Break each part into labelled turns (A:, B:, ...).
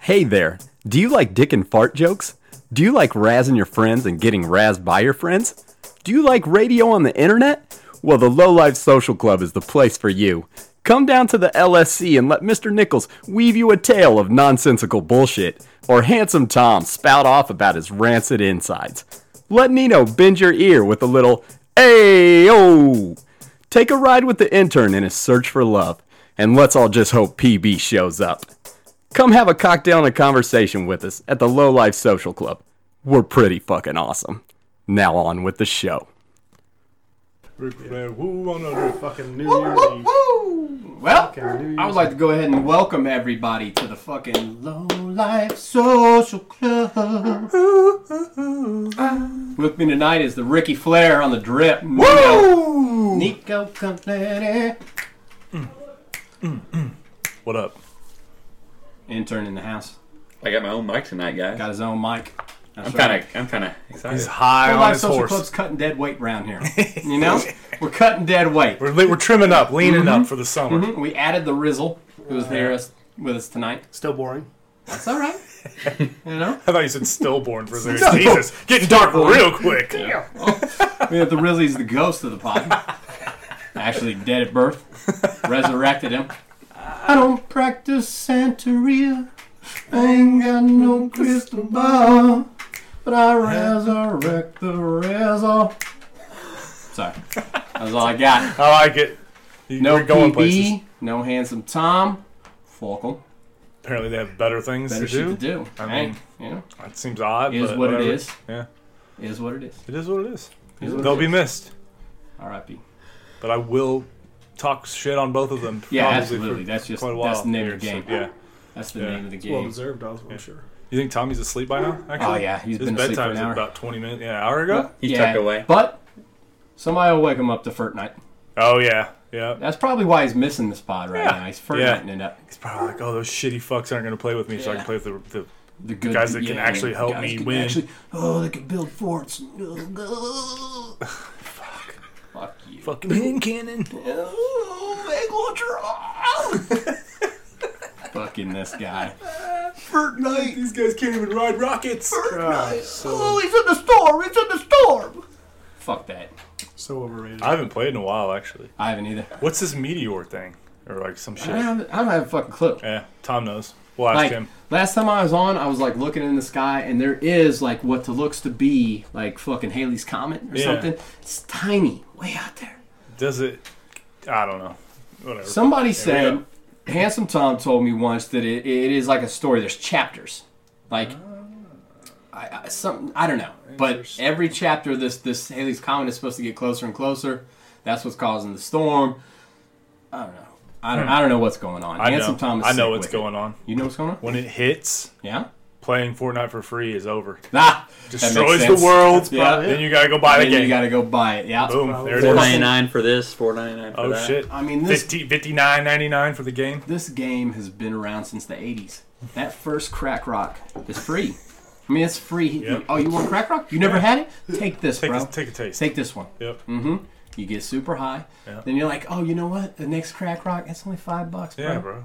A: Hey there. Do you like dick and fart jokes? Do you like razzing your friends and getting razzed by your friends? Do you like radio on the internet? Well, the Low Life Social Club is the place for you. Come down to the LSC and let Mr. Nichols weave you a tale of nonsensical bullshit, or Handsome Tom spout off about his rancid insides. Let Nino bend your ear with a little, Ayo! Take a ride with the intern in his search for love, and let's all just hope PB shows up. Come have a cocktail and a conversation with us at the Low Life Social Club. We're pretty fucking awesome. Now on with the show.
B: Ric Flair, woo on a fucking New Year's Eve.
C: Well,
B: New Year's
C: I would like to go ahead and welcome everybody to the fucking Low Life Social Club. With me tonight is the Ricky Flair on the drip. Woo! Nico Completti.
B: What up?
C: Intern in the house.
D: I got my own mic tonight, guys.
C: Got his own mic. That's
D: I'm kind of, I'm kind of
B: He's
D: excited.
B: high
C: Low
B: on
C: Life
B: his
C: Social
B: horse.
C: Club's cutting dead weight round here. You know? We're cutting dead weight.
B: We're, li- we're trimming up, leaning
C: Mm-hmm.
B: up for the summer.
C: We added the Rizzle, who was there us- with us tonight.
E: Still boring.
C: That's all right. You know?
B: I thought you said stillborn for a second. Jesus, getting dark real quick.
C: We have the Rizzy's the ghost of the pod. Actually dead at birth. Resurrected him. I don't practice Santeria. I ain't got no crystal ball. But I resurrect the Rizzo. Sorry. That's all I got.
B: I like it. You,
C: No
B: are going
C: PB,
B: places.
C: no handsome Tom. Falkle.
B: Apparently they have better things
C: Better
B: to
C: shit
B: do.
C: to do.
B: I
C: hey,
B: mean,
C: you know,
B: That seems odd.
C: is
B: but
C: what
B: whatever.
C: it is.
B: Yeah,
C: Is what it is.
B: it is what it is.
C: Is what it
B: They'll be
C: is.
B: missed,
C: R.I.P.
B: but I will talk shit on both of them.
C: Yeah,
B: probably
C: absolutely.
B: for
C: That's just-
B: quite a while
C: that's the name of the
B: here,
C: game.
B: So, yeah.
C: That's the
B: Yeah.
C: name of the
E: Well
C: game.
E: deserved, I was I'm sure.
B: You think Tommy's asleep by now? Actually?
C: Oh, yeah, he's
B: His
C: been asleep for
B: bedtime
C: an
B: is
C: hour.
B: about 20 minutes. Yeah, an hour ago.
D: He's tucked away.
C: But somebody will wake him up to Furt Night.
B: Oh yeah, yeah.
C: That's probably why he's missing this pod right
B: Yeah.
C: now. He's Furt
B: Yeah.
C: Nighting it up.
B: He's probably like, oh, those shitty fucks aren't gonna play with me, so I can
C: Yeah.
B: play with the, the
C: The good
B: guys that can actually
C: the
B: help
C: guys
B: me
C: can
B: win.
C: oh, they can build forts. Fuck. Fuck you.
B: fucking hand cannon.
C: Oh, Fucking this guy.
B: These guys can't even ride rockets.
C: Oh, he's in the storm. He's in the storm. Fuck that.
E: So overrated.
B: I haven't played in a while, actually.
C: I haven't either.
B: What's this meteor thing, or like some
C: I
B: shit?
C: don't, I don't have a fucking clue.
B: Yeah, Tom knows. We'll ask
C: like
B: him.
C: last time I was on, I was like looking in the sky, and there is like what to looks to be like fucking Haley's comet or
B: Yeah.
C: something. It's tiny, way out there.
B: Does it? I don't know. Whatever.
C: Somebody
B: we
C: said, Handsome Tom told me once that it, it is like a story. There's chapters, like I, I some I don't know, but
B: Ah. Interesting.
C: every chapter this this Haley's comet is supposed to get closer and closer. That's what's causing the storm. I don't know. I don't, I don't know what's going on.
B: Hmm. I
C: Handsome
B: know.
C: Tom is
B: I know
C: sick
B: what's
C: with it.
B: going on.
C: You know what's going on?
B: When it hits,
C: Yeah.
B: playing Fortnite for free is over.
C: Ah, that makes
B: Destroys the
C: sense.
B: world.
C: Yeah.
B: Then you gotta go buy the
C: Then
B: game.
C: you gotta go buy it. Yeah.
B: Boom. There it
D: Four
B: is.
D: ninety nine for this, four ninety nine for
B: Oh
D: that.
B: shit.
C: I mean, this
B: 50, 59.99 for the game.
C: this game has been around since the '80s. That first crack rock is free. I mean, it's free.
B: Yep.
C: Oh, you want crack rock? You never had it? Take this,
B: Take,
C: bro.
B: a, take a taste.
C: Take Mm-hmm. this one.
B: yep.
C: You get super high.
B: Yeah.
C: Then you're like, oh, you know what? The next crack rock, that's only five bucks, bro.
B: Yeah, bro.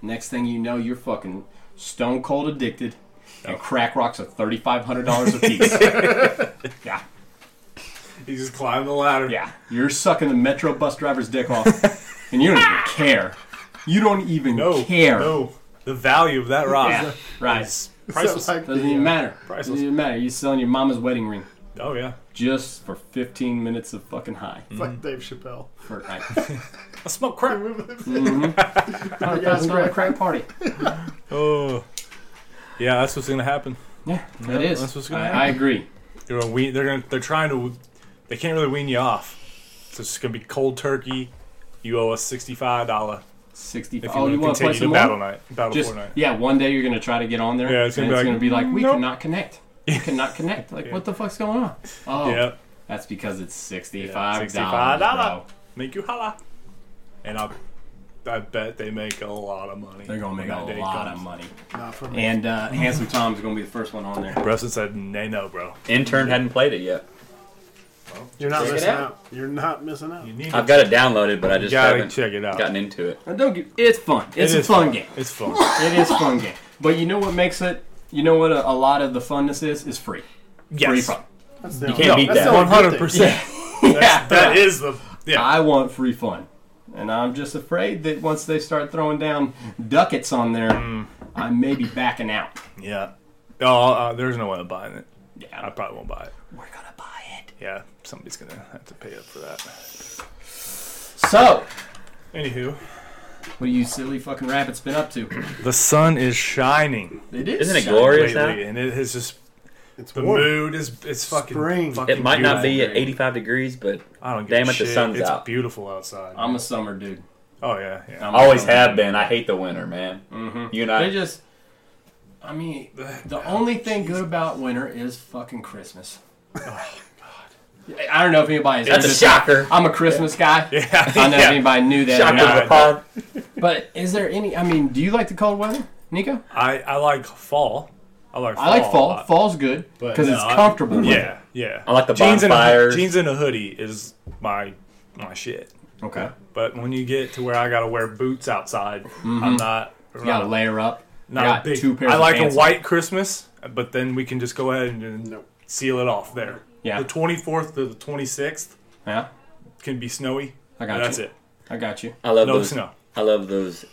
C: Next thing you know, you're fucking stone cold addicted, and crack rocks are thirty five hundred dollars a piece. yeah.
B: He just climbed the ladder.
C: Yeah, you're sucking the Metro bus driver's dick off, and you don't even care. You don't even
B: No.
C: care.
B: No. The value of that rock.
C: Yeah, right.
B: is Priceless.
E: like
C: Doesn't even matter.
B: Priceless.
C: Doesn't even matter. You're selling your mama's wedding ring
B: Oh yeah.
C: just for 15 minutes of fucking high.
B: Mm.
E: It's like Dave Chappelle.
C: For a night.
B: I smoke crack.
C: That's not a crack party.
B: Oh. Yeah, that's what's gonna happen.
C: Yeah, that is.
B: that's what's gonna
C: I,
B: happen.
C: I agree.
B: They're gonna wean, they're gonna they're trying to they can't really wean you off. So it's just gonna be cold turkey. You owe us sixty five dollar if
C: 65.
B: you
C: Oh,
B: want
C: you
B: to
C: want to play
B: continue
C: some
B: to
C: more?
B: battle night battle
C: Just
B: Fortnite.
C: yeah, one day you're gonna try to get on there.
B: Yeah, it's
C: and
B: gonna
C: it's
B: be
C: gonna be like we
B: nope.
C: cannot connect. We cannot connect. Like what the fuck's going on? Oh,
B: Yep.
C: that's because it's sixty-five dollars.
B: $65. Make you holla. And I I bet they make a lot of money.
C: They're gonna
B: when
C: make
B: that
C: a
B: day
C: lot
B: comes.
C: of money.
E: Not for me.
C: And uh, Handsome Tom's gonna be the first one on there.
B: Breston said, "Nay, no, bro.
D: Intern hadn't played it yet.
E: You're not
D: Check it
E: missing
D: out.
E: out. You're not missing out.
B: You need
D: I've got it downloaded, but I
B: to
D: just
B: gotta
D: haven't
B: check it out.
D: gotten into it.
C: Now, don't get, it's fun. It's
B: It
C: a
B: is
C: fun game.
B: It's fun.
C: It is a fun game. But you know what makes it? You know what? A, a lot of the funness is is free. Free
B: Yes,
C: fun.
E: That's the
D: You
E: only-
D: can't beat
E: that's
D: that.
E: the
B: one
E: only good
B: hundred
E: thing.
B: percent.
C: yeah.
B: That is the yeah.
C: I want free fun, and I'm just afraid that once they start throwing down ducats on there, I may be backing out.
B: Yeah. Oh, uh, there's no way I'm buying it. I
C: Yeah,
B: probably won't buy it.
C: we're gonna buy it.
B: Yeah, somebody's gonna have to pay up for that.
C: So,
B: Anywho,
C: what you silly fucking rabbits been up to?
B: the sun is shining
C: It is
D: Isn't it
C: sunny.
D: glorious now?
B: lately, and it has just
E: It's
B: the
E: warm.
B: mood is it's fucking.
E: Spring.
B: fucking
D: It might not be
B: beautiful.
D: at 85 degrees, but
B: I don't give
D: Damn
B: a
D: it, the
B: shit.
D: sun's
B: it's
D: out. Um,
B: beautiful outside.
C: I'm a summer dude.
B: oh yeah, yeah.
C: I'm a
D: always
C: summer
D: have been. I hate the winter, man. Mm-hmm.
B: Uh,
D: You and
C: They
D: I.
C: just, I mean, the only thing good about winter is fucking Christmas. Oh God! I don't know if anybody's.
D: That's a shocker.
C: I'm a Christmas guy.
B: Yeah,
C: I don't know
B: yeah.
C: if anybody knew that. or
D: Shocker
C: not.
D: to the pod.
C: But is there any? I mean, do you like the cold weather, Nico?
B: I I like fall. I like fall.
C: I like
B: a
C: fall.
B: lot.
C: Fall's good
B: Oh, uh, But
C: because
B: no,
C: it's
B: I-
C: comfortable.
B: Yeah, yeah.
D: I like the
B: jeans
D: bonfires.
B: And a, jeans and a hoodie is my my shit.
C: Okay.
B: But when you get to where I gotta wear boots outside, I'm not.
C: Mm-hmm. You gotta layer up. You
B: not
C: got
B: a big.
C: two pairs
B: I like
C: of pants.
B: a white Christmas, but then we can just go ahead and, and
E: Nope.
B: seal it off there.
C: Yeah.
B: The 24th to the 26th
C: Yeah.
B: can be snowy.
C: I got
B: and That's
C: you.
B: it.
C: I got you.
D: I love
B: No
D: those.
B: snow.
D: I love those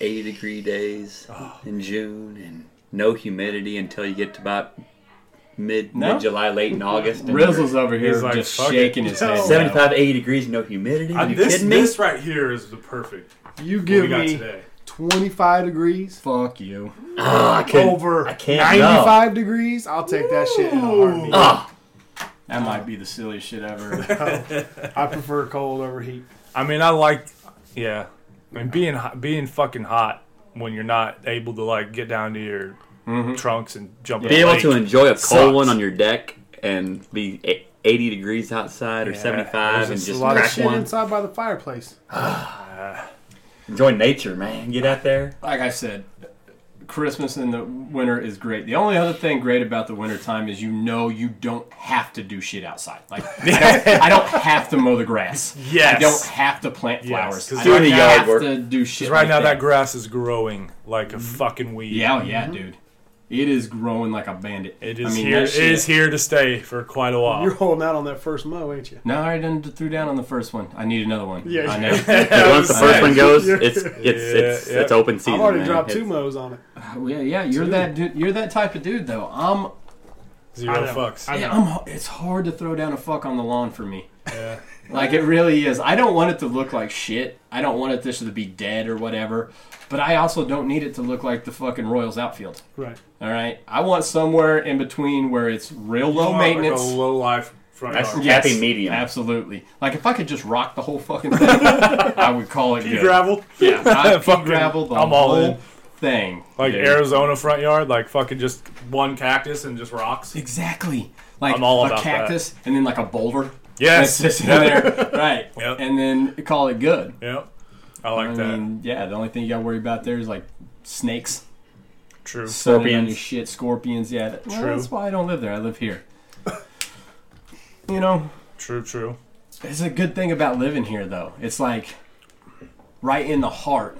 D: 80 degree days
B: Oh.
D: in June and no humidity until you get to about mid
C: No?
D: mid July, late in August. and
C: Rizzle's over here
B: He's like,
C: just
B: "Fuck it."
C: shaking his head.
E: No.
D: 75, 80 degrees, no humidity. Are
B: I-
D: you
B: Oh, Uh, this
D: kidding me?
B: this right here is the perfect.
E: You
B: What we
E: give
B: got
E: me
B: today.
E: 25 degrees
C: Fuck you.
D: Ah, I couldn't-
E: over
D: I can't know.
E: 95 degrees. I'll take that shit in a heartbeat.
D: Ah,
C: That might be the silliest shit ever.
E: I prefer cold over heat.
B: I mean, I like, yeah. I mean, being hot, being fucking hot when you're not able to like get down to your
C: Mm-hmm.
B: trunks and jump. in
D: be
B: the
D: able
B: lake.
D: to enjoy a cold
B: sucks.
D: one on your deck and be e- 80 degrees outside or
B: Yeah,
D: 75 and
B: there's
D: just
B: a lot of
D: crack
E: Shit
D: one.
E: inside by the fireplace.
D: Enjoy nature, man. Get out there.
C: like I said, Christmas in the winter is great. The only other thing great about the winter time is you know you don't have to do shit outside. Like I, don't, I don't have to mow the grass.
B: Yes.
C: I don't have to plant
B: Yes,
C: flowers.
B: 'cause
C: I
D: doing
C: don't
D: the yard
C: have
D: work-
C: to do shit.
B: Right
C: like
B: now,
C: that
B: that grass is growing like a fucking weed.
C: Mm-hmm. Yeah, oh yeah, dude. It is growing like a bandit.
B: It is
C: I mean,
B: here.
C: that
B: It
C: shit-
B: is here to stay for quite a while.
E: You're holding out on that first mow, ain't you?
C: No, I done threw down on the first one. I need another one.
E: Yeah.
C: I know.
D: once the first one goes, it's it's it's,
B: Yeah, yeah.
D: it's open season.
E: I've already
D: man.
E: dropped two
D: It's-
E: mows on it.
C: Oh, yeah, yeah. You're that dude, you're that type of dude though. I'm,
B: Zero
E: I know.
B: fucks.
E: I know.
C: yeah, I'm. It's hard to throw down a fuck on the lawn for me. Like it really is. I don't want it to look like shit. I don't want it to be dead or whatever. But I also don't need it to look like the fucking Royals outfield.
E: Right.
C: All right. I want somewhere in between where it's real low
B: Like
C: maintenance.
B: a low life front
D: That's-
B: yard.
D: yeah. Happy medium.
C: Absolutely. Like if I could just rock the whole fucking thing, I would call it good.
B: gravel.
C: Yeah, I fucking
B: Fucking-
C: gravel the
B: I'm all
C: whole
B: in.
C: thing.
B: Like
C: dude.
B: Arizona front yard, like fucking just one cactus and just rocks.
C: Exactly. Like
B: I'm all
C: a
B: about that.
C: cactus and then like a boulder.
B: Yes.
C: That's just in there. Right.
B: Yep.
C: And then call it good.
B: Yep. I like
C: I
B: that.
C: mean, yeah, the only thing you gotta worry about there is like snakes.
B: True.
C: sunning on
D: Scorpions.
C: your shit, scorpions, yeah. that- well,
B: True.
C: that's why I don't live there. I live here. you know,
B: True. True.
C: it's a good thing about living here though. It's like right in the heart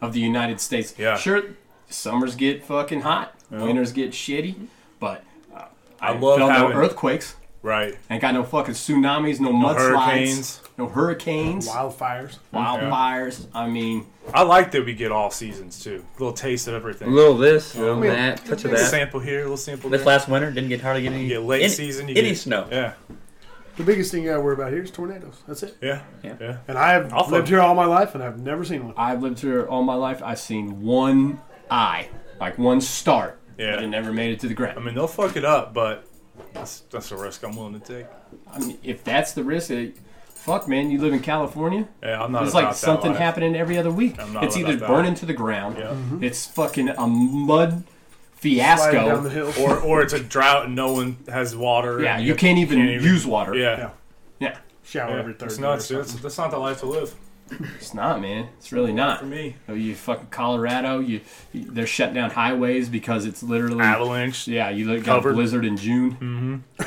C: of the United States.
B: Yeah.
C: Sure, summers get fucking hot, winters get shitty, but uh, I,
B: love
C: felt
B: having-
C: no earthquakes.
B: Right.
C: Ain't got no fucking tsunamis, no, mudslides,
B: hurricanes.
C: no hurricanes,
E: Wildfires.
C: wildfires. I mean,
B: I like that we get all seasons too. A little taste of
D: A
B: everything.
D: little this, a little
E: mean,
D: that, touch of
B: little
D: that.
B: sample here, a little sample
D: This
B: there.
D: last winter didn't get hardly get any
B: You get late
D: any,
B: season. You
D: any
B: get
D: snow.
B: Yeah.
E: The biggest thing you gotta worry about here is tornadoes. That's it.
B: Yeah. Yeah.
D: Yeah.
E: And I have
B: I'll fuck-
E: lived here all my life and I've never seen one.
C: I've lived here all my life. I've seen one eye, like one star,
B: Yeah.
C: but it never made it to the
B: I
C: ground.
B: mean, they'll fuck it up, but that's that's a risk I'm willing to take.
C: I mean, if that's the risk, it, fuck, man, you live in California.
B: Yeah, I'm not.
C: It's
B: about
C: like
B: that
C: something
B: life.
C: happening every other week.
B: I'm not
C: It's
B: about
C: either
B: that.
C: burning to the ground.
B: Yeah.
C: It's fucking a mud
E: Mm-hmm. Sliding down the
C: fiasco.
E: hill.
B: Or or it's a drought and no one has water.
C: Yeah,
B: and
C: you can't even
B: can't even-
C: use water.
B: Yeah.
E: Yeah.
C: yeah,
E: shower
B: Yeah.
E: every third
B: It's
E: day
B: not.
E: or something.
B: That's, that's not the life to live
C: it's not, man. It's really not.
B: for me.
C: Oh, you fucking Colorado, you, you they're shutting down highways because it's literally
B: Avalanche.
C: Mm. yeah. You look- got a
B: Covered. Mm-hmm.
C: blizzard in June, Ah,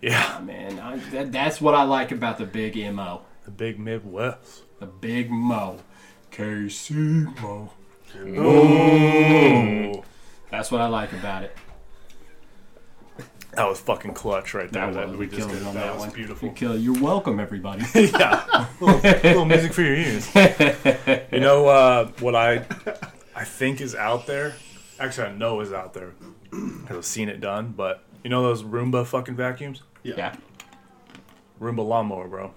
B: Yeah.
C: man. I, that, that's what I like about the big mo,
B: The big Midwest.
C: the big mo, KC mo. That's what I like about it.
B: That was fucking clutch right there.
C: That,
B: That,
C: was,
B: we
C: we
B: just
C: killed
B: did.
C: it
B: That,
C: on that,
B: was
C: one.
B: beautiful.
C: We killed- You're welcome, everybody.
B: yeah, little, little music for your ears. You know uh, what I I think is out there. Actually, I know is out there because I've seen it done. But you know those Roomba fucking vacuums,
C: yeah,
B: Roomba lawnmower, bro.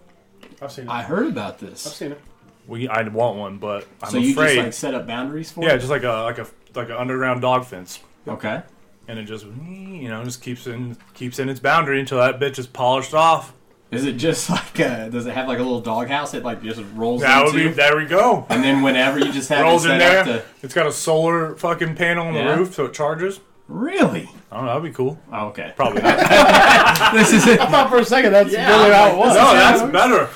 E: I've seen it.
C: I heard about
E: I've
C: this.
E: seen it.
B: We I'd want one, but I'm
C: So you
B: afraid.
C: just like set up boundaries for
B: yeah,
C: it?
B: just like a like a like an underground dog fence,
C: okay.
B: and it just you know just keeps in keeps in its boundary until that bitch is polished off.
C: Is it just like a, does it have like a little doghouse? It like just rolls
B: That would
C: into,
B: be there. We go.
C: and then whenever you just have
B: Rolls
C: it set
B: in there.
C: up to
B: It's got a solar fucking panel on
C: Yeah.
B: the roof, so it charges.
C: really.
B: I don't know. That'd be cool.
C: Oh, okay,
B: Probably. not.
C: this is it.
E: Thought for a second that's really how it was.
B: no, that's better.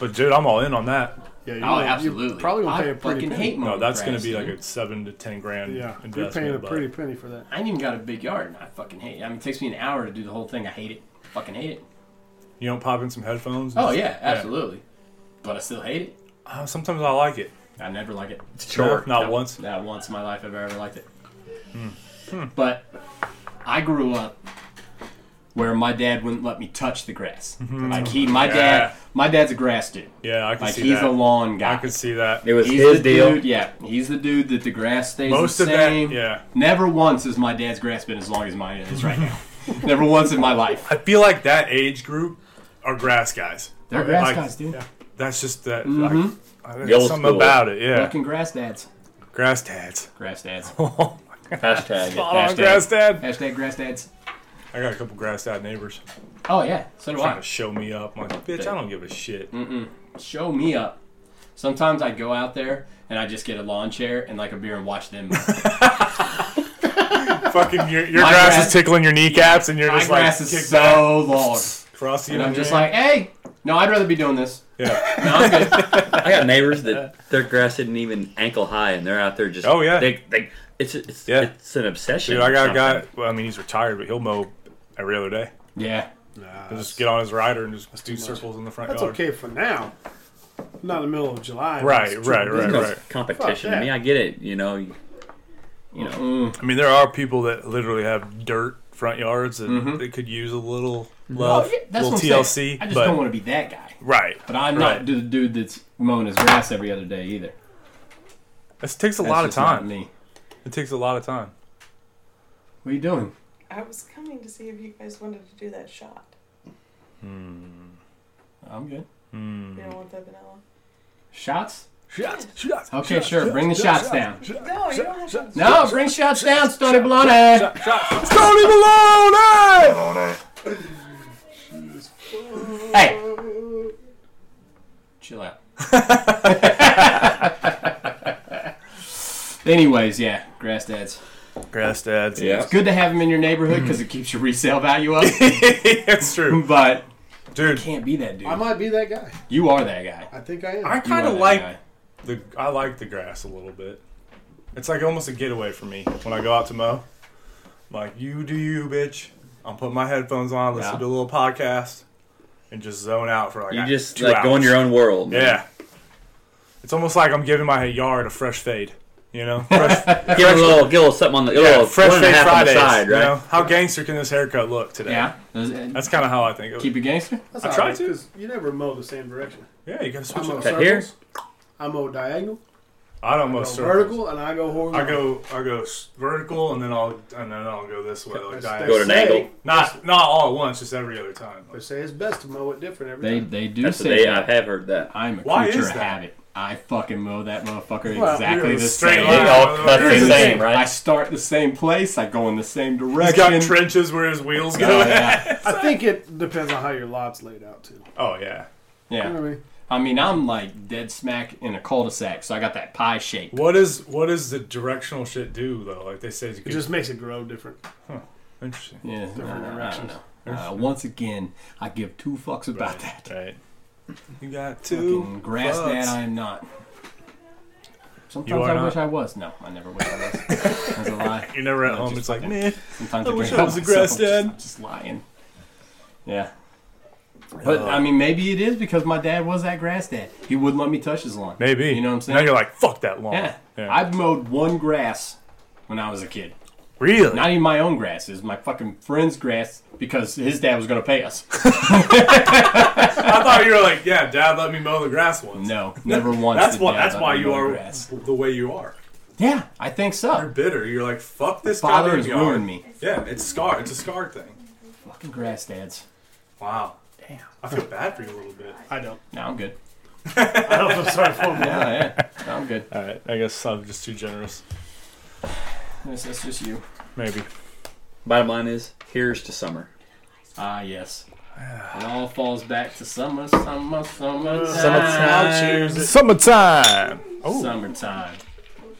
B: But dude, I'm all in on that.
E: Yeah, you
C: Oh, absolutely.
E: probably gonna
C: I
E: pay a pretty
C: fucking
E: penny.
C: hate
B: No,
C: mowing
B: that's going
C: Oh, grass,
B: to be like
C: dude.
B: a seven to ten grand
E: Yeah, you're
B: investment.
E: paying a
B: but
E: pretty penny for that.
C: I ain't even got a big yard, and I fucking hate it. I mean, it takes me an hour to do the whole thing. I hate it. Fucking hate it.
B: You don't pop in some headphones. and
C: Oh
B: just-
C: yeah, absolutely. But I still hate it.
B: Uh, sometimes I like it.
C: I never like it. It's
B: chore. Not once? Hmm.
C: Not once in my life have I ever liked it. But I grew up where my dad wouldn't let me touch the grass. Like he, my
B: Mm-hmm. Yeah.
C: dad, my dad's a grass dude.
B: Yeah, I can
C: Like
B: see
C: he's
B: that.
C: a lawn guy.
B: I can see that.
D: It was
C: He's
D: his
C: the
D: deal.
C: dude. Yeah, he's the dude that the grass stays
B: Most
C: the
B: of
C: same.
B: that, yeah.
C: Never once has my dad's grass been as long as mine is right now. Never once in my life.
B: I feel like that age group are grass guys.
C: They're grass
B: Like,
C: guys, dude.
B: That's just that.
C: Mm-hmm.
B: I, I,
D: The old
B: there's something
D: school.
B: about it. Yeah,
C: Fucking grass dads.
B: grass dads.
C: Grass dads.
B: Spot
D: Hashtag. it.
B: on,
C: Hashtag.
B: grass dad.
C: Hashtag grass dads.
B: I got a couple grass dad neighbors
C: Oh yeah, so do
B: trying
C: I.
B: to show me up. I'm like, bitch, I don't give a shit.
C: Mm. Show me up. Sometimes I go out there and I just get a lawn chair and like a beer and watch them.
B: Fucking your, your
C: My
B: grass,
C: grass-
B: is tickling your kneecaps, and you're
C: My
B: just
C: grass
B: like
C: is
B: kicked
C: so
B: back,
C: long,
B: crossy,
C: and I'm just like, hey, no, I'd rather be doing this.
B: yeah.
C: No, I'm good.
D: I got neighbors that their grass isn't even ankle high, and they're out there just.
B: Oh, yeah.
D: They, they, it's it's
B: Yeah.
D: it's an obsession.
B: Dude, I
D: or
B: got a guy.
D: something.
B: Well, I mean, he's retired, but he'll mow every other day.
C: Yeah,
B: He'll just get on his rider and just do circles in the front
E: That's
B: yard.
E: okay for now. Not in the middle of July.
B: Right,
E: It's
B: right,
E: true.
B: right,
D: No
B: right.
E: Fuck
D: competition.
E: that.
D: I mean, I get it. You know, you, you know,
B: I mean, there are people that literally have dirt front yards and they could use a little
C: oh,
B: love,
C: yeah that's
B: little
C: what I'm
B: TLC.
C: Saying. I just
B: but
C: don't want to be that guy.
B: right,
C: But I'm
B: right.
C: not the dude that's mowing his grass every other day either.
B: This takes a
C: That's
B: lot of
C: just not
B: time.
C: Me.
B: It takes a lot of time.
C: What are you doing?
F: I was coming to see if you guys wanted to do that shot.
C: I'm good.
F: You don't want the vanilla?
C: Shots?
B: Shots, shots.
C: Okay, sure. bring the shots down.
F: No, you don't have to.
C: No, bring shots down, Stoney Baloney.
B: Tony Malone.
C: Hey, chill out. Anyways, yeah, grass dads.
B: Grass dads.
D: yeah.
C: Good to have them in your neighborhood because it keeps your resale value up.
B: it's true,
C: but
B: dude.
C: can't be that dude.
E: I might be that guy.
C: You are that guy.
E: I think I am.
B: I
C: You are
B: kind of
C: that
B: like
C: guy.
B: the I like the grass a little bit. It's like almost a getaway for me when I go out to mow. I'm like you do you, bitch. I'm putting my headphones on, listen
C: Yeah.
B: to a little podcast, and just zone out for like
D: You
B: uh,
D: just
B: two
D: like go in
B: hours.
D: your own world. man.
B: Yeah, it's almost like I'm giving my yard a fresh fade. You know, fresh,
D: Give it a little, give a little something on the, a
B: yeah,
D: little
B: fresh
D: one and a
B: fade
D: half on the
B: Fridays.
D: side,
B: You
D: right?
B: know, how gangster can this haircut look today?
C: Yeah. Does it-
B: that's kind of how I think. Of it.
C: keep it gangster.
E: That's
B: I
E: all
B: tried
E: right,
B: to.
E: 'cause You never mow the same direction.
B: Yeah, you gotta
E: I
B: switch
E: mow
B: it.
D: Cut
B: up.
E: circles.
D: here?
E: I mow diagonal.
B: I don't
E: I
B: mow
E: go
B: circles.
E: vertical, and I go horizontal.
B: I go, I go s- vertical, and then I'll, and then I'll go this way, like
E: That's-
B: diagonal.
D: Go
E: they
D: to an
E: say-
D: angle.
B: Not not all at once, just every other time.
E: They say it's best to mow it different every
C: They
E: time.
C: they do
D: That's
C: say
D: what they,
C: that.
D: I have heard that.
C: I'm a
B: Why
C: creature
B: is
C: of
B: that?
C: habit. I fucking mow that motherfucker
E: Well,
C: exactly
E: you're
C: the
B: straight
C: same.
B: line.
D: all cut the
B: Here's the
D: same,
B: thing.
C: I
D: right?
C: start the same place. I go in the same
B: He's
C: direction.
B: got trenches where his wheels go.
C: oh
B: Oh yeah.
C: yeah,
E: I think it depends on how your lot's laid out too.
B: Oh,
E: You know
C: yeah.
E: what I mean?
C: I mean, I'm like dead smack in a cul-de-sac, so I got that pie shape.
B: What is what does the directional shit do though? Like they say, it's
E: It
B: good.
E: just makes it grow different.
B: interesting.
C: Yeah, I
E: Different
C: don't know, I don't
E: directions.
C: know. Uh, once again, I give two fucks about that.
B: Right. You got two
C: Fucking grass
B: fucks.
C: dad, I am not. Sometimes
B: are
C: I
B: not.
C: wish I was. No, I never wish I was. That's a lie.
B: You're never at home.
C: just
B: It's like
C: fucking-
B: man.
C: Sometimes
B: I
C: I,
B: wish
C: can't
B: I was
C: help
B: a grass
C: myself, I'm
B: dad.
C: Just, I'm just lying. Yeah. But
B: Uh,
C: I mean, maybe it is because my dad was that grass dad. He wouldn't let me touch his lawn.
B: Maybe.
C: You know what I'm saying?
B: Now you're like, fuck that lawn.
C: yeah.
B: Yeah.
C: I've mowed one grass when I was a kid.
B: really?
C: Not even my own grass. It was my fucking friend's grass because his dad was going to pay us.
B: I thought you were like, yeah, dad let me mow the grass once.
C: No, never once.
B: That's
C: did
B: why.
C: dad
B: That's
C: let
B: why
C: me
B: you
C: mow
B: are
C: Grass.
B: the way you are.
C: Yeah, I think
B: You're
C: so.
B: bitter. You're like, fuck this.
C: Father
B: goddamn
C: has
B: yard.
C: ruined me.
B: Yeah, it's scar. It's a scar thing.
C: Fucking grass dads.
B: Wow. Damn. I feel bad for you a little bit.
E: I don't.
C: No, I'm good.
E: I don't feel sorry for him.
C: Yeah, yeah. No, I'm good.
B: All right. I guess I'm just too generous.
C: That's, that's just you.
B: Maybe.
D: Bottom line is, here's to summer.
C: Ah, yes. It all falls back to summer, summer, summertime.
B: Uh,
D: Summertime.
E: Cheers.
B: Summertime.
C: Summertime.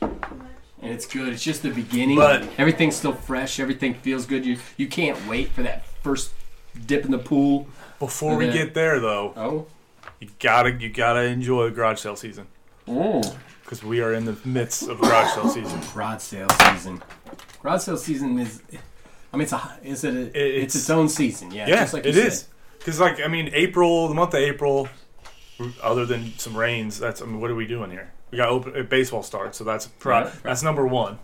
C: And it's good. It's just the beginning.
B: But-
C: Everything's still fresh. Everything feels good. You you can't wait for that first dip in the pool.
B: Before we
C: Yeah.
B: get there, though,
C: Oh.
B: you gotta you gotta enjoy garage sale season
C: Mm.
B: because we are in the midst of garage sale season.
C: Rod sale season. Rod sale season is. I mean, it's a. Is it? A,
B: it's-
C: it's, its own season. Yeah.
B: Yeah,
C: just like
B: it
C: you
B: is.
C: said.
B: Because like I mean, April, the month of April, other than some rains, that's I mean, what are we doing here? We got open uh, baseball starts, so that's pro-
C: Right, right.
B: that's number one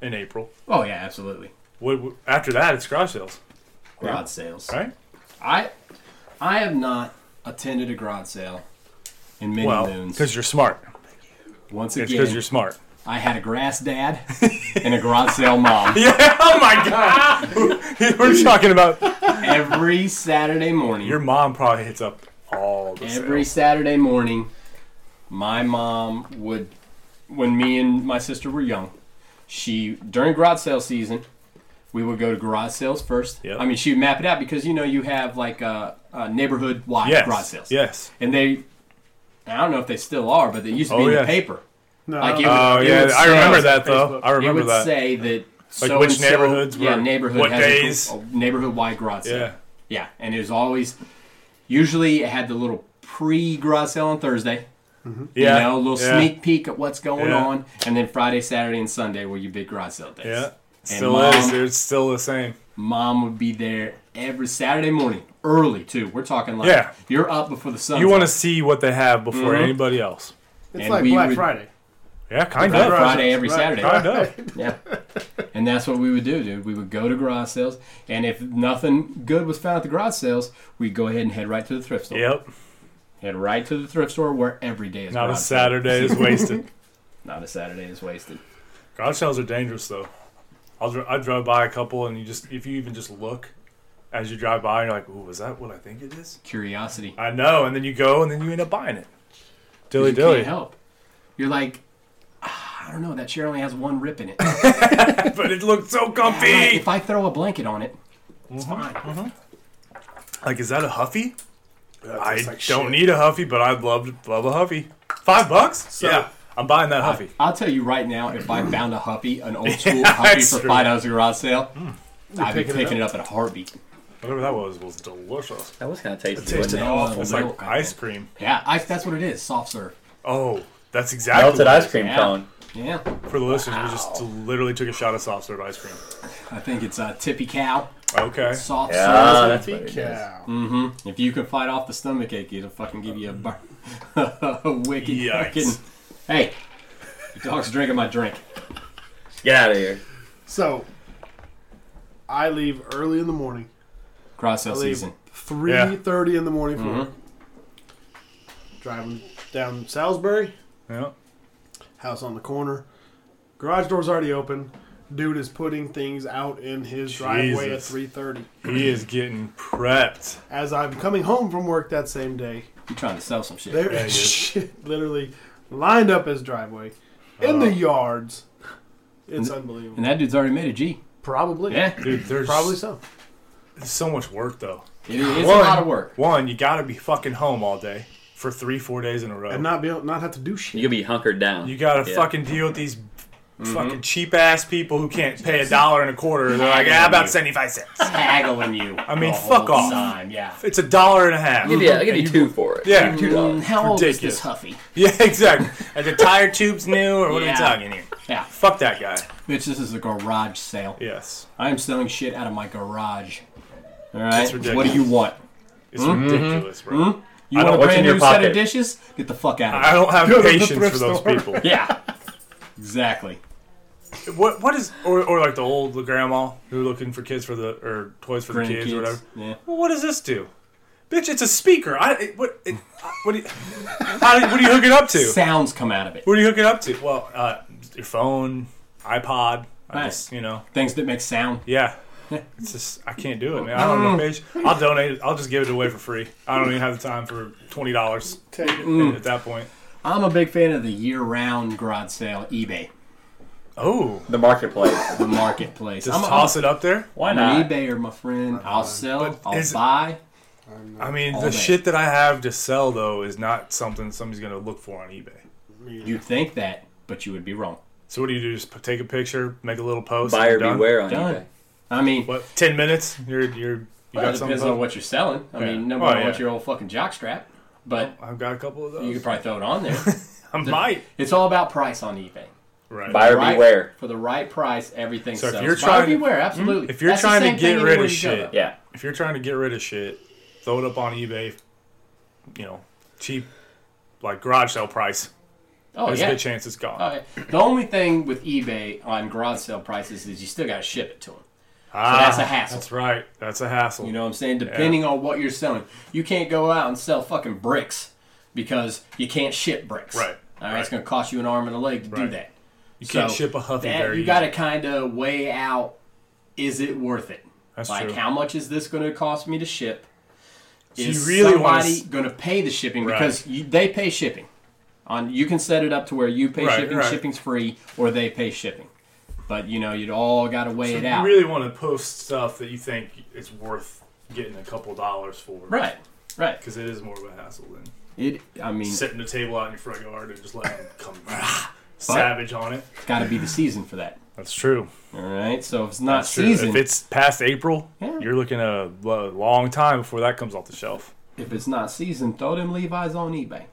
B: in April.
C: Oh yeah, absolutely.
B: What, what- after that, it's garage sales,
C: Garage sales.
B: right?
C: I, I have not attended a garage sale in many
B: Well,
C: moons.
B: because you're smart.
C: Once
B: It's because
C: again,
B: you're smart.
C: I had a grass dad and a garage sale mom
B: Yeah. Oh my god. We're talking about
C: every Saturday morning.
B: your mom probably hits up all the
C: every
B: sales.
C: Saturday morning, my mom would, when me and my sister were young, she during garage sale season, we would go to garage sales first.
B: Yep.
C: I mean, she would map it out because you know you have like a, a neighborhood wide
B: yes.
C: garage sales.
B: Yes.
C: and they, I don't know if they still are, but they used to be
B: Oh,
C: in
B: yeah.
C: the paper.
E: No.
C: Like you-
B: Oh
C: It would
B: yeah, I
C: say-
B: remember that though.
E: Facebook.
B: I remember
C: it would
B: that.
C: say that.
B: Like
C: so
B: which
C: and so-
B: neighborhoods
C: Yeah,
B: were-
C: neighborhood
B: what
C: has a gr-
B: days?
C: a, neighborhood-wide garage sale.
B: Yeah.
C: Yeah, and it was always usually it had the little pre-garage sale on Thursday.
B: yeah.
C: You know, a little
B: yeah.
C: sneak peek at what's going
B: Yeah.
C: on, and then Friday, Saturday, and Sunday were your big garage sale days.
B: Yeah.
C: And
B: Still
C: mom,
B: is. It's still the same.
C: mom would be there every Saturday morning, early too. We're talking like
B: Yeah.
C: you're up before the sun.
B: You want to see what they have before
C: Mhm.
B: anybody else.
E: It's
C: and
E: like
C: we
E: Black
C: would-
E: Friday.
B: Yeah, kind
C: Friday,
B: of.
E: Right.
C: every
E: Right.
C: Saturday.
B: Kind of.
C: Yeah. And that's what we would do, dude. We would go to garage sales, and if nothing good was found at the garage sales, we'd go ahead and head right to the thrift store.
B: Yep.
C: Head right to the thrift store where every day is
B: Not a
C: garage sale.
B: Saturday is wasted.
C: Not a Saturday is wasted.
B: Garage sales are dangerous though. I'll dri- I drive by a couple and you just if you even just look as you drive by, you're like, "Ooh, is that what I think it is?"
C: Curiosity.
B: I know, and then you go and then you end up buying it. Dilly
C: you
B: dilly.
C: can't help. You're like, "Ah, I don't know. That chair only has one rip in it.
B: But it looked so
C: Like,
B: comfy.
C: if I throw a blanket on it, it's fine.
B: Like, is that a huffy? I
E: tastes
B: don't
E: like shit.
B: need a huffy, but I'd love to love a huffy. Five bucks? yeah, I'm buying that huffy.
C: I'll tell you right now, if I found a huffy, an old school huffy
B: it's
C: for
B: true. Hmm.
C: five dollars at a garage sale, I'd be
E: picking it
C: picking it up. at a heartbeat.
B: Whatever that was was delicious.
D: That was kind of tasty.
E: tasted
D: wasn't it?
E: awful.
B: Oh, It's
C: milk,
B: like
C: I
B: ice
C: think.
B: cream.
C: Yeah, I, that's what it is. Soft serve.
B: Oh, that's exactly
D: Melted
B: what it
D: ice
B: is.
D: cream
C: Yeah.
D: cone.
C: Yeah,
B: For the listeners, we just literally took a shot of soft serve ice cream.
C: I think it's a tippy cow
B: Okay.
C: soft
D: Yeah,
C: serve. Mm-hmm.
D: that's what it is.
E: Cow.
C: If you can fight off the stomach ache, it'll fucking give you a, bar- a wicked
B: Yikes.
C: fucking. Hey, your dog's drinking my drink.
D: Get out of here.
E: So, I leave early in the morning.
C: Cross sale
E: I leave
C: season. Mm-hmm.
E: three thirty in the morning for work. driving down Salisbury.
B: Yeah.
E: house on the corner. Garage door's already open. Dude is putting things out in his driveway at
B: Jesus.
E: 3:30.
B: He is getting prepped.
E: As I'm coming home from work that same day,
C: You trying to sell some shit?
E: there
B: Yeah, he
E: is
B: is.
E: shit literally lined up his driveway in the yards. It's unbelievable.
C: And that dude's already made a G.
E: Probably.
C: Yeah,
B: Dude, there's
E: Probably so.
B: so much work though.
C: it is
B: One-
C: a lot of work.
B: One, you gotta be fucking home all day for three, four days in a row.
E: And not be able, not have to do shit.
D: You could be hunkered down.
B: you gotta
D: Yeah. Mm-hmm.
B: fucking deal with these fucking cheap ass people who can't pay a dollar and a quarter. They're like, yeah, about seventy five cents.
C: Haggling you. I
B: mean, fuck off.
C: Time. Yeah.
B: It's a dollar and a half.
D: I'll give you, I'll give you two for it.
B: Yeah.
D: Two dollars.
C: How old is
B: Ridiculous.
C: this Huffy?
B: Yeah, exactly. Are the tire tubes new or what are
C: Yeah.
B: we talking here?
C: Yeah.
B: Fuck that guy.
C: Bitch, this is a garage sale.
B: Yes.
C: I'm selling shit out of my garage. All right.
B: That's
C: What do you want?
B: It's
D: Mm-hmm.
B: ridiculous, bro.
C: You
B: I don't-
C: want a
B: what's
C: brand
B: in your
C: new set
B: pocket?
C: of dishes? Get the fuck out of
B: I
C: here.
B: don't have
E: Go to the
B: patience
E: thrift
B: for those
E: store.
B: people.
C: Yeah. exactly.
B: What what is or, or like the old grandma who looking for kids for the or toys for the kids,
C: Grandkids.
B: or whatever.
C: Yeah.
B: Well, what does this do? Bitch, it's a speaker. I it, what it, I- what do you, how do, you- what do you hook it up to?
C: Sounds come out of it.
B: What do you hook it up to? Well, uh, your phone, iPod. I
C: Nice.
B: just, you know,
C: Things that make sound.
B: yeah. It's just I can't do it, man. I don't know,
E: Mm.
B: bitch. I'll donate it. I'll just give it away for free. I don't even have the time for twenty dollars
E: Take it.
B: at that point.
C: I'm a big fan of the year-round garage sale eBay,
B: Oh,
D: The marketplace.
C: the marketplace.
B: just
C: I'm, a-
B: toss it up there.
D: Why
C: I'm an
D: not?
C: eBayer, my friend. I'll sell.
B: But
C: I'll
B: is-
C: buy.
B: I mean,
C: All
B: the
C: day.
B: shit that I have to sell though is not something somebody's gonna look for on eBay.
C: You think that, but you would be wrong.
B: So what do you do? Just p- take a picture, make a little post. and
D: Buyer
B: you're done?
D: beware on
C: Done.
D: eBay.
C: I mean,
B: What? Ten minutes? You're you're you
C: well,
B: got
C: it
B: something?
C: depends on what you're selling. I
B: Yeah.
C: mean, no
B: Oh,
C: matter
B: yeah.
C: what your old fucking jockstrap, but
B: I've got a couple of those.
C: you could probably throw it on there.
B: I might.
C: it's all about price on eBay.
B: Right.
D: Buyer
C: Right-
D: beware.
C: For the right price, everything
B: So if
C: sells.
B: you're
C: Buyer
B: trying to- Hmm?
C: beware, absolutely.
B: If you're
C: That's the
B: trying to
C: same
B: get
C: thing
B: rid
C: anywhere
B: of
C: you go,
B: shit.
C: though.
D: Yeah.
B: If you're trying to get rid of shit, throw it up on eBay. You know, cheap, like garage sale price.
C: Oh
B: There's a
C: yeah.
B: good chance it's gone.
C: Oh, yeah. The only thing with eBay on garage sale prices is you still got to ship it to them.
B: ah,
C: that's a hassle.
B: That's right. That's a hassle.
C: You know what I'm saying? Depending on what you're selling, you can't go out and sell fucking bricks because you can't ship bricks.
B: Right,
C: All right. It's
B: right.
C: going to cost you an arm and a leg to do
B: Right.
C: that.
B: you can't
C: So,
B: ship a Huffy
C: that-
B: Berry.
C: You got to kind of weigh out: is it worth it?
B: That's
C: like,
B: true.
C: how much is this going to cost me to ship?
B: you
C: Is
B: really wanna
C: somebody
B: s-
C: going to pay the shipping
B: Right.
C: because you, they pay shipping? On you can set it up to where you pay
B: Right,
C: shipping,
B: right.
C: shipping's free, or they pay shipping. But you know, you'd all got to weigh it
B: You
C: out,
B: really want to post stuff that you think is worth getting a couple dollars for.
C: right? Right.
B: Because it is more of a hassle than
C: It. I mean,
B: setting a table out in your front yard and just letting them come rah, savage on it.
C: got to be the season for that.
B: That's true.
C: All right, so if it's not
B: That's true.
C: season,
B: If it's past April,
C: Yeah.
B: you're looking at a lo- long time before that comes off the shelf.
C: not season, throw them Levi's on eBay.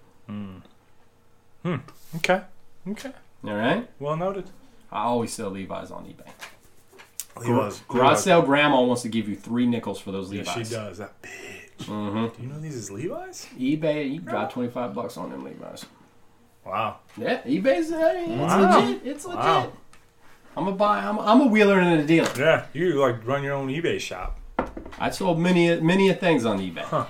B: Okay. Okay.
C: All right,
B: Well noted.
C: I always sell Levi's on eBay.
B: He was.
C: Garage sale grandma wants to give you three nickels for those
B: She
C: Levi's.
B: does that bitch. Do you know these is Levi's?
C: eBay, you can drive twenty five bucks on them Levi's.
B: Wow.
C: Yeah, eBay's hey, it's
B: Wow.
C: legit. It's legit.
B: Wow.
C: I'm a buy. I'm, I'm a wheeler and a dealer.
B: Yeah. You like run your own eBay shop.
C: I've sold many many of things on eBay.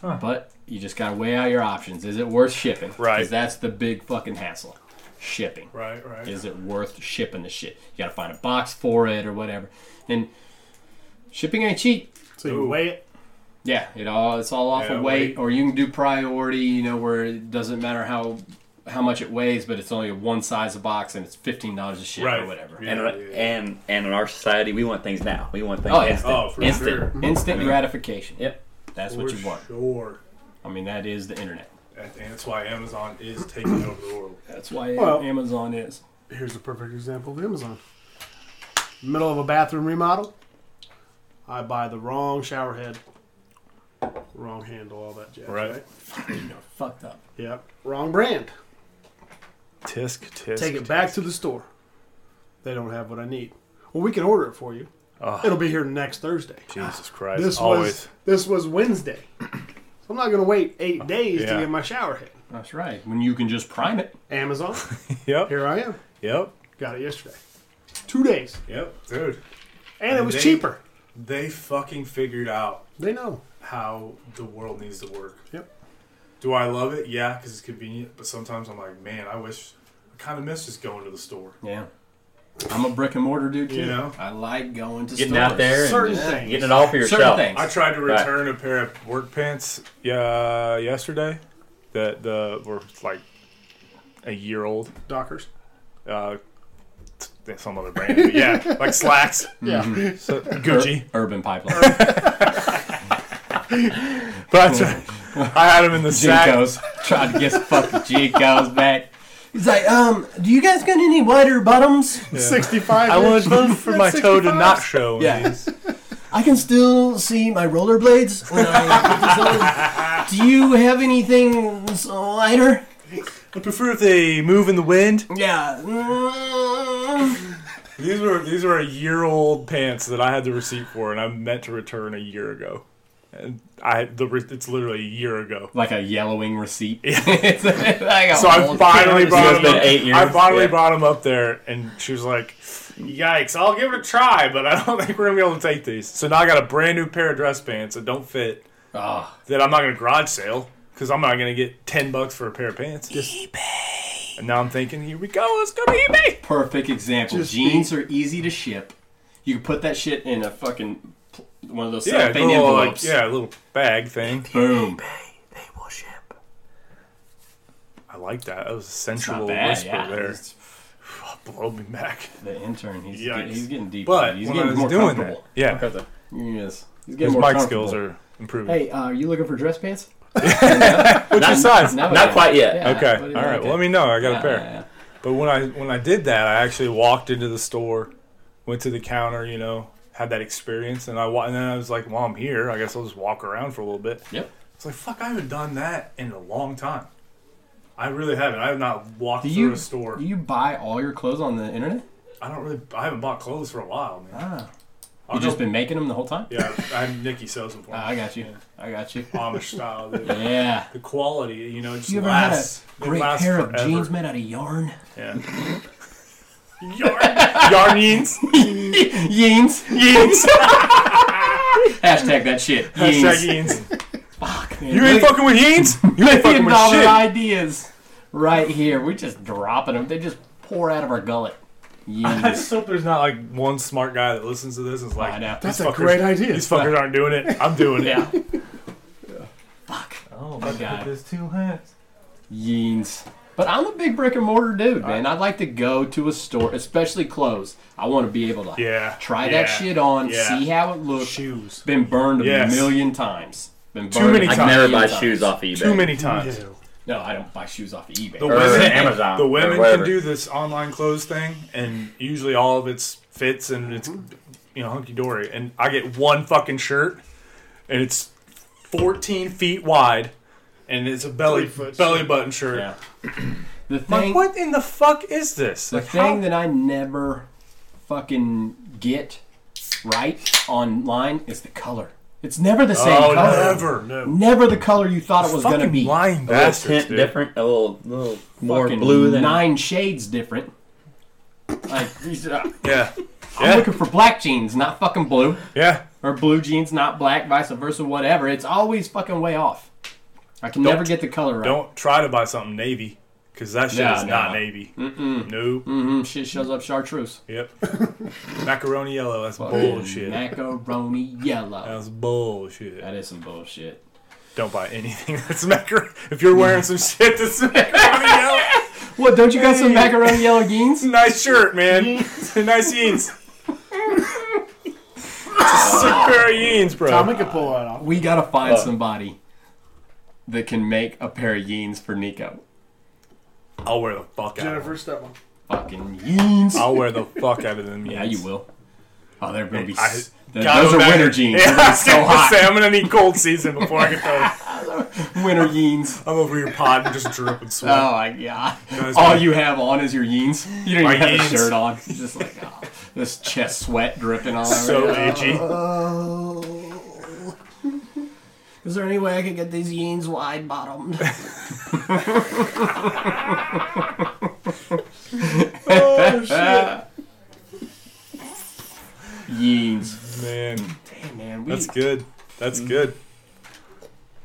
C: But you just gotta weigh out your options. Is it worth shipping? 'Cause
B: Right.
C: that's the big fucking hassle. Shipping.
B: Right. Right.
C: Is it worth shipping the shit? You gotta find a box for it or whatever. And shipping ain't cheap.
E: So you weigh it.
C: Yeah, it all it's all off
B: Yeah,
C: of weight,
B: weight.
C: or you can do priority. You know where it doesn't matter how how much it weighs, but it's only one size of box and it's fifteen dollars a ship
B: Right.
C: or whatever.
B: Yeah.
D: And, and and in our society, we want things now. We want things
C: Oh, yeah.
D: instant.
B: Oh, for
D: instant.
B: sure.
C: Instant gratification.
D: Yep.
C: That's
B: For
C: what you want.
B: sure.
C: I mean, that is the internet.
B: And and that's why Amazon is taking over the world.
C: That's why
E: Well-
C: Amazon is.
E: Here's a perfect example of Amazon. Middle of a bathroom remodel. I buy the wrong shower head, wrong handle, all that jazz.
B: Right.
C: Fucked up.
E: Yep. Wrong brand.
B: Tisk tisk.
E: Take it back to the store. They don't have what I need. Well, we can order it for you. It'll be here next Thursday.
B: Jesus Christ.
E: This
B: Always. Uh,
E: was this was Wednesday. So I'm not gonna wait eight days
B: Yeah.
E: to get my shower head.
C: That's right. When you can just prime it.
E: Amazon.
B: Yep.
E: here I am.
B: Yep.
E: Got it yesterday. Two days,
B: Yep. Dude.
E: and it
B: And
E: was
B: they-
E: cheaper.
B: They fucking figured out
E: They know.
B: how the world needs to work.
E: Yep.
B: Do I love it? Yeah, because it's convenient. But sometimes I'm like, man, I wish I kind of miss just going to the store.
C: Yeah. I'm a brick and mortar dude too.
B: You know?
C: I like going to
D: Getting
C: stores.
D: out there and
E: Certain
D: just
E: things.
D: getting it all for
C: Certain
D: yourself.
C: things.
B: I tried to
D: Right.
B: return a pair of work pants yeah, yesterday that the were like a year old.
E: Dockers.
B: Uh, t- some other brand. but yeah, like slacks.
E: Yeah.
B: So, Gucci.
C: Urban pipeline.
B: But I, tried, I had them in the sack.
C: Jinkos. Tried to get some fucking Jinkos back. He's like, um, do you guys got any wider bottoms?
E: 65.
B: I wanted
E: inch.
B: them for my toe to
E: 65s.
B: not show. in these.
C: I can still see my rollerblades when I put this on. Do you have anything s- lighter?
B: I prefer if they move in the wind.
C: Yeah. Mm.
B: These were these were a year old pants that I had the receipt for, and I meant to return a year ago. And I the re- it's literally a year ago.
C: Like a yellowing receipt. It's like a
B: So I
C: old-
B: finally brought
D: has
B: him
D: been
B: up.
D: eight
B: I
D: years,
B: finally
D: yeah.
B: brought him up there, and she was like, "Yikes! I'll give it a try, but I don't think we're gonna be able to take these." So now I got a brand new pair of dress pants that don't fit
C: Ah,
B: that I'm not gonna garage sale because I'm not gonna get ten bucks for a pair of pants. eBay. And now I'm thinking, here we go. Let's go to eBay.
C: perfect example.
E: Just
C: Jeans are easy to ship. You can put that shit in a fucking pl- one of those
B: Yeah,
C: cellophane
B: little, like,
C: envelopes.
B: yeah, little bag thing.
C: Boom.
B: I like that. That was a
C: Not
B: sensual
C: bad.
B: whisper
C: Yeah.
B: there.
C: It's-
B: Blow me back.
C: The intern, he's,
B: Yikes.
C: get- he's getting deep.
B: But
C: he's
B: when
C: getting
B: I was
C: more
B: doing
C: comfortable.
B: that- yeah.
C: Look at the- he is. He's
B: His
C: getting more
B: mic
C: comfortable.
B: skills are improving.
C: Hey, uh, are you looking for dress pants?
B: What's your size?
C: No,
D: Not
C: yeah.
D: quite yet.
C: Yeah,
B: Okay.
C: but
B: All
C: it-
B: right.
C: okay.
B: Well, let me know. I got
C: Yeah,
B: a pair.
C: yeah, yeah.
B: But when I when I did that, I actually walked into the store, went to the counter, you know, had that experience, and I wa- and then I was like, "Well, I'm here. I guess I'll just walk around for a little bit."
C: Yep.
B: It's like, fuck, I haven't done that in a long time. I really haven't. I have not walked
C: Do
B: through
C: you
B: a store.
C: do you buy all your clothes on the internet?
B: I don't really. I haven't bought clothes for a while, man.
C: Ah,
B: I'll
C: you just
B: go-
C: been making them the whole time?
B: yeah. I have Nikki sells them for me.
C: Ah, I got you. I got you.
B: Amish style. Dude.
C: Yeah.
B: The quality, you know, it just
C: You ever had a
B: lasts. it
C: great
B: lasts
C: pair
B: forever.
C: of jeans made out of yarn?
B: Yeah. Yarn, yarneens.
C: Yeans. Yeans. Hashtag that shit.
B: Hashtag
C: Yeans.
B: Yeens.
C: Man,
B: You ain't
C: look-
B: fucking with Yeens? You ain't fucking
C: million
B: with
C: dollar
B: shit.
C: ideas right here. We're just dropping them. They just pour out of our gullet.
B: I
C: Yeans.
B: just hope there's not like one smart guy that listens to this and is like,
C: I know.
B: "These
E: That's a great idea."
B: These fuckers aren't doing it. I'm doing it.
C: Yeah. Fuck.
B: Oh
C: my God.
B: There's two hats.
C: Yeans. But I'm a big brick and mortar dude, man. I'd like to go to a store, especially clothes. I want to be able to
B: Yeah.
C: try
B: yeah,
C: that shit on,
B: yeah.
C: see how it looks.
E: Shoes.
C: Been burned a
B: Yes.
C: million times. Been burned
B: Too many
C: a
D: I
B: times.
D: can never
C: million
D: buy
C: times.
D: shoes off eBay.
B: Too many times.
E: Ew.
C: No, I don't buy shoes off of eBay.
B: The
D: Or
B: women,
D: Amazon.
B: the
D: or
B: women can
D: wherever.
B: do this online clothes thing, and usually all of it's fits and it's you know hunky dory. And I get one fucking shirt, and it's 14 feet wide, and it's a belly
E: Three foot
B: belly button shirt.
C: Yeah. the thing,
B: Like, what in the fuck is this?
C: The
B: Like,
C: thing
B: how-
C: that I never fucking get right online is the color. It's never the same
B: oh,
C: color.
B: never.
C: Never the color you thought it was going to
B: fucking
C: be.
B: lying
D: A little
B: bastards,
D: tint
B: dude.
D: different, a little, little more
C: Fucking
D: blue than
C: nine shades different. Like these are-
B: Yeah,
C: I'm
B: Yeah.
C: looking for black jeans, not fucking blue,
B: yeah.
C: or blue jeans, not black, vice versa, whatever. It's always fucking way off. I can never get the color right.
B: Don't try to buy something navy, because that shit
C: No,
B: is
C: no.
B: not navy. Nope.
C: Mm, shit shows up chartreuse.
B: Yep. Macaroni yellow. That's
C: Fucking
B: bullshit.
C: Macaroni yellow.
B: that's bullshit.
C: That is some bullshit.
B: Don't buy anything that's macaroni. If you're wearing some shit that's macaroni yellow,
C: What? Don't you got some
B: Hey.
C: macaroni yellow jeans?
B: nice shirt, man. nice jeans. Just a pair of jeans, bro.
E: Tommy could pull that off.
C: We gotta find somebody that can make a pair of yeans for Nico.
B: I'll wear the fuck out. of them.
E: Jennifer, step on.
C: Fucking yeans.
B: I'll wear the fuck out of them.
C: yeah,
B: jeans.
C: you will. Oh, they're gonna be.
B: I-
C: s th-
B: God,
C: those
B: I'm
C: are
B: back-
C: winter jeans.
B: Yeah,
C: They're gonna
B: I
C: be
B: was
C: so
B: gonna
C: hot.
B: say I'm gonna need cold season before I get those.
C: Winter yeans.
B: I'm over your pod and just dripping sweat.
C: Oh my god!
B: Guys,
C: All
B: my-
C: you have on is your yeans. You don't
B: My
C: even have
B: yeans.
C: a shirt on. It's just like oh, this chest sweat dripping all over.
B: so
C: you.
B: itchy.
C: Oh. Is there any way I could get these yeans wide bottomed?
B: oh shit,
C: yeans.
B: man,
C: Damn, man. We,
B: that's good. That's good.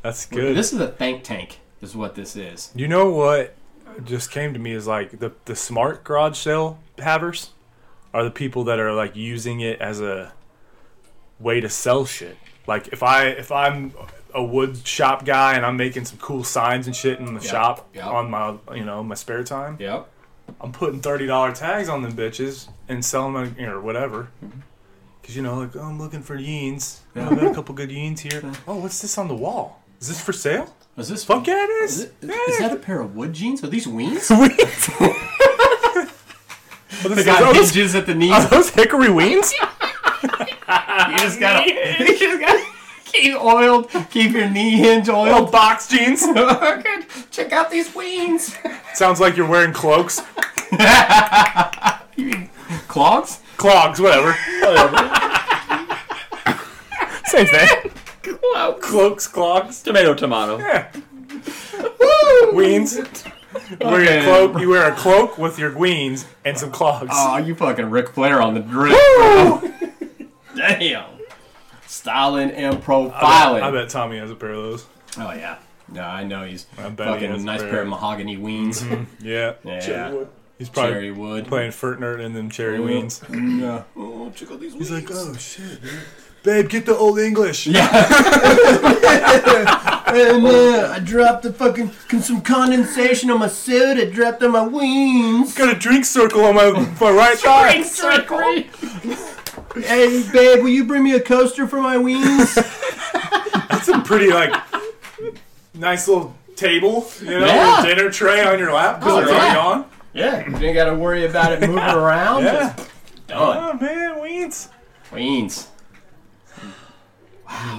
B: That's good.
C: Mm. This is a think tank, is what this is.
B: You know what just came to me is like the the smart garage sale havers are the people that are like using it as a way to sell shit. Like if I if I'm a wood shop guy and I'm making some cool signs and shit in the shop
C: yeah.
B: on my you know my spare time,
C: Yep.
B: I'm putting thirty dollar tags on them bitches and selling them you know, or whatever. Cause you know like oh, I'm looking for yeans. Oh, I got a couple good yeans here. Oh, what's this on the wall? Is this for sale?
C: Is this
B: Fuck yeah, it
C: Is,
B: is.
C: it, is that a pair of wood jeans? Are these wings?
B: Well,
C: They
B: this
C: got
B: is- oh,
C: hinges at the knees.
B: Are those hickory wings?
C: You just gotta, you just gotta keep oiled. Keep your knee hinge
B: Little
C: oiled.
B: box jeans.
C: Good. Check out these wings.
B: Sounds like you're wearing cloaks.
C: Clogs?
B: Clogs, whatever. Same thing.
C: Clogs.
B: Cloaks, clogs,
D: Tomato, tomato.
B: weens. You wear, a
C: Okay.
B: cloak, you wear a cloak with your weens and some clogs.
C: Oh, you fucking Ric Flair on the drip. bro. Damn. Styling and profiling.
B: I bet Tommy has a pair of those.
C: Oh yeah. No, I know he's
B: I bet he
C: fucking
B: has a
C: nice
B: pair.
C: pair of mahogany weens.
B: Yeah.
C: Yeah.
B: He's probably
C: Cherry wood.
B: playing Fertner and them cherry weens.
C: Yeah. Oh, check out these weens.
B: oh shit, dude. Babe, get the old English.
C: Yeah. and uh, I dropped the fucking con- some condensation on my suit. I dropped on my wings.
B: Got a drink circle on my, my right thigh.
C: circle. hey, babe, will you bring me a coaster for my wings?
B: That's a pretty like nice little table, you know,
C: Yeah.
B: little dinner tray on your lap because it's already
C: yeah.
B: on.
C: yeah. You ain't gotta worry about it moving around.
B: Yeah.
C: Done.
B: Oh man, weens.
C: Wings.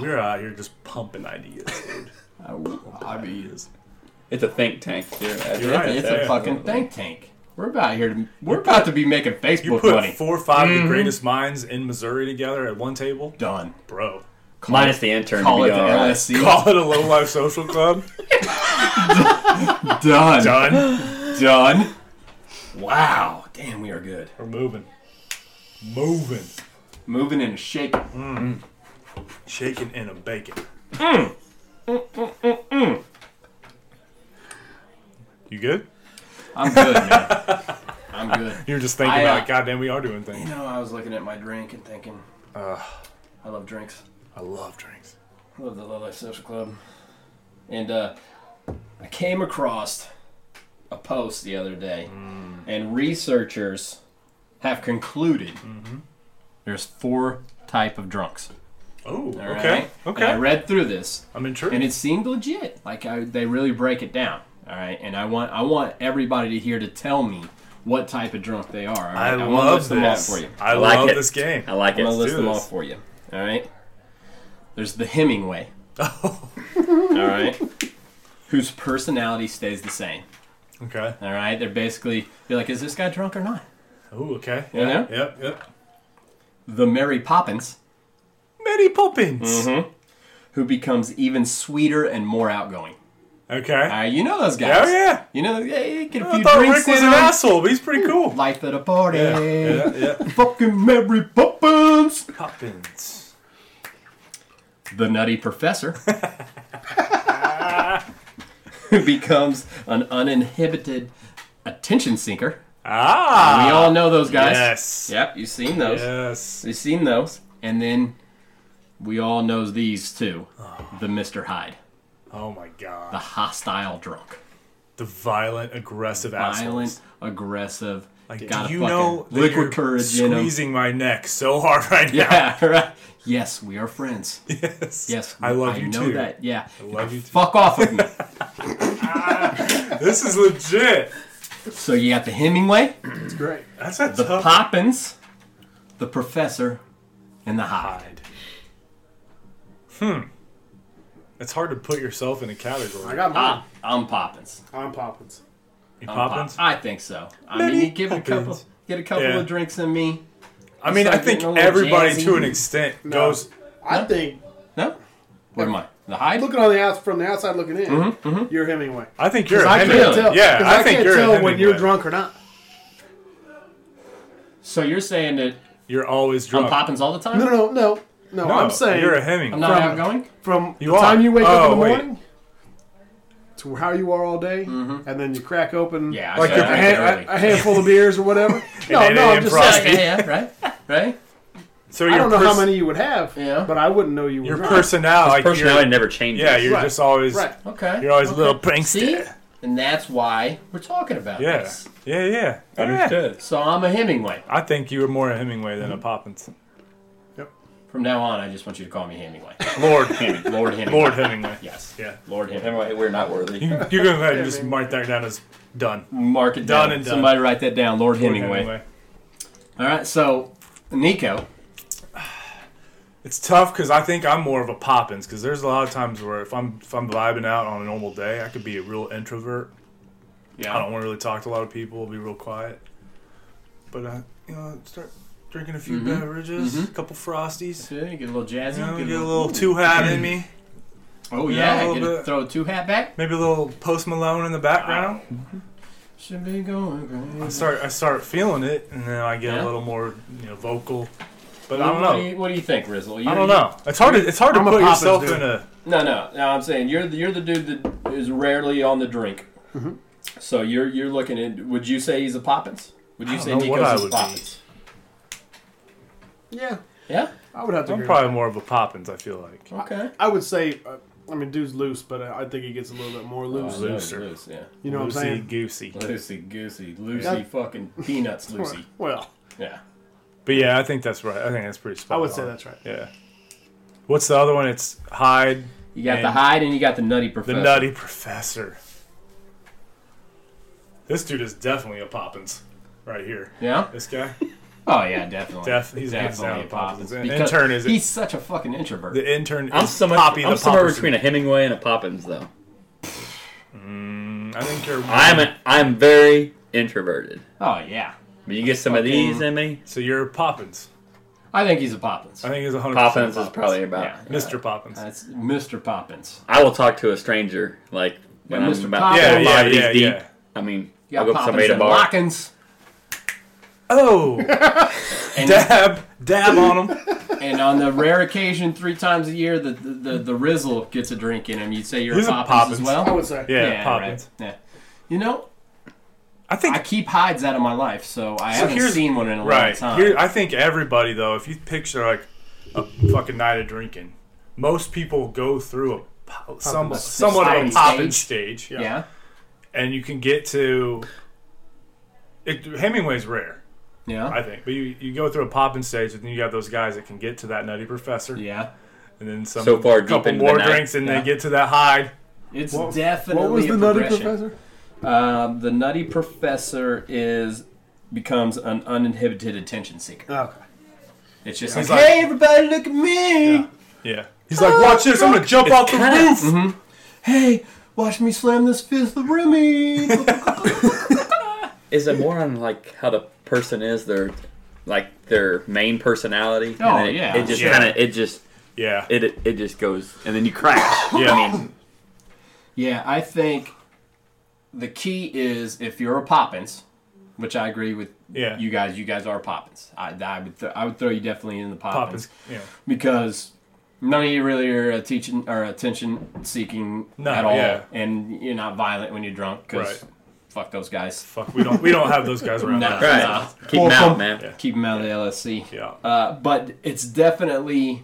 B: We're out here just pumping ideas.
C: I, I be.
D: It's a think tank. You're right.
B: You're right.
C: It's
B: Yeah.
C: a fucking think tank. We're about here. To, we're about to be making
B: You
C: Facebook
B: put
C: money.
B: four or 5 of the greatest minds in Missouri together at one table,
C: Done.
B: bro.
D: Minus the intern.
C: Call
D: to
C: it
D: be
C: the
D: all right.
C: LSC.
B: Call it a low life social club.
C: Done. Done.
B: Done.
C: Done. Wow. Damn, we are good.
B: We're moving, moving,
C: Moving and shaking.
B: shaking and a bacon. Mm. You good?
C: I'm good, man. I'm good.
B: You were just thinking
C: I, uh,
B: about, goddamn, we are doing
C: You
B: things.
C: know, I was looking at my drink and thinking, I love drinks.
B: I love drinks.
C: I love the Low Life Social Club. And uh, I came across a post the other day, and researchers have concluded there's four type of drunks.
B: Oh,
C: all
B: okay,
C: right? And I
B: okay.
C: read through this,
B: I'm intrigued.
C: and it seemed legit. Like I, they really break it down. All right, and I want I want everybody to hear to tell me what type of drunk they are. all
B: I,
C: right? wanna
B: love
C: them all
B: this.
C: for you.
B: I,
D: I like
B: love
D: it.
B: this game.
D: I like
C: I'm
D: it.
C: gonna
B: do
C: list them all
B: this.
C: for you. All right. There's the Hemingway.
B: Oh.
C: all right. Whose personality stays the same.
B: Okay.
C: All right. They're basically be like, is this guy drunk or not?
B: Oh, okay.
C: You know?
B: Yep, yep.
C: The Mary Poppins,
B: Mary Poppins.
C: Mm-hmm. who becomes even sweeter and more outgoing. All
B: Okay.
C: right. You know those guys.
B: Oh yeah.
C: You know, yeah, you get a
B: I
C: few
B: thought
C: drinks
B: Rick was
C: in
B: an
C: him.
B: asshole, but he's pretty cool.
C: Life at a party.
B: Yeah, yeah.
C: Fucking Mary Poppins.
B: Poppins.
C: The Nutty Professor. Who becomes an uninhibited attention seeker.
B: Ah.
C: We all know those guys.
B: Yes.
C: Yep, you've seen those.
B: Yes.
C: You've seen those. And then we all know these too.
B: Ah.
C: The Mr. Hyde.
B: Oh my god.
C: The hostile drunk.
B: The violent, aggressive
C: Violent,
B: assholes.
C: aggressive.
B: Like,
C: gotta
B: do you
C: fucking
B: know that
C: liquid
B: you're
C: courage in 'em.
B: squeezing my neck so hard right now?
C: Yeah, right. Yes, we are friends.
B: Yes.
C: Yes,
B: I love you
C: know
B: too.
C: that. Yeah,
B: love you too.
C: fuck off with me.
B: This is legit.
C: so you got the Hemingway,
E: It's great.
B: That's a
C: the
B: tough
C: Poppins, the Professor, and the Hyde.
B: hide. Hmm. It's hard to put yourself in a
E: I
B: category.
E: got mine.
C: Ah, I'm Poppins.
E: I'm Poppins.
B: You
C: I'm Pop-
B: Poppins?
C: I think so. I
B: Many
C: mean, you give it a couple,
B: Poppins.
C: get a couple
B: Yeah.
C: of drinks in me.
B: I mean, I
C: start
B: think
C: getting a little
B: everybody to
C: jazzy.
B: an extent
E: No,
B: goes.
E: I think
C: No, what am I? The Hyde.
E: looking on the outs from the outside looking in, you're Hemingway.
B: I think you're a
E: I
B: Hemingway.
E: can't tell.
B: Mm-hmm, Yeah,
E: 'cause
B: I, think
E: can't
B: you're a
E: tell when you're
B: Hemingway.
E: drunk or not.
C: So you're saying that
B: You're always
C: I'm
B: drunk.
C: Poppins all the time?
E: No, no, no, no, no.
B: No,
E: I'm saying
B: you're a Hemingway.
C: I'm not
E: From-
C: outgoing.
E: from
B: You
E: the
B: are.
E: time you wake up
B: Oh,
E: in the
B: wait.
E: morning to how you are all day,
B: Mm-hmm.
E: and then you crack open
C: Yeah, I
B: Like
C: said
B: you're
E: a,
C: I
E: hand-
C: did early.
E: a- a handful of beers or whatever. No,
B: And
E: no,
B: then
E: I'm
B: it
E: just
B: improv-
E: saying.
C: yeah, yeah, yeah, right, right.
B: so
E: I
B: your
E: don't know how
B: pers-
E: many you would have,
C: Yeah.
E: but I wouldn't know you were
B: Your
E: drunk.
B: personality, like,
D: Personality
B: you're-
D: never changes.
B: yeah, you're
E: Right.
B: just always.
E: Right.
C: Okay.
B: You're always a
C: okay.
B: little prankster.
C: See? And that's why we're talking about
B: Yeah.
C: this.
B: Yeah, yeah. yeah.
D: Understood.
C: So I'm a Hemingway.
B: I think you were more a Hemingway than a Poppins.
C: From now on, I just want you to call me Hemingway.
B: Lord Hemingway.
C: Lord Hemingway.
B: Lord Hemingway.
C: Yes.
B: Yeah.
C: Lord Hemingway.
D: Anyway, we're not worthy.
B: You, you're going to go ahead and just mark that down as done. Lord
C: Mark it
B: Done
C: down.
B: and done.
C: Somebody write that down. Lord, Hemingway. All right. So Nico.
B: It's tough because I think I'm more of a Poppins because there's a lot of times where if I'm if I'm vibing out on a normal day, I could be a real introvert.
C: Yeah.
B: I don't want to really talk to a lot of people, be real quiet. But I, you know, start drinking a few beverages, a couple frosties.
C: So you get Mm-hmm. a Mm-hmm. little jazzy.
B: You know, get a little too hot in me.
C: Oh
B: Yeah, a
C: yeah, I
B: little
C: get to
B: bit.
C: throw a two hat back.
B: Maybe a little Post Malone in the background.
C: Ah. Should be going great.
B: I start I start feeling it, and then I get
C: Yeah.
B: a little more you know vocal. But
C: What,
B: I don't
C: do
B: know.
C: you, what do you think, Rizzle? You,
B: I don't know. It's hard to it's hard to
E: I'm a
B: put
E: Papa's
B: yourself
E: dude.
B: in a.
C: No, no, no. I'm saying you're the, you're the dude that is rarely on the drink.
B: Mm-hmm.
C: So you're you're looking at. Would you say he's a poppins? Would you
B: don't
C: say
B: know what I
C: Nico's a
B: would be.
C: poppins?
E: Yeah,
C: Yeah.
E: I would have to.
B: I'm
E: Agree.
B: probably more of a Poppins. I feel like.
C: Okay.
E: I would say, uh, I mean, dude's loose, but uh, I I think he gets a little bit more loose.
C: Oh, no,
B: looser.
C: Loose, yeah.
E: you know what I'm
B: Loosey
E: saying?
B: goosey.
C: Loosey goosey, Lucy
E: Yeah.
C: fucking peanuts, Lucy.
E: Well,
C: Yeah.
B: But yeah, I think that's right. I think that's pretty spot
E: I would say
B: on.
E: that's right.
B: Yeah. What's the other one? It's Hyde,
C: You got
B: And-
C: the hide and you got the nutty
B: the
C: professor.
B: Nutty Professor. This dude is definitely a Poppins, right here.
C: Yeah.
B: This guy,
C: Oh yeah, definitely.
B: Def- he's
C: definitely
B: hands
C: a
B: down
C: poppins.
B: Poppins. And
C: Because
B: intern is-
C: he's such a fucking introvert.
B: the intern,
D: I'm
B: is
D: somewhere,
B: Poppy
D: I'm
B: the
D: somewhere
B: Poppins.
D: between a Hemingway and a Poppins, though.
B: I think you're.
D: I'm a, I'm very introverted.
C: oh yeah.
D: But you get some of these in me,
B: so you're Poppins.
C: I think he's a poppins.
B: I think he's 100
D: Poppins is probably about.
C: Yeah.
B: Mr. Poppins.
C: That's Mr. Poppins.
D: I will talk to a stranger like when
C: Yeah,
D: I'm
C: Mr.
D: about
C: Poppins.
B: yeah,
D: four or
B: yeah,
D: five of
B: yeah,
D: these
B: yeah.
D: deep. I mean,
C: You
D: I'll
C: got
D: go up to
C: poppins
D: somebody at a
C: and
D: bar.
C: lockins.
B: Oh, dab, dab on him.
C: And on the rare occasion, three times a year, the the, the, the Rizzle gets a drink in him. You'd say you're
B: He's
C: a
B: a
C: Poppins,
B: Poppins. Oh,
C: as
E: I
C: well.
E: would say.
B: Yeah,
C: right.
B: Poppins.
C: Yeah. You know,
B: I think
C: I keep hides out of my life, so I haven't
B: here's-
C: seen one in a long
B: right
C: time.
B: here. I think everybody though, if you picture like a fucking night of drinking, most people go through a po- some somewhat of a
C: Poppin'
B: popping
C: stage.
B: stage,
C: yeah.
B: and you can get to. It, Hemingway's rare,
C: Yeah.
B: I think, but you, you go through a popping stage, and then you have those guys that can get to that nutty professor,
C: yeah.
B: and then some
D: So far deep
B: couple
D: into
B: more
D: the night.
B: drinks, and
C: Yeah.
B: they get to that hide.
C: It's
E: What-
C: definitely
E: What was
C: a
E: the nutty
C: progression.
E: professor?
C: Um, the nutty professor is becomes an uninhibited attention seeker.
E: Okay.
C: It's just like,
B: He's like-
C: hey, everybody, look at me.
E: Yeah.
B: Yeah, he's like, watch this, I'm gonna jump off the roof.
C: Hey, watch me slam this fist with Remy.
D: Is it more on like how the person is their, like their main personality?
C: Oh,
D: and it,
C: yeah.
D: It just
B: Yeah.
D: kind of it just
B: Yeah,
D: it it just goes and then you crash.
B: Yeah.
D: I mean,
C: yeah, I think the key is if you're a Poppins, which I agree with
B: Yeah.
C: you guys. You guys are Poppins. I, I would th- I would throw you definitely in the Poppins,
B: Poppins. Yeah.
C: because. None of you really are a teaching or attention seeking
B: No,
C: at all,
B: yeah.
C: and you're not violent when you're drunk. Cause
B: Right.
C: fuck those guys.
B: Fuck, we don't we don't have those guys around.
C: No.
B: us.
D: right?
C: Nah.
D: Keep them out, man.
B: Yeah.
C: keep him out of the LSC.
B: Yeah.
C: Uh, but it's definitely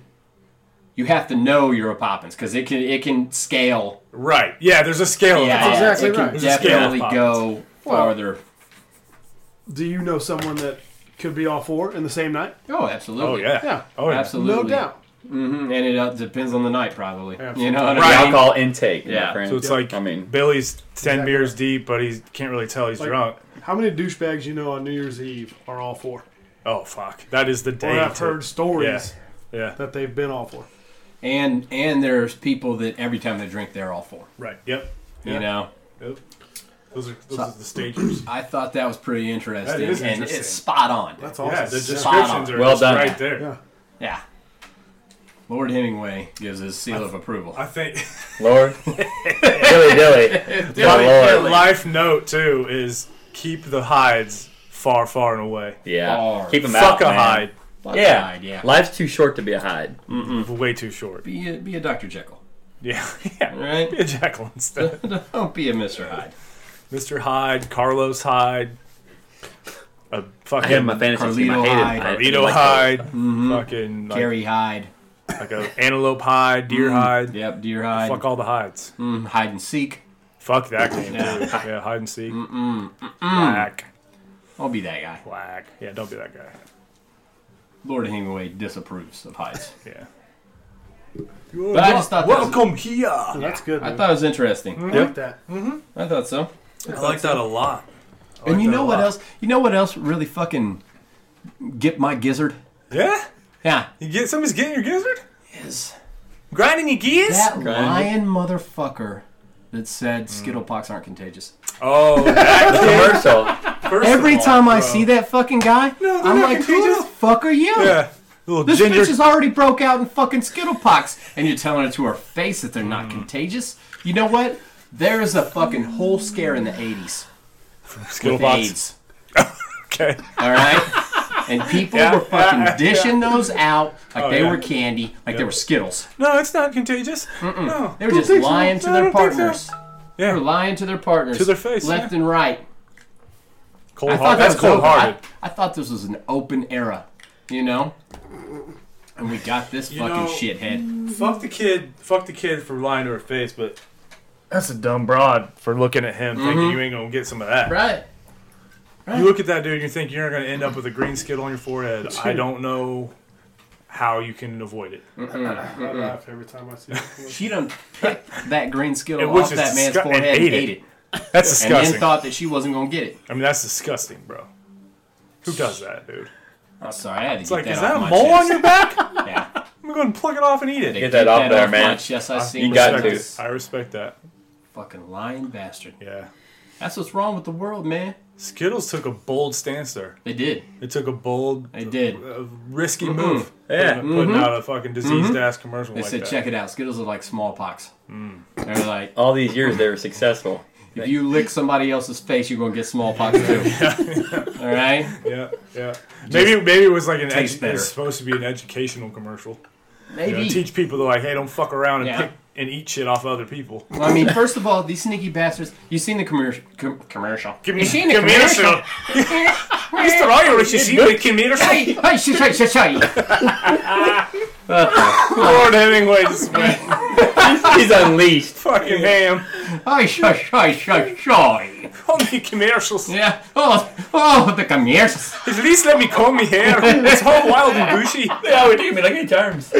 C: you have to know you're a Poppins because it can it can scale.
B: Right. Yeah, there's a scale. of
C: Yeah,
B: it.
E: exactly
C: it can
E: right.
B: There's a scale of
C: definitely go
E: Well-
C: farther.
E: Do you know someone that could be all four in the same night?
C: Oh,
B: Oh
C: absolutely.
B: yeah.
E: Yeah.
B: Oh yeah.
C: Absolutely.
E: No doubt.
C: hmm And it uh, depends on the night, probably. You
E: Absolutely.
C: know what
D: The
C: I mean?
D: alcohol intake.
C: Yeah.
D: My friend.
B: So it's like
D: I mean,
B: Billy's ten
E: Exactly.
B: beers deep, but he can't really tell he's
E: Like-
B: drunk.
E: How many douchebags you know on New Year's Eve are all four?
B: Oh fuck, that is the day.
E: Or I've
B: to-
E: heard stories
B: Yeah.
E: that they've been all four.
C: And and there's people that every time they drink, they're all for.
B: Right. Yep. Yeah.
C: You know,
B: Yep. Those are those are the stagers.
C: I thought that was pretty interesting,
B: is
C: and
B: interesting.
C: it's spot on.
E: That's awesome.
B: yeah. The
C: Spot on.
B: descriptions are
D: Well
B: just
D: done.
B: right there.
E: Yeah.
C: yeah. Lord Hemingway gives his seal of approval.
B: I think
D: Lord, dilly dilly,
B: my
D: my Lord.
B: life note too is keep the hides far, far and away.
D: Yeah,
C: Lord.
D: keep them out.
B: Fuck a
D: man.
B: hide.
C: Fuck
D: Yeah.
C: right, yeah.
D: Life's too short to be a hide.
B: Way too short.
C: Be a, be a Dr. Jekyll.
B: Yeah. Yeah.
C: All right.
B: Be a Jackal instead.
C: Don't be a Mr. Hyde.
B: Mr. Hyde, Carlos Hyde,
D: I
B: a
D: had
B: fucking
D: my fantasy team. I
C: Carlito
D: hated
C: hide.
D: I-
B: Vito
D: like those.
B: hide,
C: Mm-hmm.
B: fucking like,
C: Gary Hyde.
B: like a antelope hide, deer
C: Mm-hmm.
B: hide,
C: Yep, Deer Hyde.
B: fuck all the hides.
C: Mm, hide and seek.
B: Fuck that game,
C: Yeah.
B: dude. Yeah, hide and seek. Whack,
C: I'll be that guy.
B: whack. Yeah, don't be that guy.
C: Lord Hemingway disapproves of hides.
B: Yeah.
C: But I just thought that was-
B: welcome here.
E: Oh, that's good.
C: I
E: man.
C: thought it was interesting.
E: I like that.
C: I thought so.
B: Mm-hmm. I like that a lot.
C: and you
B: that
C: know
B: a
C: what
B: lot.
C: else? You know what else really fucking get my gizzard?
B: Yeah,
C: Yeah.
B: you get somebody's getting your gizzard,
C: Is
B: grinding your gears.
C: that lion motherfucker that said
B: Mm.
C: Skittlepox aren't contagious.
B: Oh, that
D: The commercial.
B: first
C: Every
B: of all,
C: time I
B: bro.
C: see that fucking guy,
B: No, they're
C: I'm
B: not
C: like, who the
B: contagious."
C: fuck are you?
B: Yeah. Little
C: This
B: ginger.
C: bitch has already broke out in fucking skittle pox, and you're telling her to her face that they're not contagious. You know what? There is a fucking whole scare in the '80s with
B: Skittlebox.
C: AIDS.
B: Okay.
C: All right, and people
B: Yeah,
C: were fucking
B: yeah, yeah.
C: dishing those out like they
B: yeah.
C: were candy, like they were Skittles.
B: No, it's not contagious. No.
C: They were just
B: think so.
C: lying to
B: I
C: their
B: don't think so.
C: partners.
B: Yeah.
C: They were lying to their partners.
B: To their face,
C: left
B: yeah.
C: and right.
B: Cold
C: I
B: heart.
C: thought that
B: That's
C: was over.
B: cold hearted.
C: I, I thought this was an open era, you know. And we got this fucking
B: know- mm.
C: shithead.
B: Fuck the kid. Fuck the kid for lying to her face, but that's a dumb broad for looking at him
C: Mm-hmm.
B: thinking you ain't gonna get some of that.
C: Right.
B: You look at that dude and you think you're gonna end up with a green skid on your forehead. I don't know how you can avoid it.
C: Mm.
E: I laugh every time I see it.
C: She done picked that green skittle
B: It was
C: off
B: just
C: that man's
B: disgu- and
C: forehead and
B: ate
C: ate,
B: it.
C: it.
B: That's
C: And
B: disgusting.
C: then thought that she wasn't gonna get it.
B: I mean, that's disgusting, bro. Who does that, dude?
C: I'm sorry, I had to
B: It's
C: get
B: like,
C: that
B: is
C: off
B: that a
C: my
B: mole
C: chest.
B: on your back? I'm
C: Yeah.
B: gonna go and pluck it off and eat
C: To
B: it.
D: Get that off there,
C: off My
D: man.
C: chest, I seen
D: You got
C: respect
D: to.
C: this
B: I respect that.
C: Fucking lying bastard.
B: Yeah.
C: That's what's wrong with the world, man.
B: Skittles took a bold stance there.
C: They did.
B: They took a bold,
C: They did.
B: uh, risky move.
D: Yeah.
B: Putting, putting out a fucking diseased ass commercial
C: Mm-hmm. They
B: like
C: said,
B: that.
C: check it out. Skittles are like smallpox. They're like,
D: All these years they were successful.
C: if you lick somebody else's face, you're gonna get smallpox too. All right.
B: Yeah, yeah. Maybe maybe it was like an
C: tastes
B: edu-
C: better.
B: it's supposed to be an educational commercial. You know,
C: Maybe.
B: teach people to like, hey, don't fuck around and
C: Yeah.
B: pick and eat shit off other people.
C: Well, I mean, first of all, these sneaky bastards. You seen the commercial? Com- commercial.
B: Give me-
C: you seen the
B: give me a
C: commercial?
B: Mr. Irish, you see the commercial?
C: Hey, hey, sh- sh- sh- sh-
B: Lord Hemingway just went
D: He's unleashed.
B: fucking ham
C: hey, sh- sh- sh- sh- sh-
B: on the commercials.
C: Yeah. Oh, oh, the commercials.
B: At least let me comb my hair. It's all wild and bushy.
D: Yeah, we do me like in terms.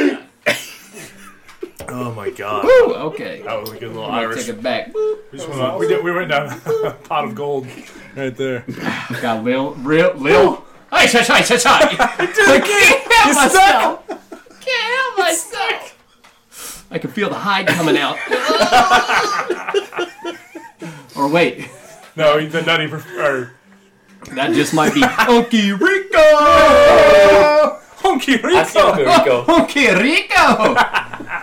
B: Oh my god.
C: Ooh, okay.
B: That was a good little
C: I'll
B: Irish.
C: take it back.
B: We, just went on- we, did, we went down a pot of gold right there.
C: Got Lil, real, Lil. Hey, sh- sh- sh- sh- sh- I Oh. can't help myself. Can't help myself. I can feel the hide coming out. or wait.
B: No, the nutty perf- or
C: That just might be Oh, Unky Rico!
B: Honky
D: I see him,
B: Rico.
D: Rico.
C: Unky Rico!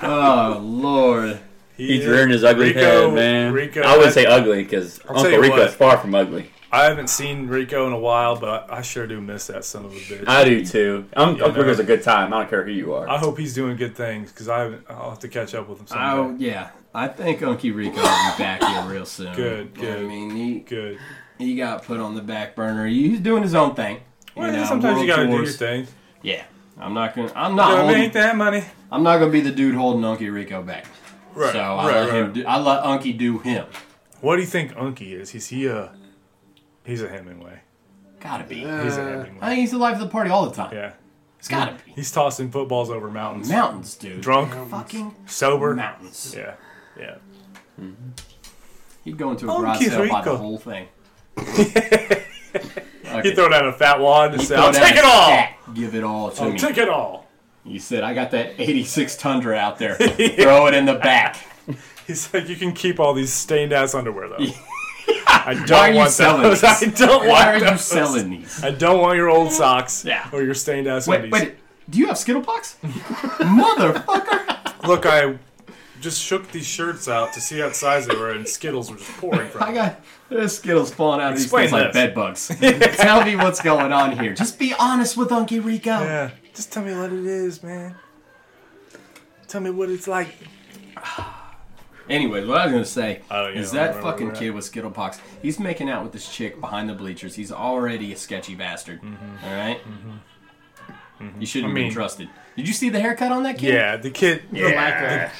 C: Oh, Lord.
D: He's rearing his ugly
B: Rico-
D: head, man.
B: Rico-
D: I wouldn't say ugly because
B: tell
D: Uncle
B: you
D: Rico
B: what.
D: is far from ugly.
B: I haven't seen Rico in a while, but I sure do miss that son of a bitch. I,
D: I do too. I'm,
B: Yeah,
D: Uncle Rico's
B: no.
D: a good time. I don't care who you are.
B: hope he's doing good things because I haven't- I'll have to catch up with him someday.
C: Oh, yeah. I think Unky Rico will be back here real soon.
B: Good, good.
C: I mean, he,
B: Good.
C: he got put on the back burner. He's doing his own thing.
B: Well,
C: know,
B: sometimes you
C: world
B: gotta
C: tours.
B: do your thing.
C: Yeah. I'm not gonna. I'm not.
B: Gotta make
C: Holding,
B: that money.
C: I'm not gonna be the dude holding Unky Rico back.
B: Right.
C: So I
B: right,
C: let
B: right.
C: him. Do, I let Unky do him.
B: What do you think Unky is? He's he a he's a Hemingway.
C: Gotta be.
B: He's a
C: I
B: Hemingway.
C: think he's the life of the party all the time.
B: Yeah.
C: It's gotta be.
B: He's tossing footballs over mountains.
C: Mountains, dude.
B: Drunk,
C: Fucking
B: sober.
C: mountains.
B: Yeah. Yeah.
C: He'd go into a
B: Oh,
C: garage
B: Keith
C: sale, buy the
B: Rico.
C: whole thing.
B: He throw down a fat wad and say, I'll take it all.
C: all. Give it all to
B: I'll
C: me.
B: take it all.
C: you said I got that '86 Tundra out there. Throw it in the back.
B: He's like, you can keep all these stained ass underwear though. I don't
C: Why are you
B: want
C: selling
B: those.
C: these?
B: I don't
C: Why
B: want
C: are you
B: those.
C: selling these?
B: I don't want your old socks
C: Yeah.
B: or your stained ass
C: Wait,
B: undies.
C: wait. Do you have Skittlepox? Motherfucker.
B: Look, I just shook these shirts out to see what size they were, and Skittles were just pouring from.
C: I got there's Skittles falling out of these
B: Explain
C: things like
B: this.
C: bed bugs. Tell me what's going on here. Just be honest with Unky Rico.
B: Yeah, just tell me what it is, man. Tell me what it's like.
C: Anyways, what I was gonna say
B: I don't even
C: is that
B: remember
C: fucking
B: that.
C: kid with Skittlepox. He's making out with this chick behind the bleachers. He's already a sketchy bastard. all right? You shouldn't
B: Mm-hmm. I
C: be
B: mean-
C: trusted. Did you see the haircut on that kid?
B: Yeah, the kid,
C: Yeah.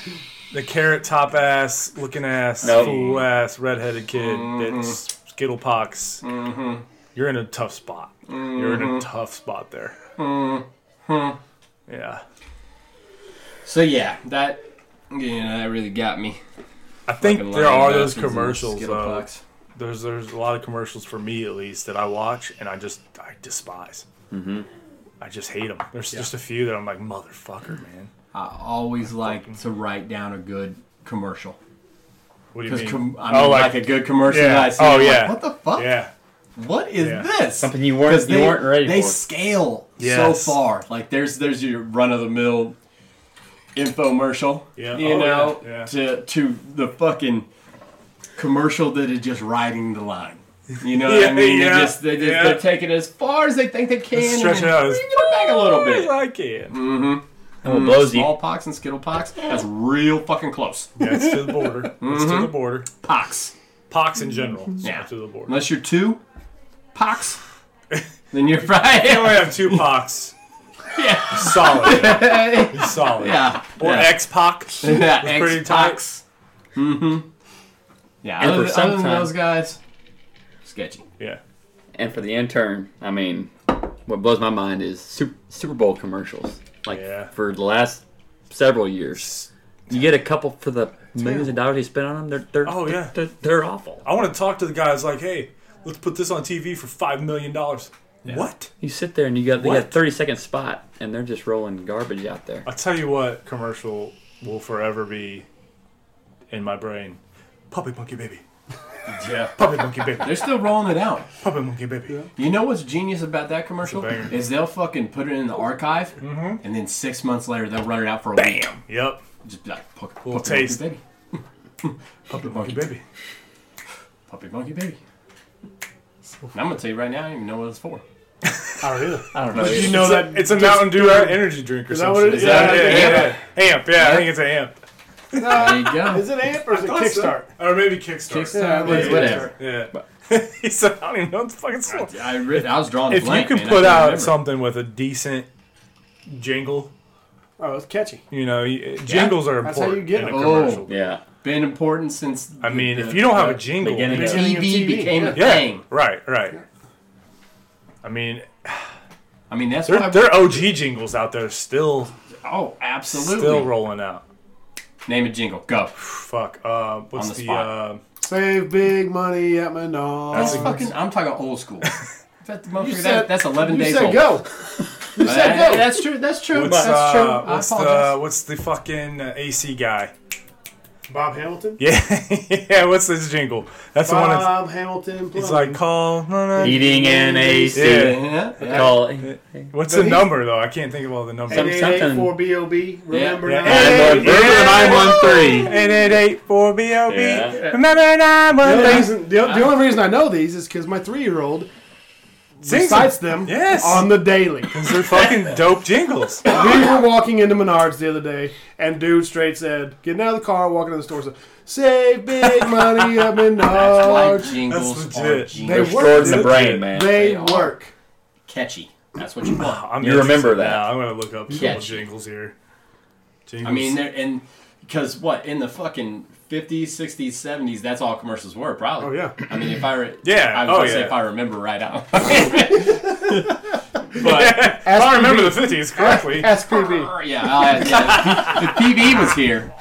B: the, the carrot top ass, looking ass,
D: Nope.
B: fool ass, redheaded kid
C: Mm-hmm.
B: that's Skittle pox. You're in a tough spot. You're
C: Mm-hmm.
B: in a tough spot there. Yeah,
C: So yeah, that you know that really got me.
B: I think
C: Fucking
B: there
C: lying
B: are those
C: bastards and
B: commercials though.
C: Skittlepox.
B: There's there's a lot of commercials for me at least that I watch and I just I despise.
C: Mm-hmm.
B: I just hate them. There's just a few that I'm like motherfucker, man.
C: I always like to write down a good commercial
B: What do you
C: because
B: mean? Oh,
C: com- I mean, like, a good commercial.
B: Yeah.
C: That I see,
B: Oh,
C: I'm like,
B: yeah.
C: what the fuck?
B: yeah.
C: what is
B: Yeah.
C: this?
G: Something you weren't-
C: 'Cause
G: you
C: they-
G: weren't ready
C: They
G: for.
C: scale
B: Yes.
C: so far. Like there's there's your run of the mill infomercial.
B: Yeah.
C: You
B: Oh,
C: know,
B: yeah. Yeah.
C: to to the fucking commercial that is just riding the line. You know what
B: Yeah,
C: I mean? They
B: yeah,
C: just, they just,
B: yeah.
C: They're taking it as far as they think they can. and
B: Stretch it
C: then
B: out as
C: bringing it back a little bit.
B: I can.
G: And
B: Mm,
G: what blows you,
C: Smallpox and skittle pox. That's real fucking close.
B: Yeah, it's to the border.
C: Mm-hmm.
B: It's to the border.
C: Pox.
B: Pox in general. it's
C: Yeah.
B: To the border.
C: Unless you're two pox, then you're right.
B: I only have two pox.
C: Yeah.
B: Solid.
C: yeah.
B: Solid.
C: Yeah.
B: Or X pox.
C: Yeah,
B: pretty
C: X pox. Mm-hmm. Yeah.
D: And
C: Other,
D: for
C: than-
D: some
C: other than
D: time-
C: those guys, sketchy.
B: Yeah.
D: And for the intern, I mean, what blows my mind is Super, Super Bowl commercials. Like
B: Yeah.
D: for the last several years, you get a couple for the millions of dollars you spend on them. They're they're
B: Oh, yeah.
D: they're, they're awful.
B: I want to talk to the guys like, hey, let's put this on TV for five million dollars. What?
D: You sit there and you got they got
B: What?
D: a thirty second spot, and they're just rolling garbage out there.
B: I tell you what, commercial will forever be in my brain. Puppy monkey baby.
C: Yeah.
B: Puppy monkey baby.
C: They're still rolling it out.
B: Puppy monkey baby.
C: You know what's genius about that commercial
B: It's a banger. Mm-hmm.
C: is they'll fucking put it in the archive, and then six months later they'll run it out for a week.
B: Yep.
C: Just be like puppy, puppy
B: Little
C: monkey
B: taste.
C: baby,
B: Puppy monkey baby.
C: puppy monkey baby. And I'm gonna tell you right now, I don't even know what it's for. Oh,
E: I don't either.
G: I don't know.
E: You
G: It's-
E: know
B: It's
E: that
B: a, it's a Mountain Dew energy drink or
E: Is that
B: something.
E: what it is?
B: Yeah,
E: Yeah,
B: yeah,
C: yeah.
B: yeah. Amp, yeah, I think it's an amp.
C: There you go.
G: uh,
E: Is it amp or is it Kickstart?
B: Or maybe Kickstart.
C: Kickstart,
E: Yeah,
C: yeah,
E: it's
C: whatever.
B: Yeah. he said, I don't even know what the fucking song.
C: I, re- I was drawing a
B: If you
C: blank.
B: could
C: man. I
B: put
C: can't
B: out
C: remember.
B: something with a decent jingle,
E: Oh, it's catchy.
B: you know, y- jingles are
E: That's how you
B: important
E: get
B: in a
E: them.
C: Oh.
B: commercial.
D: Yeah,
C: been important since.
B: I mean,
C: the-
B: if you don't have a
C: the
B: jingle,
G: beginning
B: you
G: of-
B: can't-
E: Beginning
C: TV
E: of TV,
C: became a
B: yeah,
C: thing.
B: right, right. I mean,
C: I mean, that's
B: there,
C: why.
B: there are OG jingles out there still,
C: oh, absolutely.
B: still rolling out.
C: Name a jingle. Go.
B: Fuck. Uh, what's
C: the
B: the?
C: spot.
B: uh,
E: Save big money at McDonald's.
C: That's fucking. I'm talking old school. That motherfucker-
E: You
C: that-
E: said-
C: that's 11
E: You
C: days
E: said
C: old.
E: go. You said
C: That-
E: go.
C: that's true. That's true.
B: what's
C: that's
B: uh,
C: true. I
B: what's
C: apologize.
B: the? What's the fucking uh, AC guy?
E: Bob Hamilton.
B: Yeah, yeah. What's this jingle? That's the one. That's,
E: Bob Hamilton.
B: it's like call. no,
C: E
B: no.
D: eating in AC.
B: Yeah.
C: Yeah, yeah.
D: Call
B: What's the
E: he's-
B: number though? I can't think of all the numbers.
D: Some-
B: Eight
E: 884 B.O.B. Remember
C: Yeah.
E: now.
B: Yeah.
D: Remember the 913.
B: eight eight four B O B.
D: Yeah.
B: Remember nine
E: The,
B: one
E: only
B: three.
E: reason, the, the only reason I know these is because my three-year-old
B: Sings
E: recites them
B: Yes.
E: on the daily.
B: These are fucking dope jingles.
E: we were walking into Menards the other day, and dude straight said, getting out of the car, walking to the store, said, save big money at
C: That's
E: Uh,
C: why
E: Menards.
C: jingles
B: That's
C: are
B: legit.
E: They
C: genius.
E: work.
G: stored in the
E: dude.
G: brain, man.
E: They
C: They are.
E: work.
C: catchy. That's what you want.
B: I'm
G: You
B: interested
G: remember that.
B: Now. I'm gonna look up some
C: Yeah.
B: jingles here. Jingles.
C: I mean, they're and because what in the fucking 50s, 60s, 70s, that's all commercials were probably.
E: Oh, yeah.
C: I mean, if I re-
B: Yeah,
C: I was
B: oh,
C: gonna say
B: yeah.
C: if I remember right out. but
B: if I remember the fifties correctly.
E: SPB.
C: Oh, yeah, I, yeah, if PB was here.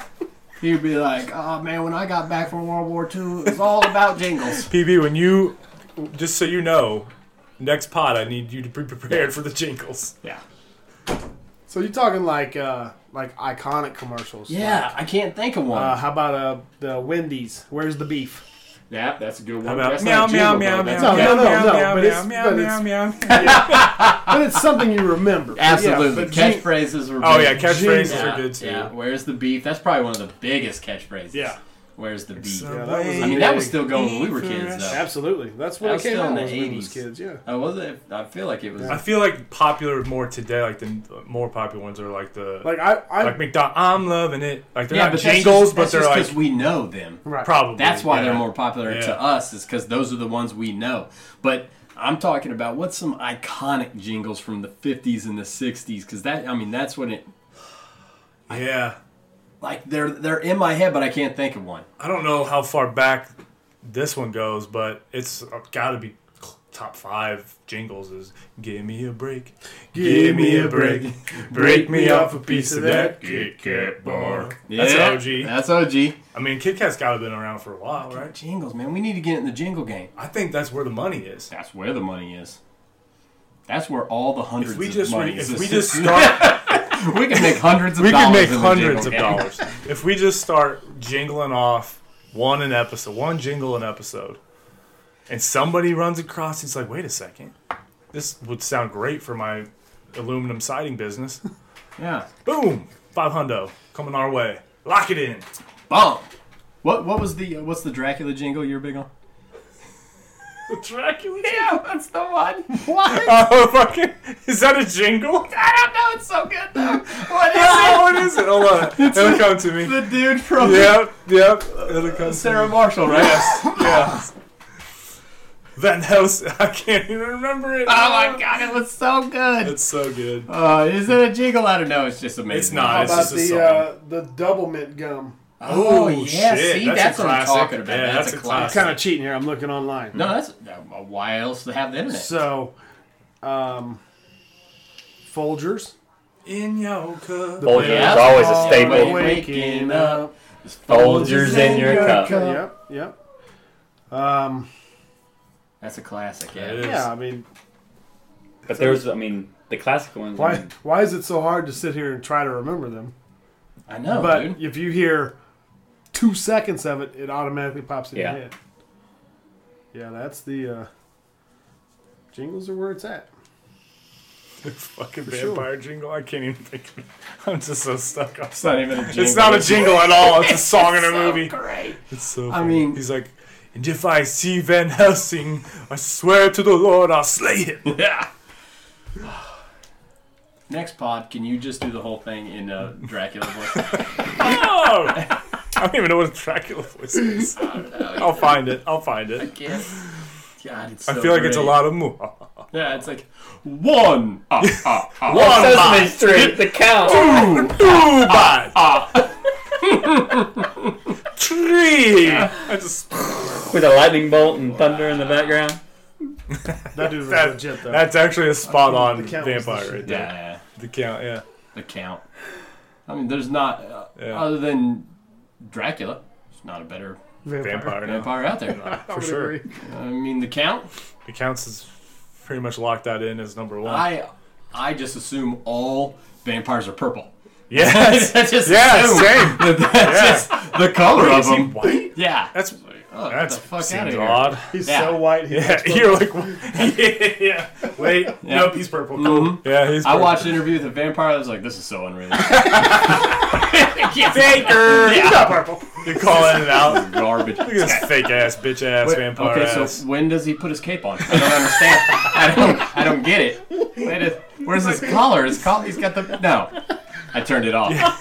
C: He'd be like, "Oh man, when I got back from World War II, it was all about jingles."
B: PB, when you, just so you know, next pod I need you to be prepared for the jingles.
C: Yeah,
E: So you're talking like uh, like iconic commercials.
C: yeah, I can't think of one.
E: Uh, how about uh, the Wendy's? Where's the beef?
C: yeah, that's a good one.
B: How about
C: That's
B: meow
C: not a jingle,
B: meow meow
C: though.
B: meow
C: That's
E: No,
C: a-
B: meow
E: no,
B: meow
E: no, no,
B: meow
E: but
B: meow
E: it's-
B: meow
E: but
B: meow
E: it's-
B: meow?
E: But it's something you remember. Yeah,
C: Absolutely,
E: but Gene-
C: catchphrases were.
B: Oh
C: big.
B: yeah, catchphrases
C: Yeah,
B: are good too.
C: yeah. Where's the beef? That's probably one of the biggest catchphrases.
E: Yeah.
C: Where's the beef?
E: Yeah, that was
C: I mean, that was still going when we were
B: Beef
C: kids, though.
E: Absolutely. That's what
C: That
E: it
C: was
E: came
C: still
E: out
C: in the
E: as when we was
C: 80s.
E: kids, yeah.
C: I was it? I feel like it was.
B: I feel like popular more today, like the more popular ones are like the like,
E: Like I, I
B: McDonald. I'm loving it. Like they're not
C: but that's
B: jingles,
C: just-
B: but
C: that's
B: they're
C: just
B: like
C: we know them.
E: right.
B: probably.
C: That's why
B: yeah.
C: they're more popular
B: Yeah.
C: to us, is because those are the ones we know. But I'm talking about what's some iconic jingles from the 50s and the 60s, because that, I mean, that's when it,
B: Yeah,
C: like, they're they're in my head, but I can't think of one.
B: I don't know how far back this one goes, but it's got to be top five jingles. Is give me a break, give me a break, break me off a piece of that Kit Kat bar. That's
C: Yeah,
B: an OG.
C: That's OG.
B: I mean, Kit Kat's got to been around for a while, right?
C: Jingles, man. We need to get in the jingle game.
B: I think that's where the money is.
C: That's where the money is. That's where all the hundreds
B: If we
C: of
B: just
C: money
B: re-
C: is.
B: if we just start.
C: we can make hundreds of
B: we
C: dollars.
B: could make
C: in the
B: hundreds
C: jingle
B: of
C: game.
B: dollars if we just start jingling off one an episode, one jingle an episode. and somebody runs across. He's like, wait a second, this would sound great for my aluminum siding business.
C: Yeah.
B: Boom, five hundo coming our way. Lock it in.
C: Bomb. What what was the uh, what's the Dracula jingle you're big on?
B: Dracula.
C: Yeah, that's the one. What?
B: Oh fucking! Is that a jingle?
C: I don't know. It's so good though. What
B: what is it? Hold on. It'll come to me.
C: the dude from
B: Yep, yep. It'll come to
C: Sarah Marshall,
B: me.
C: right?
B: Yes, yes. Van Helsing. I can't even remember it.
C: Oh my god, it was so good.
B: It's so good.
C: Uh, is it a jingle? I don't know. It's just amazing.
B: It's not.
E: How
B: it's
E: about
B: just a
E: the
B: song.
E: uh, the double mint gum?
C: Oh,
B: Oh,
C: yeah.
B: shit,
C: See, that's,
B: that's a
C: what I'm
B: classic.
C: talking about.
B: Yeah,
C: that's,
B: that's
C: a
B: a
C: classic.
E: Kind of cheating here. I'm looking online.
C: No, that's uh, why else to have the internet?
E: So, um, Folgers.
B: In your cup.
G: Folgers
C: yeah. Oh,
G: is always a
C: Wait,
G: staple.
C: wait. Waking up.
G: Folgers in your cup.
E: Yep, yep. Um,
C: That's a classic.
B: It
C: Yeah.
B: is.
E: yeah, I mean,
G: But there's, I mean, the classic ones. I
E: why
G: mean,
E: why is it so hard to sit here and try to remember them?
C: I know,
E: But
C: dude.
E: if you hear two seconds of it, it automatically pops in
G: Yeah.
E: your head. Yeah, that's the uh, jingles are where it's at.
B: Fucking
E: sure.
B: vampire jingle. I can't even think. Of it. I'm just so stuck on.
C: It's not even a jingle.
B: It's not a jingle at all. It's a song in a movie.
C: Great.
B: It's so.
C: I
B: funny.
C: mean-
B: he's like, and if I see Van Helsing, I swear to the Lord, I'll slay him.
C: Yeah. Next pod, can you just do the whole thing in uh, Dracula voice?
B: Oh! I don't even know what a Dracula voice is. I'll find it. I'll find it.
C: yes. God, it's.
B: I
C: so
B: feel like it's a
C: great.
B: lot of moo.
C: Yeah, it's like one. Ah, ah, ah.
G: Oh, Sesame Street, the cow.
B: Two by
C: Ah,
B: three. I just
G: With a lightning bolt and thunder in the background.
E: That dude was
B: That-
E: legit though.
B: that's actually a spot on
E: The count was the
B: vampire
E: shit.
B: right there.
C: Yeah,
B: The count, yeah.
C: the count. I mean, there's not uh,
B: Yeah.
C: other than Dracula. There's not a better
B: Vampire, no,
C: vampire out there.
B: for sure.
C: I mean, the count.
B: The counts is pretty much locked that in as number one.
C: I, I just assume all vampires are purple.
B: yes.
C: That's just
B: Yeah,
C: assume
B: same.
C: that That's just the color of
B: Is he
C: them.
B: white?
C: Yeah.
B: That's
C: Oh, get
B: that's
C: the fuck
B: seems
C: outta here.
B: odd.
E: He's
C: Yeah.
E: so white. He
B: Yeah,
E: looks like-
B: you're like, yeah, yeah. Wait, nope, he's purple. Yeah, he's.
C: Mm-hmm. I
B: purple.
C: watched an interview with a vampire. I was like, this is so unrealistic.
B: Faker.
C: Yeah.
B: You're calling it out. Look
C: Garbage.
B: at this fake ass, bitch ass,
C: Wait,
B: vampire
C: okay,
B: ass.
C: so when does he put his cape on? I don't understand. I don't. I don't get it. Where does- where's his collar? His collar. He's got the no. I turned it off. Yeah.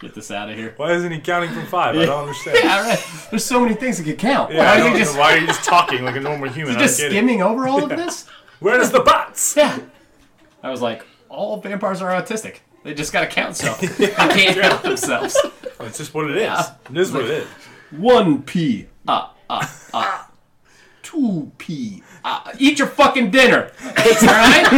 C: Get this out of here.
B: Why isn't he counting from five? I don't understand.
C: Yeah, all right. There's so many things that could count.
B: Yeah, I
C: Why is
B: don't
C: he
B: know.
C: just
B: why are you just talking like a normal human?
C: just
B: I don't get it.
C: skimming over all of this?
B: Where's the bots?
C: Yeah. I was like, all vampires are autistic. They just gotta count stuff. they can't help themselves.
B: It's just what it is.
C: Yeah.
B: It is what it is.
C: One p. Ah ah ah. Two p. Ah. Eat your fucking dinner. All right.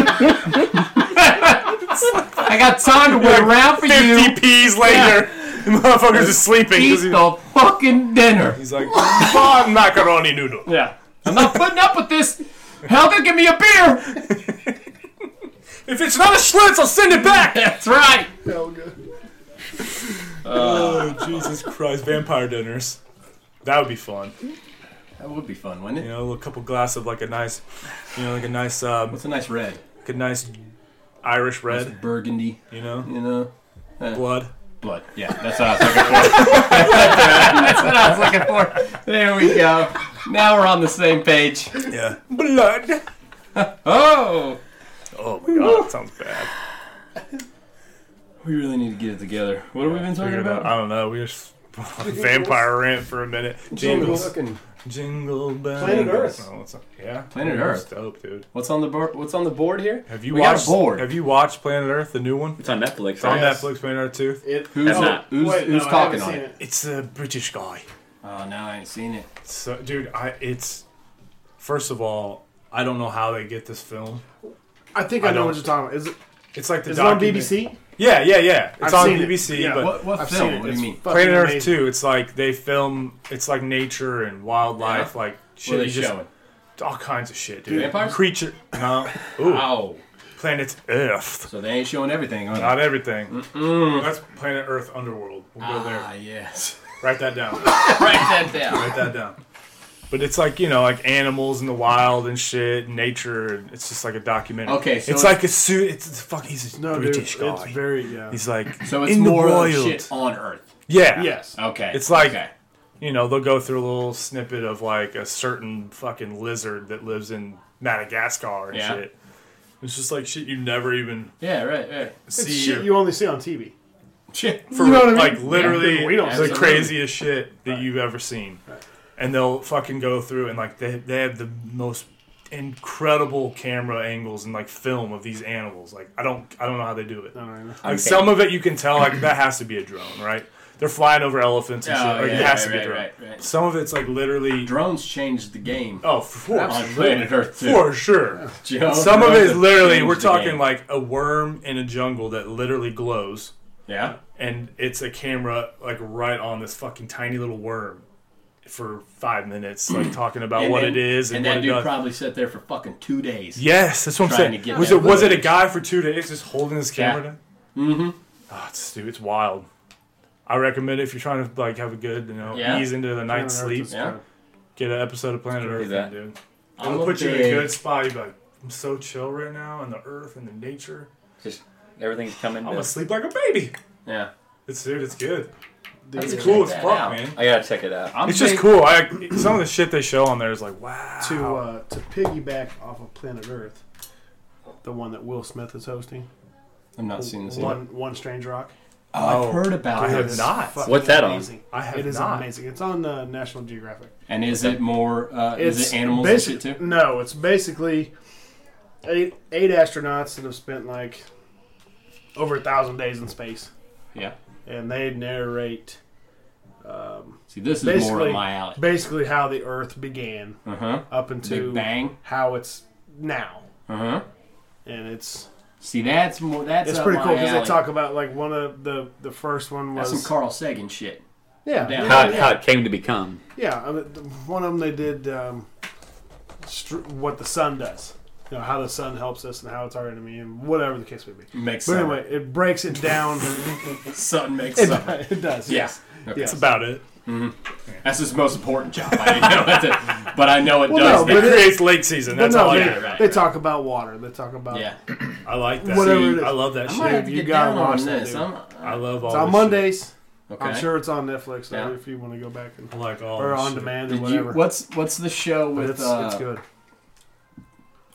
C: I got time to wait around for you.
B: Fifty P's later, the motherfucker's just sleeping. 'cause
C: Eat
B: he-
C: the fucking dinner.
B: He's like, "Bon macaroni noodle.
C: Yeah. I'm not putting up with this. Helga, give me a beer.
B: If it's not a Schlitz, I'll send it back.
C: That's right.
B: Oh Jesus Christ! Vampire dinners. That would be fun.
C: That would be fun, wouldn't it?
B: You know, a couple glass of like a nice, you know, like a nice, um,
C: What's a nice red?
B: like a nice Irish red.
C: Burgundy.
B: You know,
C: You know.
B: blood.
C: Blood. Yeah, that's what I was looking for. that's what I was looking for. There we go. Now we're on the same page.
B: Yeah, blood.
C: Oh!
B: Oh my God, that sounds bad.
C: We really need to get it together. What have we been talking about?
B: I don't know. We just vampire rant for a minute. Jingles,
E: Looking.
B: jingle bells.
E: Planet Earth.
B: No, it's- yeah,
C: Planet
B: Earth's
C: Earth.
B: Dope, dude.
C: What's on the board? What's on the board here?
B: Have you
C: We got a
B: watched?
C: board.
B: Have you watched Planet Earth, the new one?
G: It's on Netflix,
B: It's on
G: right?
E: Yes.
B: Netflix. Planet Earth Two.
E: It,
C: Who's
G: That's not-
C: who's,
E: wait,
C: who's
E: no, I
C: talking
E: haven't
C: on
E: seen
C: it?
E: it.
B: It's a British guy.
C: Oh no, I ain't seen it.
B: So, dude, I it's first of all, I don't know how they get this film.
E: I think I,
B: I
E: know
B: don't-
E: what you're talking about. Is it,
B: It's like the
E: is it on
B: document-
E: BBC?
B: Yeah, yeah, yeah. It's
E: I've
B: on
E: seen it.
B: BBC,
E: Yeah,
B: but
C: What, what
E: I've
C: film?
E: seen it.
C: What do
E: It's
C: you mean?
E: fucking
B: Planet Earth
E: amazing.
B: Two. It's like they film. It's like nature and wildlife, like
C: What
B: shit.
C: are they
B: you just-
C: showing?
B: all kinds of shit, dude.
C: Vampires?
B: Creature. No. Ooh,
C: Oh,
B: Planet Earth.
C: so they ain't showing everything, are they?
B: Not everything. That's Planet Earth Underworld. We'll go there.
C: Ah, yes.
B: Write that down.
C: Write that down.
B: Write that down. But it's like you know, like animals in the wild and shit, nature. and It's just like a documentary.
C: Okay, so
B: it's,
C: it's-
B: like a suit. It's, it's fuck. He's a
E: No, dude,
B: British guy.
E: it's very yeah.
B: he's like
C: So it's
B: in
C: more
B: the
C: of
B: wild.
C: shit on Earth.
B: Yeah.
E: yes.
C: Okay.
B: It's like-
C: okay.
B: You know, they'll go through a little snippet of like a certain fucking lizard that lives in Madagascar and
C: Yeah.
B: shit. It's just like shit you never even
C: Yeah. Right. Right.
B: see.
E: It's shit
B: or-
E: you only see on TV.
C: Shit.
B: for
E: You know what I mean?
B: like literally
E: Yeah, we don't-
B: the
C: Absolutely.
B: craziest shit that you've ever seen. And they'll fucking go through and like they they have the most incredible camera angles and like film of these animals. Like I don't I don't know how they do it.
E: I don't know.
B: Like some of it you can tell like that has to be a drone, right? They're flying over elephants and
C: Oh,
B: shit. Like it
C: yeah,
B: has to be
C: right,
B: a drone.
C: right, right.
B: Some of it's like literally
C: Drones changed the game.
B: Oh, for
C: on
B: sure.
C: planet Earth too.
B: For sure.
C: Joe,
B: Some of
C: drones
B: it is
C: have
B: literally
C: changed
B: we're
C: the
B: talking
C: game.
B: like a worm in a jungle that literally glows
C: yeah.
B: and it's a camera like right on this fucking tiny little worm for five minutes, like talking about
C: And
B: what
C: then-
B: it is and,
C: and
B: what
C: that
B: it
C: dude
B: does.
C: probably sat there for fucking two days.
B: yes, that's what I'm
C: trying to
B: saying.
C: get
B: Was
C: that
B: it was it a
C: footage.
B: guy for two days just holding his camera?
C: Yeah. Mm-hmm.
B: down? Oh, it's dude, it's wild. I recommend it if you're trying to like have a good, you know,
C: Yeah.
B: ease into the night's
E: Planet Earth
B: sleep.
E: is
C: Yeah.
E: good.
B: Get an episode of Planet Earth,
G: that.
B: dude.
C: I'm
B: It'll
C: a
B: put you in a
C: big-
B: good spot. You're like, I'm so chill right now, and the earth and the nature.
G: Just everything's coming.
B: I'm gonna sleep like a baby.
C: Yeah.
B: It's dude, it's good.
E: The,
B: It's
E: uh,
B: cool as
C: that
B: fuck,
C: out.
B: man.
G: I gotta check it out.
C: I'm
B: It's just
C: big-
B: cool. I some of the shit they show on there is like wow.
E: To uh, to piggyback off of Planet Earth, the one that Will Smith is hosting,
C: I'm not seeing this. either.
E: one one Strange Rock.
C: Oh,
B: Oh,
C: I've heard about
B: I
C: it.
B: have
E: It's
B: not.
E: fucking
G: What's that on?
E: amazing.
B: I have
E: It is
B: not.
E: amazing. It's on uh, National Geographic.
C: And is it more? Uh, is it animals and
E: basi-
C: shit too?
E: No, it's basically eight eight astronauts that have spent like over a thousand days in space,
C: Yeah.
E: and they narrate
C: See, this is more
E: basically
C: of my alley.
E: basically how the Earth began
C: Uh huh.
E: up into
C: Big Bang.
E: how it's now,
C: Uh huh.
E: and it's
C: See, that's more. That's
E: it's
C: up
E: pretty
C: my
E: cool because they
C: alley.
E: talk about like one of the the first one
C: That's
E: was
C: some Carl Sagan shit.
E: yeah
C: down.
G: How, it- how it came to become.
E: Yeah, I mean, th- one of them they did um, str- what the sun does. You know how the sun helps us and how it's our enemy and whatever the case may be.
C: Makes
E: But anyway, it breaks it down.
C: Sutton makes
E: it,
C: summer.
E: it does.
C: Yes. Okay.
E: Yes.
B: That's about it.
C: That's his most important job. I didn't know that's it, but I know it
E: Well,
C: does.
E: no,
B: It
E: But it-
B: creates lake season.
E: But
B: That's
E: no,
B: all I
E: they,
C: yeah,
B: got.
C: right,
E: they
C: right.
E: talk about water. They talk about
C: yeah.
B: I like that.
E: Whatever it is.
B: I love that
C: I
B: shit.
C: might have to
E: you
C: get
E: gotta
C: down on
E: watch that,
C: this.
E: dude.
C: I'm,
B: I love all. this
E: It's on
B: shit.
E: Mondays.
C: okay.
E: I'm sure it's on Netflix though,
C: Yeah.
E: if you want to go back and
B: I like all.
E: or
B: this
E: on
B: shit.
E: demand or
C: Did you,
E: whatever.
C: what's what's the show
E: but
C: with
E: it's,
C: uh,
E: it's good.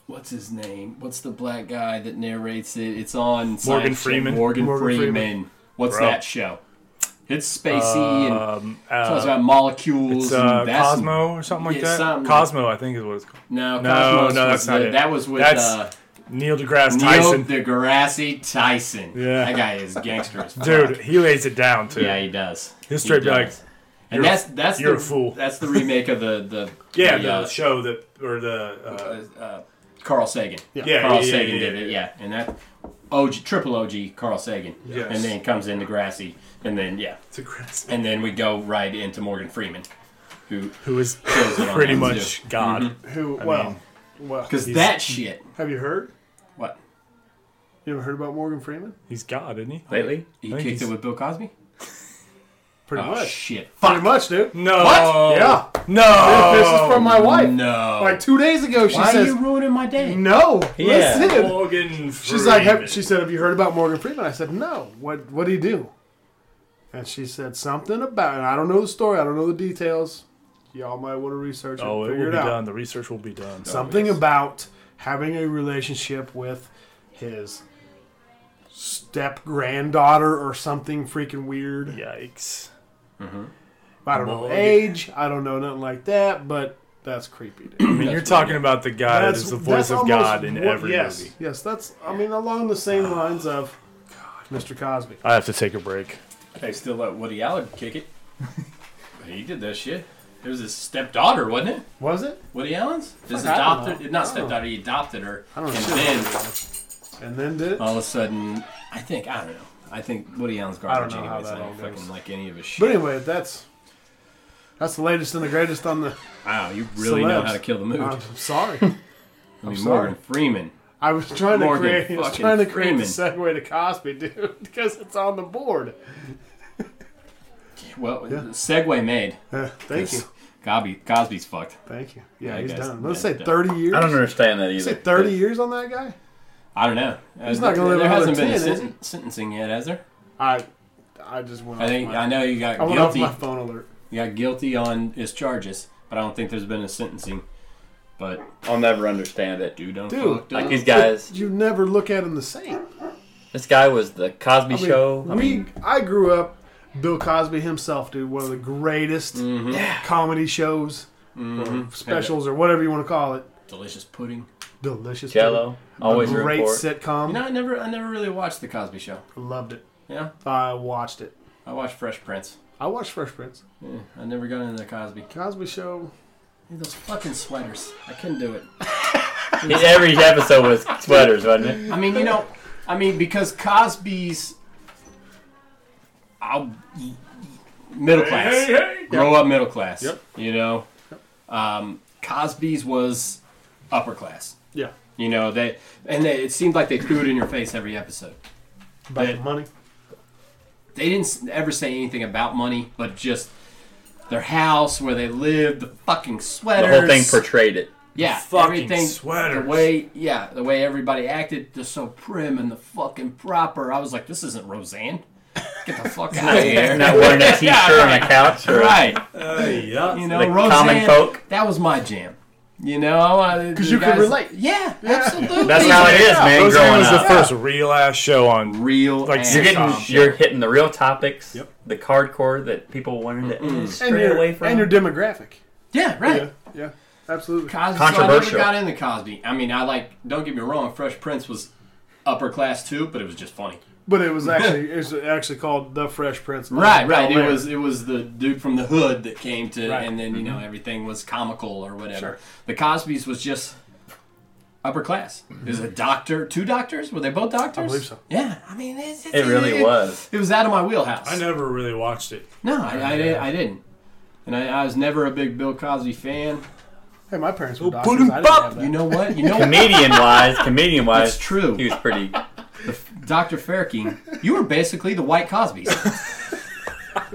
C: what's his name? What's the black guy that narrates it? It's on Science
B: Morgan
C: Channel.
B: Freeman.
C: Morgan,
E: Morgan
C: Freeman.
E: Freeman.
C: What's
B: Bro.
C: that show? It's spacey and
B: Um,
C: talks
B: uh,
C: about molecules.
B: it's uh,
C: and that's
B: Cosmo or something like
C: Yeah,
B: that.
C: something.
B: Cosmo, I think, is what it's called.
C: No,
B: No,
C: Cosmos
B: no,
C: was
B: that's not
C: the-
B: it.
C: That was with
B: That's
C: uh,
B: Neil deGrasse
C: Neil
B: Tyson.
C: deGrasse Tyson.
B: Yeah.
C: that guy is gangster as fuck.
B: Dude, he lays it down too.
C: Yeah, he does.
B: He'll
C: He
B: straight be like,
C: does. and
B: "You're-
C: that's that's
B: you're
C: the,
B: a fool."
C: That's the remake of the the
B: Yeah,
C: the,
B: the
C: uh,
B: show that or the uh,
C: uh, uh, Carl Sagan.
E: Yeah.
B: yeah,
C: Carl
B: yeah, yeah,
C: Sagan
B: yeah,
C: did it. Yeah, and that OG triple OG Carl Sagan.
B: Yes.
C: and then comes into Grassy, and then yeah,
B: DeGrasse.
C: and then we go right into Morgan Freeman, who
B: who is
C: kills it on
B: pretty
C: that
B: much God.
E: Who? well, well.
C: because that shit.
E: Have you heard?
C: What
E: You ever heard about Morgan Freeman?
B: He's God, isn't he?
G: Lately?
C: he
B: I think
C: kicked it
B: he's-
C: with Bill Cosby?
E: Pretty
C: Oh
E: much.
C: shit!
E: Pretty
C: Fuck.
E: much, dude.
B: No.
C: What?
E: Yeah.
B: No.
E: This is from my wife.
C: No.
E: Like two days ago, she
C: Why
E: says,
C: are you ruining my day?
E: "No,
G: Yeah.
E: listen."
B: Morgan.
E: She's like,
B: Freeman.
E: have, she said, "Have you heard about Morgan Freeman?" I said, "No." What What do you do? And she said something about, and I don't know the story. I don't know the details. Y'all might want to research it.
B: Oh, it
E: figure
B: will
E: it
B: be
E: out.
B: done. Oh, The research will be done.
E: Something about having a relationship with his step granddaughter or something freaking weird.
B: Yikes.
E: I don't know
B: Morgan.
E: age. I don't know nothing like that. But that's creepy. Dude.
B: I mean, you're talking about the guy that is the voice of
E: almost
B: God in
E: what-
B: every
E: yes,
B: movie. Ah.
E: Yes, that's. I mean, along the same lines of Mr. Cosby.
B: I have to take a break.
C: They still let Woody Allen kick it. he did that shit. It was his stepdaughter, wasn't it?
E: Was it?
C: Woody Allen's? His
E: Fuck, I don't
C: adopted, not
E: know. I don't know.
C: stepdaughter, he adopted her.
E: Oh. I don't know.
C: and
E: Shit.
C: then Oh.
E: And then did it.
C: all of a sudden, I think, I don't know. I think Woody Allen's
E: don't
C: garbage
E: know
C: anyways.
E: how
C: I
E: that
C: don't
E: all goes.
C: fucking like any of his shit.
E: but anyway, that's that's the latest and the greatest on the.
C: wow, you really know
E: Celebs.
C: how to kill the mood.
E: I'm sorry.
C: I mean,
E: sorry.
C: Morgan Freeman.
E: I was trying to
C: Morgan
E: create. I was
C: fucking
E: trying to create the
C: Freeman.
E: segue to Cosby, dude, because it's on the board.
C: Well, segue made.
E: Uh, thank you.
C: Cosby, Cosby's fucked.
E: Thank you. Yeah,
C: Yeah,
E: he's
C: guys,
E: done. Let's
C: yeah,
E: say
C: done.
E: 30 years.
G: I don't understand that
E: Let's
G: either.
E: say 30 years on that guy?
C: I don't know.
E: He's
C: Uh,
E: not gonna live
C: There hasn't
E: another
C: been a
E: 10, is
C: senten- sentencing yet, has there?
E: I I just went
C: I
E: off
C: think
E: my,
C: I know you got
E: I went off
C: guilty.
E: my phone alert.
C: You got guilty on his charges, but I don't think there's been a sentencing. But
G: I'll never understand it.
C: dude, don't
E: Dude,
C: fucked
G: Like
C: up.
G: these guys,
E: You never look at him the same.
G: this guy was the Cosby Show. I
E: we,
G: mean,
E: I grew up. Bill Cosby himself, dude, one of the greatest
G: Mm-hmm.
E: comedy shows, or specials, or whatever you want to call it.
C: delicious pudding.
E: Delicious.
G: Jello
E: dude.
G: always
E: a
G: root
E: great
G: for it.
E: sitcom.
C: You know, I never, I never really watched the Cosby Show.
E: Loved it.
C: Yeah,
E: I watched it.
C: I watched Fresh Prince.
E: I watched Fresh Prince.
C: Yeah, I never got into the Cosby.
E: Cosby Show.
C: Dude, those fucking sweaters, I couldn't do it.
G: his- every episode was sweaters, wasn't it?
C: I mean, you know, I mean, because Cosby's I'll, middle class, grow up middle class.
E: Yep.
C: You know, um, Cosby's was upper class.
E: Yeah.
C: You know they, and they, it seemed like they threw it in your face every episode.
E: About
C: Yeah.
E: the money.
C: They didn't s- ever say anything about money, but just their house where they lived, the fucking
G: The
C: sweaters,
G: whole thing portrayed it.
C: yeah,
B: fucking
C: everything,
B: sweaters.
C: the way, yeah, the way everybody acted, just so prim and the fucking proper. I was like, this isn't Roseanne. Get the fuck out of here.
G: Not wearing a t-shirt on a couch or
C: right.
B: yeah.
C: You know,
G: The
C: Roseanne,
G: common folk.
C: That was my jam. You know, because
E: you could relate.
C: Yeah, absolutely.
G: That's how it
C: "Oh,
G: is, man.
B: Roseanne
G: growing
B: was the
G: up,
B: first real ass show on.
C: Real,
B: Like,
C: ass
G: you're getting
C: comedy.
G: you're hitting the real topics,
E: Yep.
G: the hardcore that people wanted to
E: And
G: stray
E: your,
G: away from.
E: and your demographic.
C: yeah, right.
E: Yeah. Yeah. Absolutely.
C: Cosby,
G: Controversial.
C: So I never got into Cosby. I mean, I like. Don't get me wrong. Fresh Prince was upper class too, but it was just funny.
E: But it was actually it's actually called The Fresh Prince. Oh,
C: Right, right. It
E: Bel-Air.
C: was it was the dude from the hood that came to,
E: Right. Mm-hmm.
C: and then you know everything was comical or whatever.
E: Sure.
C: The Cosby's was just upper class. There's
G: Mm-hmm.
C: a doctor, two doctors. Were they both doctors?
E: believe so.
C: Yeah, I mean, it's, it's,
G: it really was.
C: It was out of my wheelhouse.
B: I never really watched it.
C: No, I, I, did- I didn't. And I, I was never a big Bill Cosby fan.
E: Hey, my parents were
B: put
E: doctors.
B: him
E: I didn't have
B: up,
E: that.
C: You know what? You know what?
G: Comedian wise, comedian wise,
C: That's true.
G: He was pretty.
C: Dr. Farrakeen, you were basically the white Cosby's.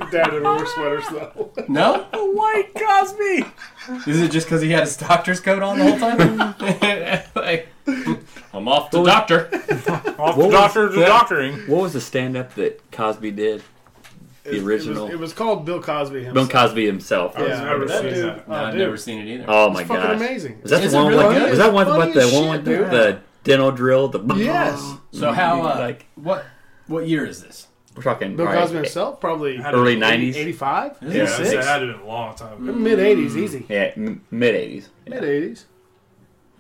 E: Dad didn't wear sweaters though.
C: No?
B: The White Cosby.
C: Is it just because he had his doctor's coat on the whole time? like, I'm off to doctor.
B: Oh, Off
G: What
B: the
G: was
B: doctor to
G: that?
B: doctoring.
G: What was the stand up that Cosby did? The
E: It was, it
G: original.
E: was called Bill Cosby himself.
G: Bill Cosby himself.
E: Yeah,
B: never
E: that
B: seen
E: dude.
B: that.
E: oh,
C: No, I've
E: dude.
C: never seen it either.
G: Oh my
E: It's fucking
G: gosh.
E: amazing.
G: Was that
C: Is
G: the
C: it
G: one
C: really
G: with
C: good?
G: was that one
E: Funny
G: with the
E: as
G: one
E: shit,
G: with the,
E: dude.
G: the dental drill? The
E: Yes.
C: So how? Uh,
G: Like-
C: what? What year is this?
G: we're talking
E: Bill
G: all right,
E: Cosby himself, probably
B: Had
G: early
B: it-
G: nineties.
E: 85,
C: Yeah,
B: Yeah, that
E: 86,
B: had it been a long time. ago.
E: mid 80s, easy.
G: Yeah, m- mid eighties.
E: Mid 80s.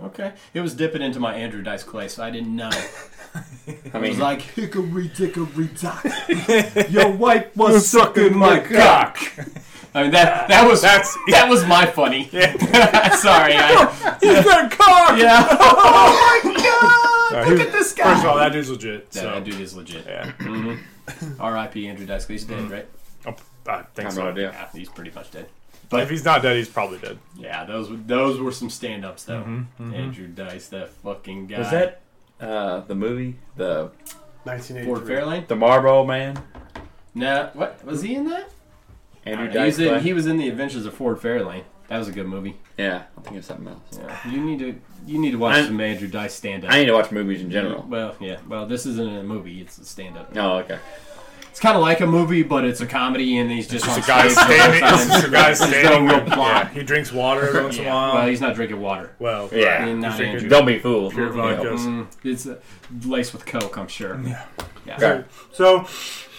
C: Okay, it was dipping into my Andrew Dice Clay, so I didn't know.
G: I
C: It was
G: mean,
C: like hickory dickory dock. Your wife was sucking my cock. I mean that that was
B: That's-
C: that was my funny. Sorry, I,
B: He's got a cock.
C: yeah. Oh my
B: All
C: god!
B: right,
C: Look
B: Uh, he-
C: at this guy.
B: First of all, that dude's legit.
C: that,
B: So
C: that dude is legit.
B: Yeah.
C: Mhm. R.I.P. Andrew Dice Clay. He's dead, right?
B: Oh, I think
G: I'm
B: so.
G: not idea.
C: Yeah, he's pretty much dead.
B: If he's not dead, he's probably dead.
C: Yeah, those were- those were some stand-ups though. Andrew Dice, that fucking guy.
G: Mm-hmm, Was that uh, the movie the
E: 1983.
C: Ford Fairlane?
G: the Marlboro Man?
C: Nah, what was he in that?
G: Andrew
C: He
G: Dice
C: was,
G: Clay.
C: in, he was in the Adventures of Ford Fairlane. That was a good movie.
G: yeah, I'm thinking of something else.
C: Yeah, you need to you need to watch
G: I-
C: some Andrew Dice stand up.
G: I need to watch movies in general.
C: Well, yeah. Well, this isn't a movie; it's a stand up.
G: Oh, okay.
C: It's kind of like a movie, but it's a comedy, and he's just,
B: It's
C: on
B: a guy
C: stage the whole
B: standing.
C: time.
B: It's just a guy standing.
C: real
B: there.
C: plot.
B: Yeah, he drinks water every once in a
C: Yeah, Well,
B: while.
C: he's not drinking water.
B: Well,
G: Yeah.
C: Not
B: He's drinking
C: Andrew.
G: Don't be fooled.
B: pure
G: You know.
B: vodka.
C: Mm, it's uh, laced with coke, I'm sure. Yeah.
G: Okay.
B: So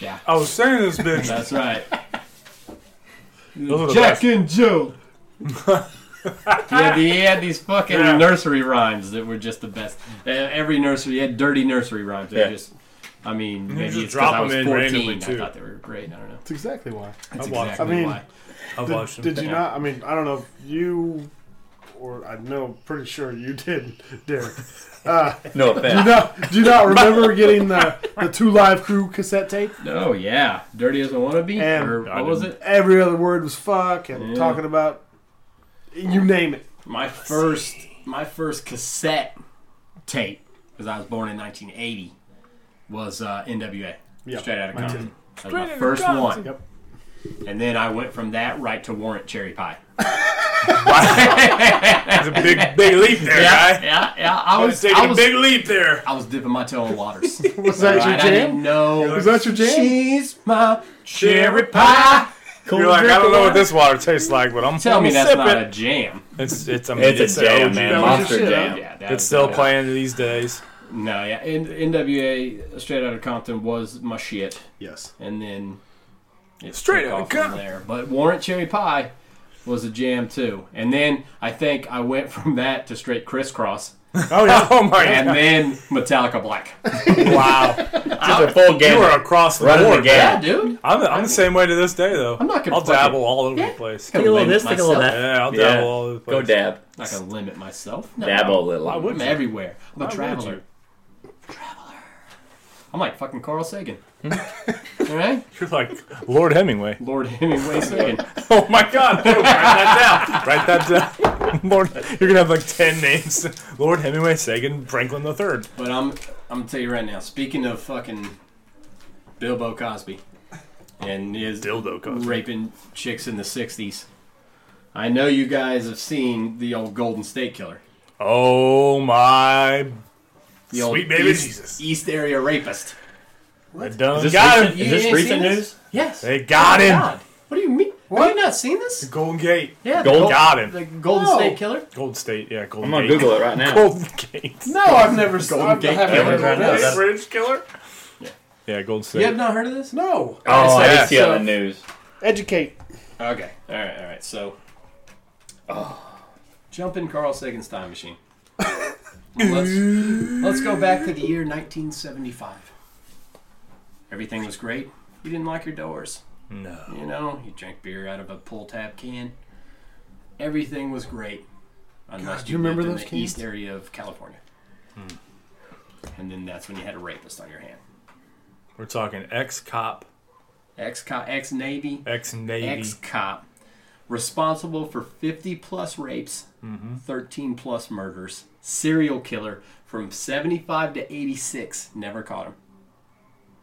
C: Yeah.
B: I was saying this bitch.
C: That's right.
B: Those are the
C: Jack
B: best.
C: and Jill. yeah, they had these fucking
B: Yeah.
C: nursery rhymes that were just the best. Uh, Every nursery had dirty nursery rhymes. They
G: Yeah.
C: just, I mean, maybe
B: just
C: it's
B: drop
C: because I was
B: them in randomly,
C: fourteen. I
B: too.
C: thought they were great. I don't know.
E: That's exactly why.
C: That's
B: I watched
C: exactly
E: them. I mean,
C: why.
B: I've watched
E: Did,
B: him.
E: did you
C: Yeah.
E: not? I mean, I don't know if you or I know, pretty sure you did, Derek.
G: No offense.
E: Do you not, do you not remember getting the, the Two Live Crew cassette tape?
C: Oh yeah, dirty as a wannabe.
E: And-
C: or
B: I
C: what was it?
E: Every other word was fuck and
C: Yeah.
E: talking about you name it.
C: My first, my first cassette tape, because I was born in 1980, was uh, NWA.
E: Yeah,
C: Straight out of
E: mine too.
C: Compton. That was my first one.
E: Yep.
C: and then I went from that right to warrant cherry pie.
B: It's a big, big leap there,
C: Yeah,
B: guy.
C: yeah, yeah. I
B: I
C: was,
B: was taking
C: I
B: a
C: was,
B: big leap there.
C: I was dipping my toe in waters.
E: Was that
C: Right? I
E: your
C: didn't
E: jam?
C: know.
E: Was that your jam?
C: She's my cherry pie.
B: You're like, I don't know what this water tastes like, but I'm
C: Tell
B: I'm
C: me that's
B: sipping.
C: not a jam.
B: It's it's I mean,
G: It's,
B: it's,
G: a
B: the
G: jam,
B: OG.
G: man.
E: That was your
G: Monster
E: shit,
G: jam.
E: huh?
C: Yeah, that
B: It's still
C: yeah.
B: playing these days.
C: No, yeah. N- NWA Straight Outta Compton was my shit,
E: Yes.
C: and then it
B: Straight
C: took
B: Outta
C: off from
B: Compton.
C: there. But Warrant Cherry Pie was a jam too, and then I think I went from that to straight crisscross,
B: Oh yeah. oh my
C: and
B: god.
C: then Metallica Black.
B: Wow.
G: Just a full
B: You
G: game.
B: were across the
G: Running the
B: board.
G: gamut.
B: man.
C: Yeah, dude.
B: I'm, I'm the same way to this day though.
C: I'm not gonna
B: I'll
C: fucking-
B: dabble all over the place.
C: Not
G: Take
C: gonna
G: a little of
C: limit
G: this, take a little of
C: myself.
G: that.
B: Yeah, I'll
G: Yeah.
B: dabble all over the
G: Go
B: place.
G: dab.
C: Not gonna limit myself. No.
G: Dab a little.
B: Why would
C: I'm
B: you?
C: everywhere. I'm a
B: Why would
C: traveler.
B: you? Hmm?
C: I'm like fucking Carl Sagan. All right,
B: You're like Lord Hemingway.
C: Lord Hemingway Sagan.
B: Oh my god. Dude, write that down. Write that down. Lord, you're gonna have like ten names. Lord Hemingway, Sagan, Franklin the Third.
C: But I'm I'm gonna tell you right now. Speaking of fucking Bilbo Cosby and his
B: Dildo Cosby.
C: raping chicks in the '60s, I know you guys have seen the old Golden State Killer,
B: Oh my
C: the old
B: Sweet baby
C: East,
B: Jesus.
C: East Area rapist.
B: They done
G: Is this
B: got him.
G: recent,
C: You
G: is this
C: ain't
G: recent
C: seen
G: news?
C: this? Yes. Oh
B: They got him.
C: God. What do you mean? Have you not seen this?
B: Golden Gate.
C: Yeah,
G: Gold-
C: Gold-
B: Got him.
C: the Golden
E: No.
C: State Killer.
B: Gold State, yeah, Golden
G: I'm gonna
B: Gate.
G: Google it right now.
B: Golden Gate.
E: No, I've never seen
C: Golden
E: I've- I
C: Gate
E: haven't
C: Killer.
E: heard of
G: Yeah,
E: this.
G: that's-
B: Bridge Killer? Yeah, Golden State.
C: You have not heard of this?
E: No.
G: Oh, I
B: Yeah.
G: did see it on the news.
E: Educate.
C: Okay. All right. All right. So, oh, jump in Carl Sagan's time machine. let's, let's go back to the year 1975. Everything was great. You didn't like your doors.
B: No.
C: You know, you drank beer out of a pull tab can. Everything was great. Unless
E: do you remember
C: lived in
E: those
C: the
E: cans?
C: east area of California. And then that's when you had a rapist on your hand.
B: We're talking ex cop,
C: Ex cop, ex Navy,
B: ex Navy.
C: ex cop responsible for 50 plus rapes,
B: Mm-hmm.
C: 13 plus murders, serial killer from 75 to 86. Never caught him.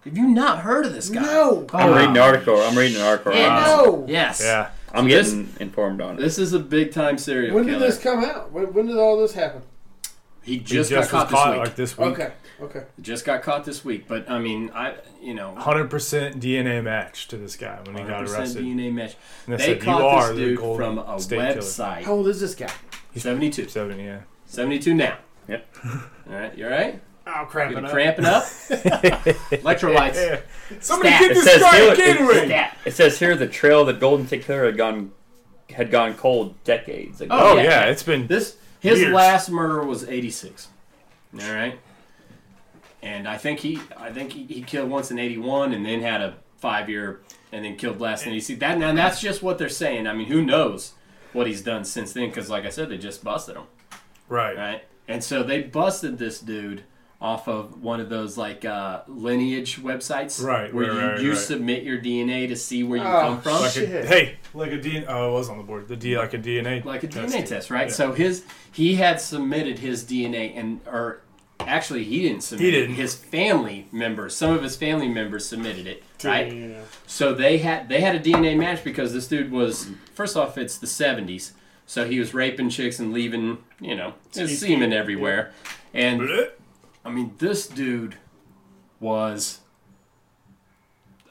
C: Have you not heard of this guy?
E: No.
C: Oh,
G: I'm reading an article. I'm reading an article. right now.
E: No.
C: Yes.
B: Yeah.
G: I'm
C: This-
G: getting informed on it.
C: This is a big time serial
E: When did
C: killer.
E: this come out? When, when did all this happen?
C: He
B: He just
C: just, got
B: was
C: caught,
B: caught
C: this week.
B: like this week.
E: Okay. Okay.
C: Just got caught this week. But I mean, I you know,
B: 100% DNA match to this guy when he got
C: 100%
B: arrested.
C: DNA match.
B: And they
C: They
B: said, "You
C: caught
B: are
C: this
B: the
C: dude
B: Golden
C: from a
B: State Killer."
C: website.
E: How old is this guy?
C: 72.
B: 70, yeah.
C: 72 now.
G: Yep.
C: All right. You all right?
E: Oh, crap.
B: uh,
C: Getting cramping up. Electrolytes.
B: Somebody
C: Stat.
B: get
C: It
B: this
G: says
B: guy
G: here-
B: a Gatorade!
C: Stat.
G: It says here the trail that Golden State Killer had gone had gone cold decades ago.
B: Oh,
C: Yeah.
B: yeah, it's been.
C: This his
B: Years.
C: last murder was eighty six. All right. And I think he I think he, he killed once in eighty one and then had a five year and then killed last in eighty six. That now that's just what they're saying. I mean, who knows what he's done since then? Because like I said, they just busted him.
B: Right.
C: Right. And so they busted this dude off of one of those like uh, lineage websites,
B: Right,
C: Where
B: right,
C: you,
B: right,
C: you
B: right.
C: submit your DNA to see where you
E: Oh,
C: come from.
B: Like a,
E: Shit.
B: hey, like a DNA. Oh, it was on the board. The D, like a DNA.
C: like a DNA
B: testing.
C: test, right?
B: Yeah.
C: So his he had submitted his DNA and or actually he didn't submit
B: He
C: it.
B: didn't.
C: his family members some of his family members submitted it right
E: Yeah.
C: so they had they had a DNA match because this dude was first off it's the 70s so he was raping chicks and leaving you know his semen everywhere and
B: Blech.
C: I mean, this dude was,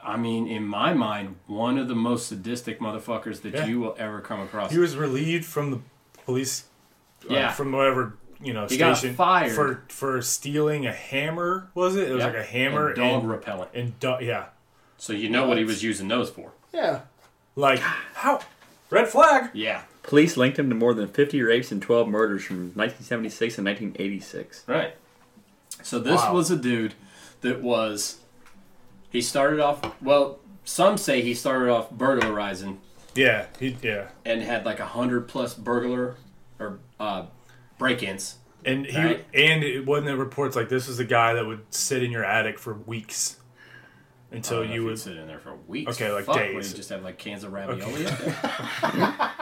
C: I mean, in my mind, one of the most sadistic motherfuckers that
B: Yeah.
C: you will ever come across.
B: He was relieved from the police, uh,
C: Yeah.
B: from whatever you know
C: He got
B: station
C: fired.
B: for for stealing a hammer. Was it? It was
C: Yep.
B: like a hammer
C: and dog
B: and,
C: repellent.
B: and du- yeah,
C: So you know what he was using those for?
E: yeah.
B: like how red flag.
C: Yeah,
G: Police linked him to more than 50 rapes and 12 murders from 1976 and 1986.
C: right. So this
B: Wow.
C: was a dude that was. He started off well. Some say he started off burglarizing
B: Yeah, he, yeah,
C: and had like a hundred plus burglar or uh, break-ins.
B: and he
C: Right.
B: and it wasn't the reports like this was the guy that would sit in your attic for weeks
C: Oh, I
B: until
C: don't know
B: you
C: if he'd
B: would.
C: sit in there for weeks.
B: Okay, like
C: Fuck,
B: days.
C: Would he just have like cans of ravioli? up there?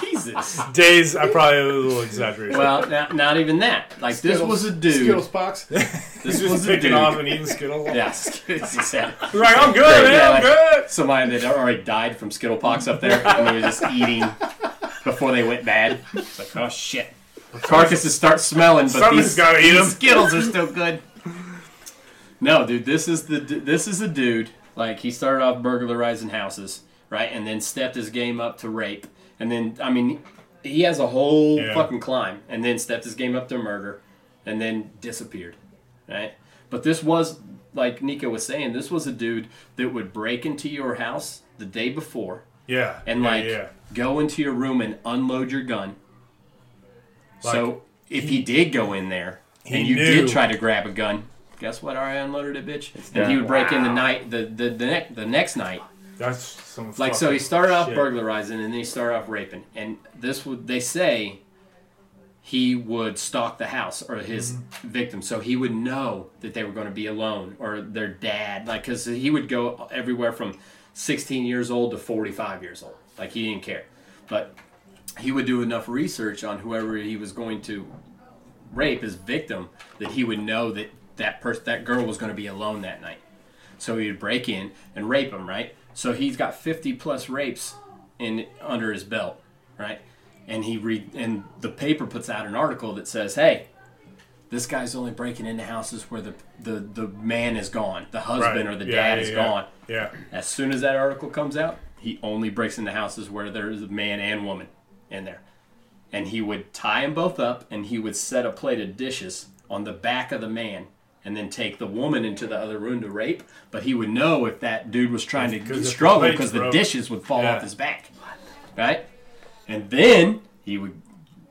C: Jesus this?
B: Days, I probably was a little exaggeration.
C: Well, not, not even that. Like this was a dude.
E: Skittles box.
C: This
B: just
C: was a dude.
B: picking off and eating Skittles.
C: Yeah, Skittles. yeah.
B: He's like, I'm good,
C: Yeah,
B: man,
C: yeah,
B: I'm
C: like-
B: good.
C: Somebody that already died from Skittle pox up there, and they were just eating before they went bad. It's like, oh shit. Carcasses start smelling, but
B: Something's
C: these,
B: gotta eat
C: these
B: 'em.
C: Skittles are still good. No, dude, this is the du- this is a dude. Like he started off burglarizing houses, right, and then stepped his game up to rape, and then I mean, he has a whole
B: Yeah.
C: fucking climb, and then stepped his game up to murder, and then disappeared, right? But this was like Nico was saying, this was a dude that would break into your house the day before
B: Yeah.
C: and
B: yeah,
C: like
B: yeah.
C: go into your room and unload your gun. so if he, did go in there and you
B: knew.
C: did try to grab a gun, guess what? I unloaded it, bitch. and he
G: done.
C: would break in the night, the the the, ne- the next night.
B: That's some
C: Like so, he
B: fucking
C: started off
B: shit.
C: burglarizing and then he started off raping. And this would they say he would stalk the house or his
B: Mm-hmm.
C: victim, so he would know that they were going to be alone or their dad, like because he would go everywhere from 16 years old to 45 years old. Like he didn't care, but he would do enough research on whoever he was going to rape his victim that he would know that that person that girl was going to be alone that night so he would break in and rape him right so he's got 50 plus rapes in under his belt right and he read and the paper puts out an article that says hey this guy's only breaking into houses where the the, the man is gone the husband
B: Right.
C: or the
B: Yeah,
C: dad
B: yeah,
C: is
B: yeah.
C: gone
B: Yeah.
C: as soon as that article comes out, he only breaks into houses where there is a man and woman in there. And he would tie them both up and he would set a plate of dishes on the back of the man and then take the woman into the other room to rape. But he would know if that dude was trying
B: Because
C: to
B: if the
C: struggle
B: plate's
C: because the
B: broke.
C: dishes would fall
B: Yeah.
C: off his back. Right? And then he would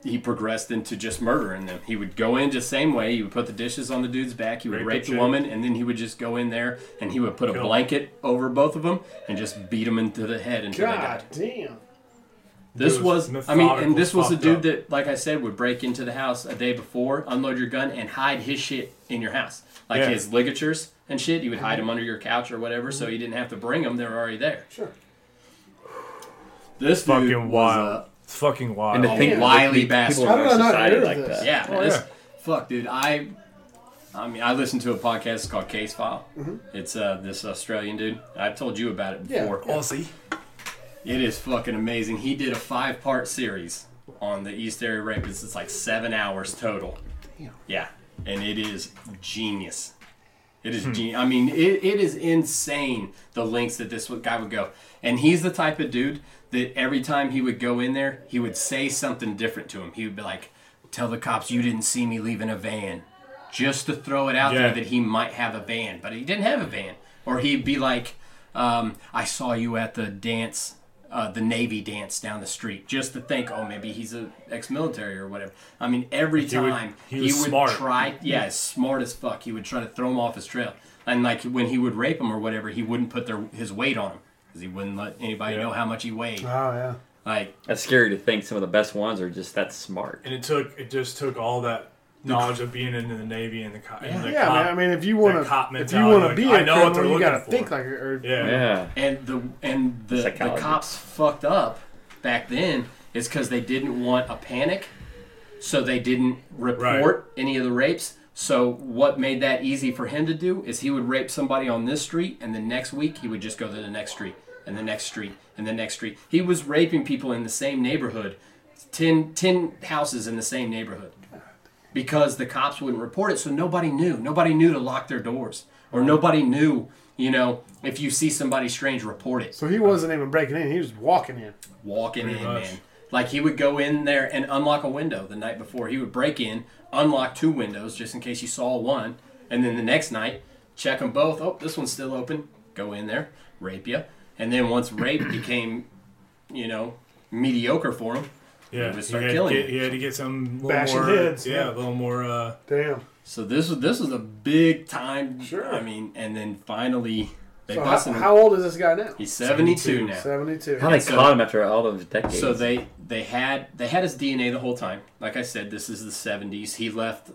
C: he progressed into just murdering them. He would go in just same way. He would put the dishes on the dude's back. He would
B: Rape
C: rape,
B: the
C: the
B: chick.
C: woman, and then he would just go in there and he would put a
B: Kill 'em.
C: blanket over both of them and just beat them into the head until they died.
E: God damn.
C: This
B: Dude,
C: was, I mean,
B: methodical,
C: and this was a
B: fucked
C: dude
B: up.
C: that, like I said, would break into the house a day before, unload your gun, and hide his shit in your house, like
B: Yeah. Mhm.
C: his ligatures and shit. You would hide them under your couch or whatever, so you didn't have to bring them; they were already there.
E: Sure.
C: This dude
B: Fucking
C: was
B: wild.
C: a-
B: It's fucking
G: And
B: wild.
G: to think that
C: wily
G: people
C: bastard.
G: in
E: How did
G: our
E: I not
G: society
E: hear
G: like
E: this?
G: that.
C: Yeah,
B: Oh,
C: this,
B: yeah.
C: fuck, dude. I, I mean, I listened to a podcast called Case File.
G: Mm-hmm.
C: It's uh, this Australian dude. I've told you about it
E: Yeah.
C: before.
B: Aussie.
C: It is fucking amazing. He did a five part series on the East Area Rapists. It's like seven hours total. Yeah, and it is genius. It is genius. I mean, it, it is insane the lengths that this guy would go. And he's the type of dude that every time he would go in there, he would say something different to him. He would be like, "Tell the cops you didn't see me leaving a van," just to throw it out
B: Yeah.
C: there that he might have a van, but he didn't have a van. Or he'd be like, um, "I saw you at the dance." Uh, the Navy dance down the street, just to think, oh, maybe he's a ex-military or whatever. I mean, every
B: He would-
C: time
B: he was smart.
C: try, yeah, smart as fuck. He would try to throw him off his trail, and like when he would rape him or whatever, he wouldn't put their his weight on him because he wouldn't let anybody
B: Yeah.
C: know how much he weighed.
E: Oh yeah.
C: Like
G: That's scary to think some of the best ones are just that smart.
B: And it took, it just took all that knowledge of being in the Navy and the, co- and the
E: Yeah,
B: cop.
E: man. I mean, if you want
B: that cop
E: to, if you want to
B: mentality,
E: be
B: like,
E: a
B: I know what they're
E: criminal, you
B: looking
E: gotta
B: for.
E: think like a. Or,
B: yeah.
G: Yeah.
C: and the and the, the
G: Psychology.
C: cops fucked up back then is because they didn't want a panic, so they didn't report any of the rapes. So what made that easy for him to do is he would rape somebody on this street, and the next week he would just go to the next street and the next street and the next street. He was raping people in the same neighborhood, 10, 10 houses in the same neighborhood because the cops wouldn't report it so nobody knew nobody knew to lock their doors or nobody knew you know if you see somebody strange report it
E: So he wasn't even breaking in; he was walking in.
C: walking in
B: much.
C: man like he would go in there and unlock a window the night before he would break in unlock two windows just in case you saw one and then the next night check them both oh this one's still open go in there rape you and then once rape became you know mediocre for him
B: Yeah,
C: They would start
B: he had,
C: killing
B: get,
C: you.
B: he had to get some little
E: Bashing
B: more,
E: heads,
B: yeah,
E: yeah.
B: a little more. Uh,
E: Damn.
C: so this was this was a big time
E: Sure.
C: i mean and then finally they
E: So how,
C: busted him.
E: how old is this guy now?
C: He's 72, now.
E: Seventy-two.
G: How they
C: so-
G: caught him after all those decades.
C: So they they had they had his DNA the whole time. Like I said, this is the 70s. He left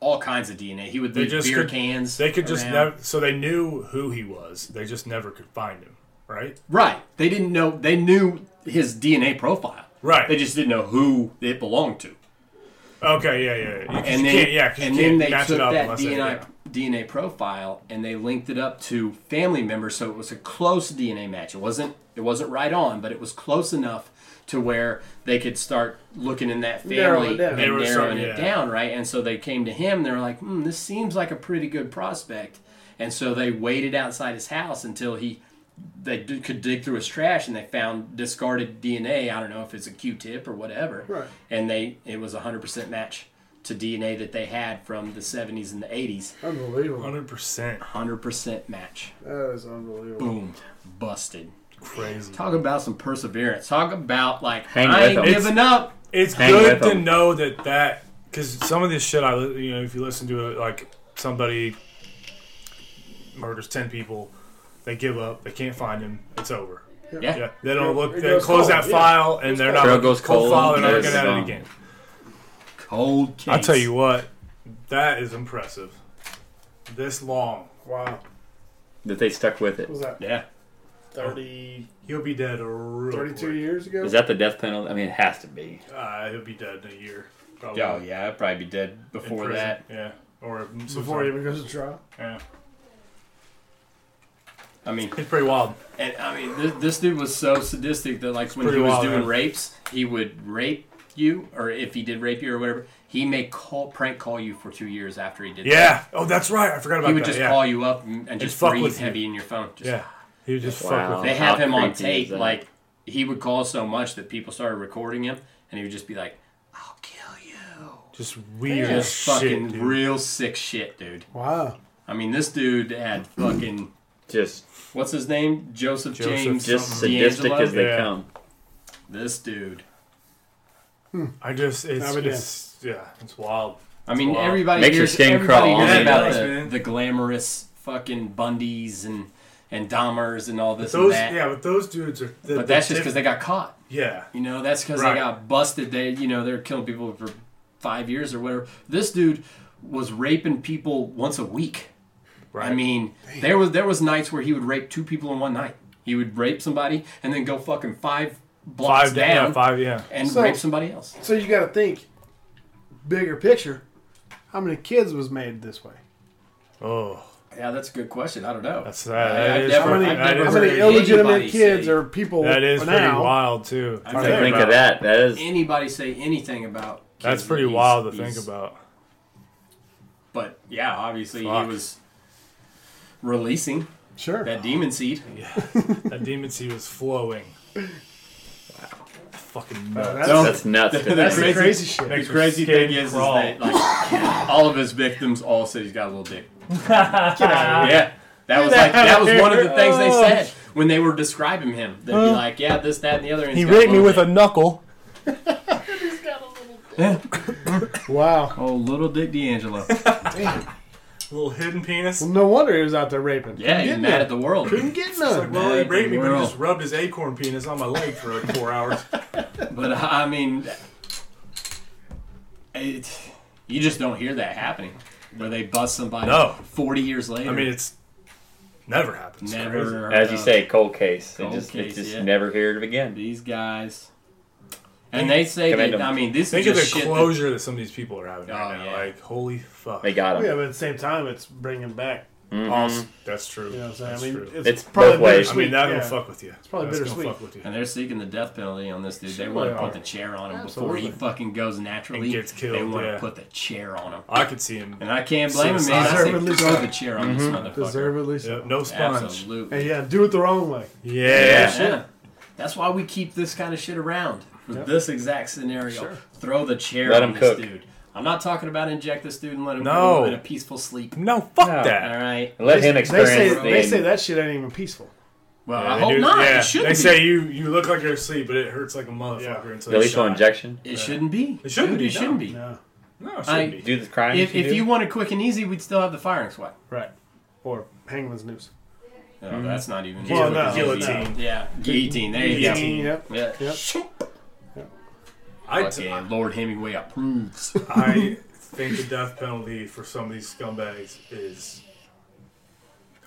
C: all kinds of DNA. He would
B: they
C: leave
B: just
C: beer
B: could,
C: cans.
B: They could just
C: around.
B: never. So they knew who he was. They just never could find him. Right.
C: Right. They didn't know. They knew his DNA profile.
B: Right.
C: They just didn't know who it belonged to.
B: Okay, yeah, yeah. You,
C: And
B: you
C: then,
B: can't, yeah, 'cause
C: and
B: you
C: then
B: can't
C: they
B: match
C: took
B: it up
C: that
B: unless
C: DNA,
B: It, yeah.
C: DNA profile and they linked it up to family members, so it was a close DNA match. It wasn't it wasn't right on, but it was close enough to where they could start looking in that
E: Narrow
C: family
E: it down.
C: and
B: They were
C: narrowing
B: starting-
C: it
B: yeah.
C: down, right? And so they came to him. They were like, hmm, "This seems like a pretty good prospect," and so they waited outside his house until he they d- could dig through his trash and they found discarded DNA. I don't know if it's a Q-tip or whatever.
E: Right.
C: And they it was a hundred percent match to DNA that they had from the seventies and the eighties.
E: Unbelievable.
B: 100%.
C: Hundred percent match.
E: That is unbelievable.
C: Boom, busted.
B: Crazy.
C: Talk about some perseverance. Talk about like
G: Hang
C: I ain't
G: with 'em.
C: giving up.
B: It's
G: Hang
B: good
G: with
B: to
G: 'em.
B: know that that because some of this shit I li- you know if you listen to it like somebody murders ten people, they give up, they can't find him, it's over.
C: Yeah.
B: Yeah, they don't look.
E: It
B: They
E: goes
B: close that
E: cold, yeah.
B: file and they're not.
G: Trail goes
B: cold
G: cold,
B: file, they're not
G: yes,
B: looking at it
G: um,
B: again.
C: Cold case.
B: I'll tell you what, that is impressive. This long,
E: Wow.
G: that they stuck with it.
E: What was that?
C: Yeah.
E: 30,
B: he'll be dead real
E: 32
B: quick.
E: years ago?
G: Is that the death penalty? I mean, it has to be.
B: Uh, he'll be dead in a year. Probably.
C: Oh yeah, I'd probably be dead
B: In
C: before
B: prison.
C: that.
B: Yeah. Or suicide.
E: before he even goes to trial?
B: Yeah.
C: I mean,
B: It's pretty wild.
C: And I mean, this, this dude was so sadistic that like when he
B: pretty
C: was
B: wild,
C: doing
B: man.
C: rapes, he would rape you, or if he did rape you or whatever, he may call prank call you for two years after he did. that.
B: Yeah. Oh, that's right. I forgot about
C: he would
B: that.
C: just
B: yeah.
C: call you up and, and just
B: fuck
C: breathe
B: with you.
C: heavy in your phone. Just,
B: Yeah. He would just
G: Wow.
B: fuck with
C: they
B: it.
G: How
C: have him on
G: creepy is
C: tape.
G: that?
C: Like he would call so much that people started recording him, and he would just be like, "I'll kill you."
B: Just weird
C: Just fucking
B: shit. dude.
C: real sick shit, dude.
E: Wow.
C: I mean, this dude had fucking
G: Just,
C: what's his name? Joseph,
B: Joseph
C: James.
G: just
B: Something.
G: sadistic
C: D'Angelo?
G: as they
B: Yeah.
G: come.
C: This dude.
B: I just it's,
E: Now we
B: it's yeah, it's wild.
C: I mean,
B: Wow.
C: everybody
G: Makes your
C: hears,
G: skin
C: everybody
G: crawl.
C: hears
G: Yeah,
C: about
B: it does,
C: the,
B: man.
C: the glamorous fucking Bundys and and Dahmers and all this
B: Those
C: and that.
B: yeah, but those dudes are. The,
C: but that's just because they got caught.
B: yeah.
C: You know, that's because
B: Right.
C: they got busted. They, you know, they're killing people for five years or whatever. This dude was raping people once a week.
B: Right.
C: I mean, there was there was nights where he would rape two people in one night. He would rape somebody and then go fucking five blocks
B: five
C: down
B: Yeah, five yeah.
C: and
E: So-
C: rape somebody else.
E: So you got to think bigger picture. How many kids was made this way?
B: Oh,
C: Yeah, that's a good question. I don't know.
B: that's
C: I-
B: that.
C: I
B: that is
C: never-
B: pretty-
C: I've
B: that
C: never
E: How
B: is
C: heard
E: many
B: pretty-
C: anybody
E: illegitimate kids
C: say-
E: are people
B: that is pretty
E: now?
B: wild too. to
C: I
B: think
G: Think
B: about.
G: of that. That is.
C: anybody say anything about kids
B: That's pretty
C: that he's-
B: wild to
C: he's-
B: think about.
C: But yeah, obviously
B: Fuck.
C: he was releasing
E: Sure.
C: that demon seed.
B: That demon sea was flowing. Wow. Fucking
E: Uh,
B: nuts.
E: that's,
C: So-
G: That's nuts. to
C: That's
G: think.
E: that's
C: crazy.
E: crazy
C: The
E: shit.
B: Makes your
C: crazy
B: skin
C: thing is, is
B: crawl.
C: that like all of his victims all said he's got a little dick. yeah. That was like that was one of the things they
B: Oh.
C: said when they were describing him. They'd be like, "Yeah, this, that, and the other." And
B: he
C: he's got
B: raped me
C: little
B: with a
C: dick.
B: knuckle.
E: Wow.
C: oh little dick D'Angelo.
B: Little hidden penis.
E: Well, no wonder he was out there raping.
C: yeah, he's
E: Couldn't
C: mad
E: get
C: at the world.
E: none. Couldn't get
B: It's
E: none.
B: like, well, he
C: Mad
B: raped me, but he
C: world.
B: just rubbed his acorn penis on my leg for like four hours.
C: But uh, I mean, it, you just don't hear that happening, where they bust somebody
B: No.
C: forty years later.
B: I mean, it's never happens.
C: never.
B: Crazy.
C: heard
G: As you
C: of
G: say, cold case.
C: Cold
G: it just,
C: case,
G: it just
C: yeah.
G: never hear it again.
C: these guys, and they say
G: Commend
C: that.
G: them.
C: I mean, this
B: Think of
C: is
B: the
C: just shit. that-
B: closure that, some of these people are having
C: Oh,
B: right now.
C: yeah.
B: Like, holy fuck.
G: They got him.
E: Oh, Yeah, but at the same time, it's bringing back.
B: Awesome. That's true.
E: You know what I'm saying?
B: That's
E: I mean,
B: true.
E: it's,
G: It's
E: probably
G: both ways.
B: I
E: bittersweet,
B: mean, that'll
E: yeah.
B: fuck with you. It's
E: probably
B: That's gonna
E: bittersweet.
B: Fuck with you.
C: and they're seeking the death penalty on this dude. They want to
E: they
C: put
E: are.
C: the chair on him before
E: Absolutely.
C: he fucking goes naturally.
B: And gets killed,
C: They want
B: yeah.
C: to put the chair on him,
B: I could see him.
C: and I can't blame him, man. I say
E: Deservedly so.
C: throw the chair on
B: Mm-hmm.
C: this motherfucker.
E: Deservedly so.
B: Yep, no sponge.
C: Absolutely.
E: And yeah, do it the wrong way.
B: Yeah.
C: Yeah. That's why we keep this kind of shit around. For
E: Yep.
C: this exact scenario, throw the chair
G: Let
C: on
G: him
C: this
G: cook.
C: dude. I'm not talking about inject this dude and let him
B: No.
C: go in a peaceful sleep.
B: No, fuck
G: No.
C: All
B: that.
C: right.
G: And let him
E: They say,
G: experience the.
E: they say that shit ain't even peaceful.
C: Well,
B: Yeah,
C: I
B: they
C: hope
B: do-
C: not.
B: yeah.
C: It shouldn't
B: They
C: be.
B: say you, you look like you're asleep, but it hurts like a motherfucker
E: Yeah.
B: until
G: the
B: you
G: lethal
B: shot.
G: injection.
C: it shouldn't be.
B: It shouldn't
C: Dude,
B: be,
C: It shouldn't
B: no.
C: be.
E: No.
B: No, it
C: I-
B: shouldn't be.
G: Do the crime.
C: If,
G: do.
C: if you want it quick and easy, we'd still have the firing squad.
E: Right. Or Hangman's Noose.
C: No, Oh, that's not even.
E: Well, no,
B: Guillotine.
C: Yeah, guillotine. There you
B: Guillotine.
E: Yep.
C: go. Yeah.
E: Yep.
B: I,
C: Fucking Lord Hemingway approves.
B: I think the death penalty for some of these scumbags is.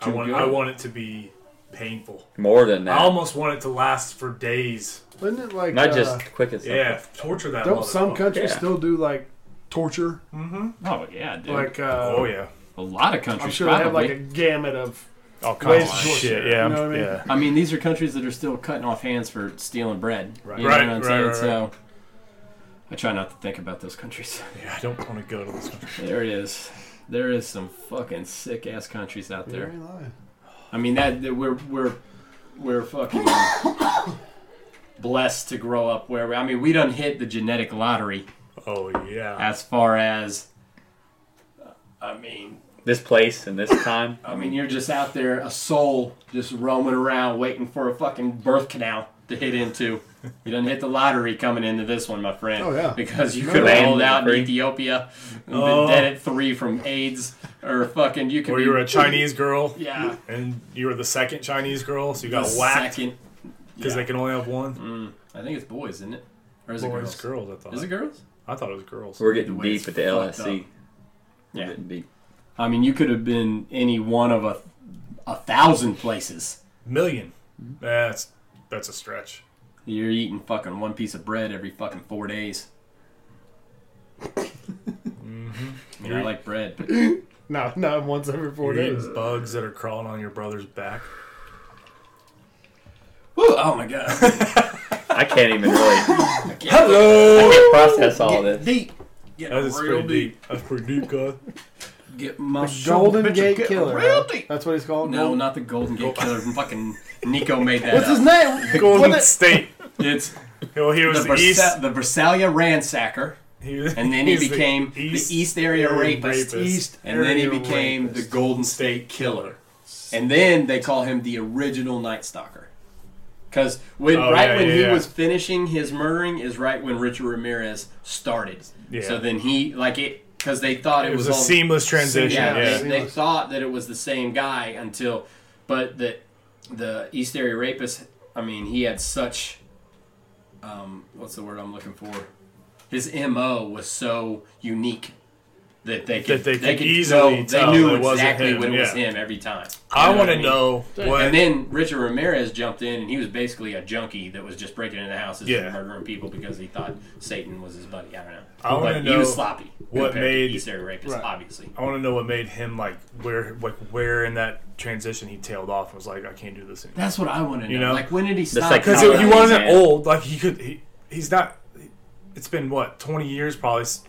B: I
C: Too
B: want.
C: good?
B: I want it to be painful.
G: More than
B: I
G: that.
C: Oh
B: almost want it to last for days.
E: Isn't it like
G: Not
E: uh,
G: just the quickest.
B: Yeah, torture that.
E: don't some
B: motherfucker.
E: countries
G: yeah.
E: still do like torture?
C: Oh yeah, dude.
E: Like uh,
B: Oh yeah.
C: a lot of countries.
E: I'm sure they
C: probably.
E: have like a gamut of
B: All
E: Ways
B: kinds of
E: to torture,
B: shit.
E: you
B: Yeah.
E: know what I mean?
B: Yeah.
C: I mean, these are countries that are still cutting off hands for stealing bread. Right, you know
B: Right,
C: what I'm
B: right,
C: saying?
B: right,
C: So I try not to think about those countries.
B: Yeah. I don't want to go to this country.
C: there it is. There is some fucking sick ass countries out
E: you
C: there.
E: ain't lying.
C: I mean, that, that we're we're we're fucking blessed to grow up where we. I mean, we done hit the genetic lottery
B: Oh yeah.
C: as far as. I mean,
G: This place and this time.
C: I mean, you're just out there, a soul just roaming around, waiting for a fucking birth canal to hit into. You didn't hit the lottery coming into this one, my friend.
E: Oh, yeah.
C: Because you could
G: Land
C: have rolled out in
G: free.
C: Ethiopia and
B: Oh.
C: been dead at three from AIDS, or fucking you could
B: Or
C: be
B: you were a Chinese girl.
C: yeah
B: And you were the second Chinese girl, so you got
C: the
B: whacked
C: second-
B: because they can only have one.
C: I think it's boys, isn't it? Or is
B: Boys,
C: it girls?
B: girls. I thought.
C: Is it girls?
B: I thought it was girls.
G: We're getting
C: The way it's
G: deep at the
C: fucked
G: LSC.
C: up.
G: We're
C: Yeah.
G: getting deep.
C: I mean, you could have been any one of a a thousand places.
B: Million.
C: Mm-hmm.
B: That's that's a stretch.
C: You're eating fucking one piece of bread every fucking four days.
B: Mm-hmm.
C: I mean, I like bread, but
E: No, not once every four
B: You're
E: days.
B: getting bugs that are crawling on your brother's back.
C: Woo, oh my god.
G: I can't even really
B: Hello.
G: process all this.
C: deep. Get
B: That is pretty deep. That's pretty deep, guy.
C: Get my
E: Golden
C: bitch,
E: Gate
C: get
E: Killer.
C: Real
E: huh? Uh,
C: deep.
E: That's what he's called.
C: No, not the Golden Gate Killer. Fucking Nico made that
E: What's his
C: up.
E: name?
B: Golden
E: What
B: State.
C: It's
B: Well, he
C: the,
B: was the, East.
C: Versa- the Versalia ransacker,
B: He was,
C: and then he
B: he's the
C: became the East, Area rapist,
E: East
C: and then he
E: Area
C: became
E: Rapist.
C: the Golden State Killer, and then they call him the original Night Stalker. Because when
B: Oh,
C: right
B: yeah,
C: when
B: yeah,
C: he
B: yeah.
C: was finishing his murdering is right when Richard Ramirez started.
B: Yeah.
C: So then he like it because they thought it,
B: It was a
C: all,
B: seamless transition.
C: yeah,
B: yeah.
C: They, they thought that it was the same guy until, but the the East Area Rapist. I mean, he had such. Um, what's the word I'm looking for? His mo was so unique that they could
B: That they could
C: know-
B: easily tell
C: they knew
B: it wasn't
C: exactly
B: him,
C: when it was
B: yeah.
C: him every time. You
B: I
C: what
B: want to
C: mean?
B: know what.
C: And then Richard Ramirez jumped in, and he was basically a junkie that was just breaking into houses
B: Yeah.
C: and murdering people because he thought Satan was his buddy. I don't know.
B: I wanna
C: but he was
B: know
C: sloppy.
B: what
C: compared to
B: made-
C: East Area Rapist,
E: Right.
C: obviously.
B: I want to know what made him like where like where in that transition he tailed off and was like I can't do this anymore.
C: That's what I want to know.
B: You know?
C: Like, when did he stop?
B: Because
G: psychology-
B: he wasn't
G: man.
B: old. Like he could. He, he's not. It's been what twenty years probably. s-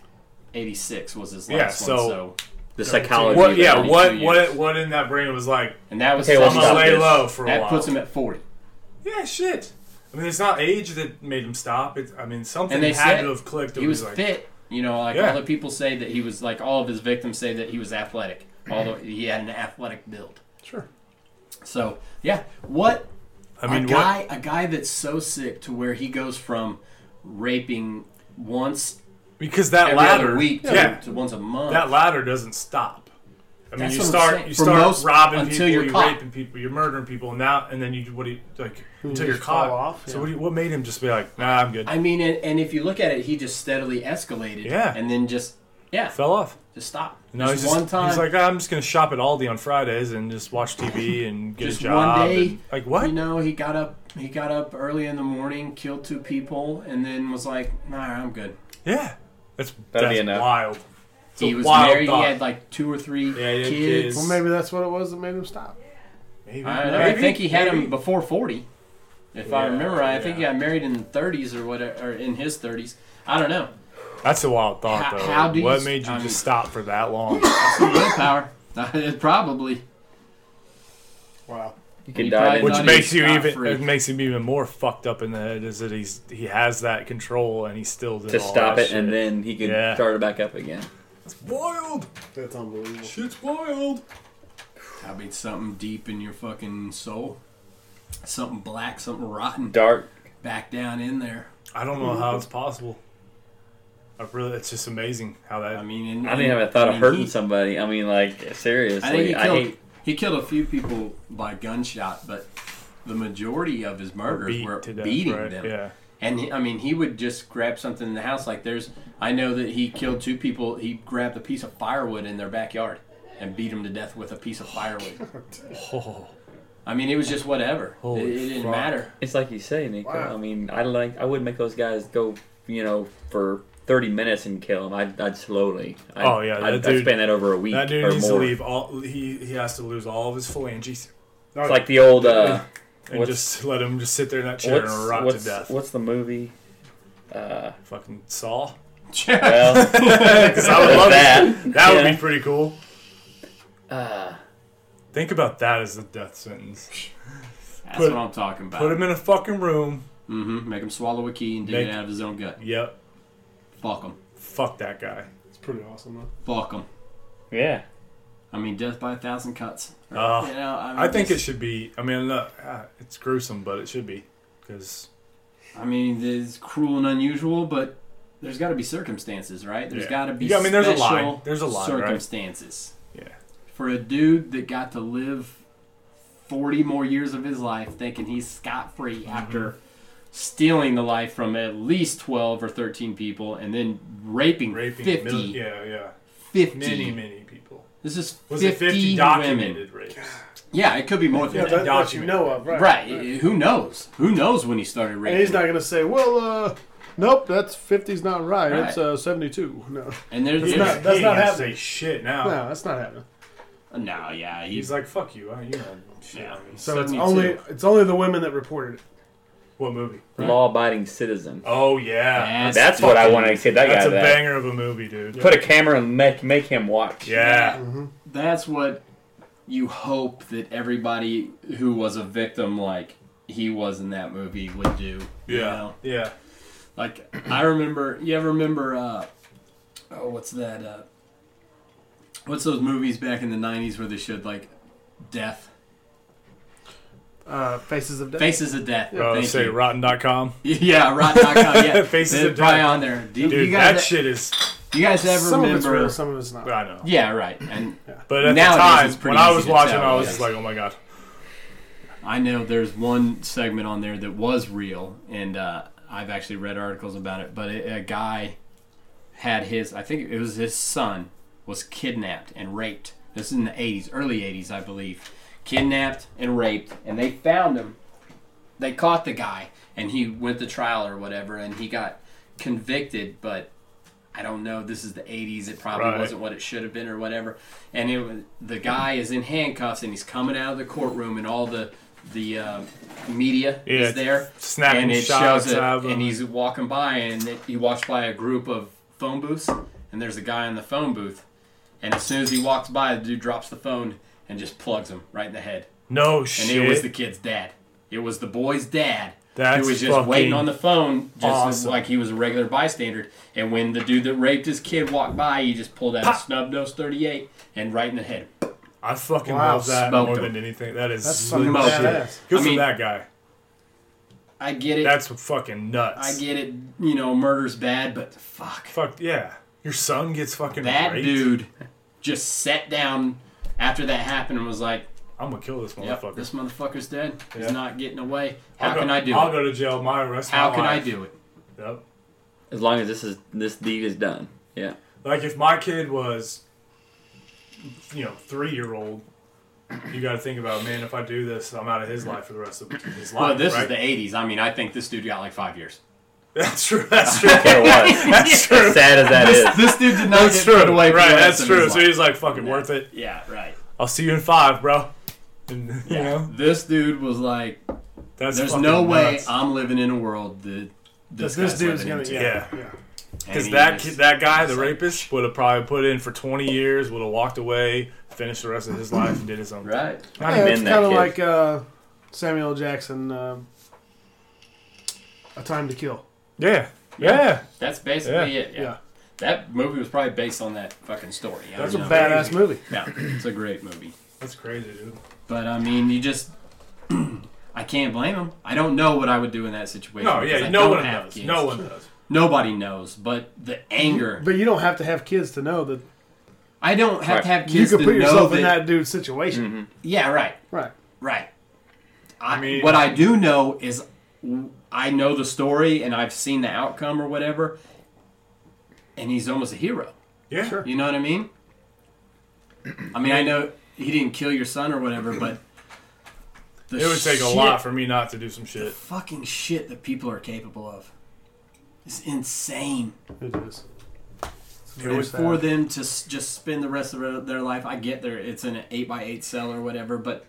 C: 86 was his last
B: Yeah,
C: one.
B: so-
C: So,
G: The psychology.
B: What?
G: of
B: Yeah.
G: everything.
B: What?
C: years.
B: What? What in that brain was like?
C: and that was
G: Okay, well,
B: I'm gonna
G: stop
B: lay
G: this.
B: low for a
C: that
B: while.
C: puts him at 40.
B: yeah. Shit. I mean, it's not age that made him stop. It, I mean, something
C: And they
B: had
C: said
B: to have clicked. It
C: He was
B: like,
C: fit. You know, like
B: Yeah.
C: all the people say that he was like all of his victims say that he was athletic. Although he had an athletic build.
E: Sure.
C: So yeah, what
B: I mean,
C: a
B: what?
C: guy a guy that's so sick to where he goes from raping once
B: Because that
C: every
B: ladder.
C: other week to,
B: yeah.
C: to once a month.
B: That ladder doesn't stop. I mean,
C: That's
B: you
C: what I'm
B: start
C: saying.
B: you
C: For
B: start
C: most-
B: robbing
C: until
B: people,
C: you're
B: you're
C: caught.
B: raping people, you're murdering people, and now and then you do- what do you like until you're
E: just fall
B: caught.
E: off,
B: So
E: yeah.
B: what, do you, what made him just be like, nah, I'm good,
C: I mean, and, and if you look at it, he just steadily escalated.
B: Yeah.
C: And then just yeah,
B: fell off?
C: just stop.
B: No,
C: just,
B: he's just,
C: one time.
B: He's like, I'm just gonna shop at Aldi on Fridays and just watch TV and get
C: Just
B: a
C: one
B: job.
C: day,
B: and- like what?
C: You know, he got up. He got up early in the morning, killed two people, and then was like, "Nah, I'm good."
B: yeah, that's
G: That'd
B: that's
G: be enough.
B: wild. It's
C: he
B: a
C: was
B: wild
C: married.
B: thought.
C: He had like two or three
B: Yeah, he had
C: kids.
B: kids.
E: Well, maybe that's what it was that made him stop.
B: Maybe.
C: I, don't know, I
B: Maybe.
C: think he had
B: Maybe.
C: him before 40. If I
B: Yeah,
C: remember right, I think he
B: yeah.
C: got married in the 30s or whatever, or in his 30s. I don't know.
B: That's a wild thought,
C: How-
B: though.
C: how do you
B: what
C: s-
B: made you
C: I mean-
B: just stop for that long?
C: Willpower. It probably.
E: Wow.
C: He
G: You can dive
C: probably
G: in.
B: Which
C: Not
B: makes you
C: even
B: even
C: scot-free.
B: it makes him even more fucked up in the head is that he's he has that control and he still did
G: to
B: all
G: stop
B: that
G: it and
B: shit.
G: then he can
B: Yeah.
G: start it back up again.
B: wild
E: That's unbelievable.
B: shit's wild.
C: I mean, something deep in your fucking soul. Something black, something rotten
G: Dark.
C: back down in there.
B: I don't know how it's possible. I really, it's just amazing how that.
C: I mean, and,
G: I didn't have a thought
C: I
G: of
C: mean,
G: hurting
C: he-
G: somebody. I mean, like seriously.
C: I think he
G: I
C: killed,
G: hate.
C: he killed a few people by gunshot, but the majority of his murders
B: beat
C: were
B: to death,
C: beating
B: right?
C: them.
B: Yeah.
C: And he, I mean, he would just grab something in the house. Like there's, I know that he killed two people. He grabbed a piece
G: Oh,
C: of firewood in their backyard and beat them to death with a piece of firewood. I mean, it was just whatever.
B: Holy
C: it, it didn't
B: fuck.
C: matter.
G: It's like you say, Nico.
E: Wow.
G: I mean, I like I wouldn't make those guys go, you know, for thirty minutes and kill them. I'd, I'd slowly. I'd,
B: Oh, yeah, that
G: I'd, I'd
B: dude-
G: spend that over a week
B: That dude
G: or
B: needs
G: more.
B: to leave all. He he has to lose all of his phalanges
G: It's like the old uh,
B: and
G: What's-
B: just let him just sit there in that chair
G: what's,
B: and rot
G: what's,
B: to death.
G: what's the movie? Uh,
B: Fucking Saul.
G: well,
B: Because I would
G: there's
B: love that.
G: that.
B: That would
G: Yeah.
B: be pretty cool.
G: Uh,
B: Think about that as the death sentence.
C: That's
B: Put-
C: what I'm talking about.
B: Put him in a fucking room.
C: mm-hmm. Make him swallow a key and dig
B: Make-
C: it out of his own gut.
B: Yep.
C: Fuck him.
B: Fuck that guy.
E: It's pretty awesome, though.
C: Fuck him.
G: yeah.
C: I mean, death by a thousand cuts.
B: Uh,
C: You know, I, mean,
B: I think it
C: it's.
B: should be. I mean, look, uh, it's gruesome, but it should be because
C: I mean, it's cruel and unusual, but there's got to be circumstances, right? There's
B: Yeah.
C: got to be.
B: Yeah, I mean, there's a line.
C: special
B: There's a line, right?
C: Circumstances.
B: Yeah.
C: For a dude that got to live forty more years of his life, thinking he's scot free
B: Mm-hmm.
C: after stealing the life from at least twelve or thirteen people, and then raping,
B: raping
C: 50,
B: mil- yeah, yeah,
C: 50.
B: many, many people.
C: This is
B: Was
C: 50,
B: it fifty
C: women.
B: documented rapes?
C: Yeah, it could be more than
E: Yeah,
C: that.
E: that's what you know of, right?
C: Right. Who knows? Who knows when he started raping?
E: And he's not going to say, well, uh, nope, that's 50's not right.
C: Right.
E: It's uh, 72. No.
C: And there's,
E: It's
B: Dude,
E: not-
C: there's
B: he
E: that's not
B: ain't gonna
E: happening.
B: Say shit now.
E: No, that's not happening.
C: no, yeah, he's
B: He's like, fuck you. uh, You know, shit.
C: Yeah.
E: So it's
C: 72.
E: only it's only the women that reported it.
B: What movie?
G: Law-abiding citizen.
B: Oh yeah,
C: That's,
G: That's what I
C: fucking-
G: want to get that
B: that's
G: guy.
B: a
G: That.
B: banger of a movie, dude.
G: Put a camera and make make him watch.
B: yeah.
C: That's what you hope that everybody who was a victim, like he was in that movie, would do. you
B: Yeah,
C: know?
B: yeah.
C: Like I remember. You ever remember? Uh, oh, what's that? Uh, what's those movies back in the '90s where they showed like death,
E: Uh, faces of death.
C: faces of death?
B: Oh,
C: Thank
B: say
C: you.
B: rotten.com.
C: Yeah, rotten.com. Yeah,
B: Faces
C: They're
B: of
C: probably
B: Death.
C: on there. Do you-
B: Dude,
C: you
B: that
C: guys,
B: shit is.
C: you guys ever
E: some of it's
C: remember?
E: real, some of it's not.
B: I know.
C: yeah, right. And
B: But at
C: Nowadays, it's
B: the time,
C: pretty
B: when I
C: easy
B: was
C: to
B: watching,
C: tell,
B: I was
C: yes.
B: just like, oh my god.
C: I know there's one segment on there that was real, and uh, I've actually read articles about it. But a, a guy had his, I think it was his son, was kidnapped and raped. This is in the 80s, early 80s, I believe. Kidnapped and raped, and they found him. They caught the guy, and he went to trial or whatever, and he got convicted, but. I don't know. This is the '80s. It probably
B: Right.
C: wasn't what it should have been, or whatever. And it was, the guy is in handcuffs, and he's coming out of the courtroom, and all the the uh, media
B: Yeah,
C: is there,
B: snapping
C: and it
B: shots
C: shows it,
B: at him.
C: and he's walking by, and it, he walks by a group of phone booths, and there's a guy in the phone booth, and as soon as he walks by, the dude drops the phone and just plugs him right in the head,
B: No
C: and
B: shit.
C: it was the kid's dad, it was the boy's dad.
B: That's
C: who was just
B: fucking
C: waiting on the phone, just
B: awesome.
C: like he was a regular bystander. And when the dude that raped his kid walked by, he just pulled out a snub nose 38 and right in the head.
B: I fucking
E: Wow,
B: love that
C: smoked
B: more
C: him.
B: than anything. That is
E: That's
B: good
E: fucking
C: Smoked it.
E: badass.
B: for
C: I mean-
B: that guy.
C: I get it.
B: That's fucking nuts.
C: I get it. You know, murder's bad, but fuck.
B: Fuck yeah. Your son gets fucking
C: That
B: raped.
C: dude just sat down after that happened and was like,
B: I'm gonna kill this
C: "Yep,
B: motherfucker.
C: this motherfucker's dead. He's
B: Yeah.
C: not getting away.
B: I'll
C: How
B: go-
C: can I do
B: I'll
C: it?
B: go to jail my rest of
C: How
B: my
C: can I
B: life.
C: do it?"
B: Yep.
G: As long as this is this deed is done. Yeah.
B: Like if my kid was, you know, three year old, you got to think about man. If I do this, I'm out of his life for the rest of his life.
C: Well, this
B: right?
C: is the '80s. I mean, I think this dude got like five years.
B: That's true. That's true.
G: It was.
B: That's true.
G: As sad as that is.
C: This dude did not
B: That's
C: get
B: true.
C: put away.
B: Right.
C: For the rest
B: That's
C: of
B: true.
C: his
B: So
C: life.
B: he's like, fucking worth it.
C: Yeah, right.
B: I'll see you in five, bro. And, you know,
C: This dude was like,
B: that's
C: "There's
B: fucking
C: no way
B: nuts.
C: I'm living in a world that this,
E: This
C: guy's
E: dude's
C: living
E: gonna,
C: into."
E: yeah, yeah.
C: And
B: Because
C: he
B: that
C: just-
B: kid, that guy, the rapist, would have probably put in for 20 years, would have walked away, finished the rest of his life, and did his own.
C: right.
G: I've
E: Yeah,
G: been
E: it's
G: that
E: kind of
G: kid.
E: like uh, Samuel L. Jackson, uh, A Time to Kill.
B: Yeah, yeah.
C: That's basically
B: Yeah.
C: it. Yeah.
E: Yeah.
C: That movie was probably based on that fucking story. I
E: That's a
C: don't know.
E: badass movie.
C: Yeah, it's a great movie.
B: That's crazy, dude.
C: But I mean, you just I can't blame him. I don't know what I would do in that situation.
B: No,
C: because
B: yeah,
C: I
B: no
C: don't
B: one
C: have
B: knows.
C: kids.
B: No one does.
C: Nobody knows. But the anger.
E: But you don't have to have kids to know that
C: I don't have to have kids
E: you could
C: to
E: put
C: know
E: yourself
C: that,
E: in that dude's situation.
C: Yeah, right,
E: Right.
C: right. I,
B: mean-
C: what I do know is I know the story and I've seen the outcome or whatever. And he's almost a hero.
B: Yeah,
E: Sure.
C: You know what I mean? I mean, I know he didn't kill your son or whatever, but the
B: It would take a
C: shit-
B: lot for me not to do some
C: The
B: shit.
C: fucking shit that people are capable of. It's insane.
E: It is. It's very
C: And
E: sad.
C: for them to s- just spend the rest of their life, I get there. It's in an eight by eight cell or whatever, but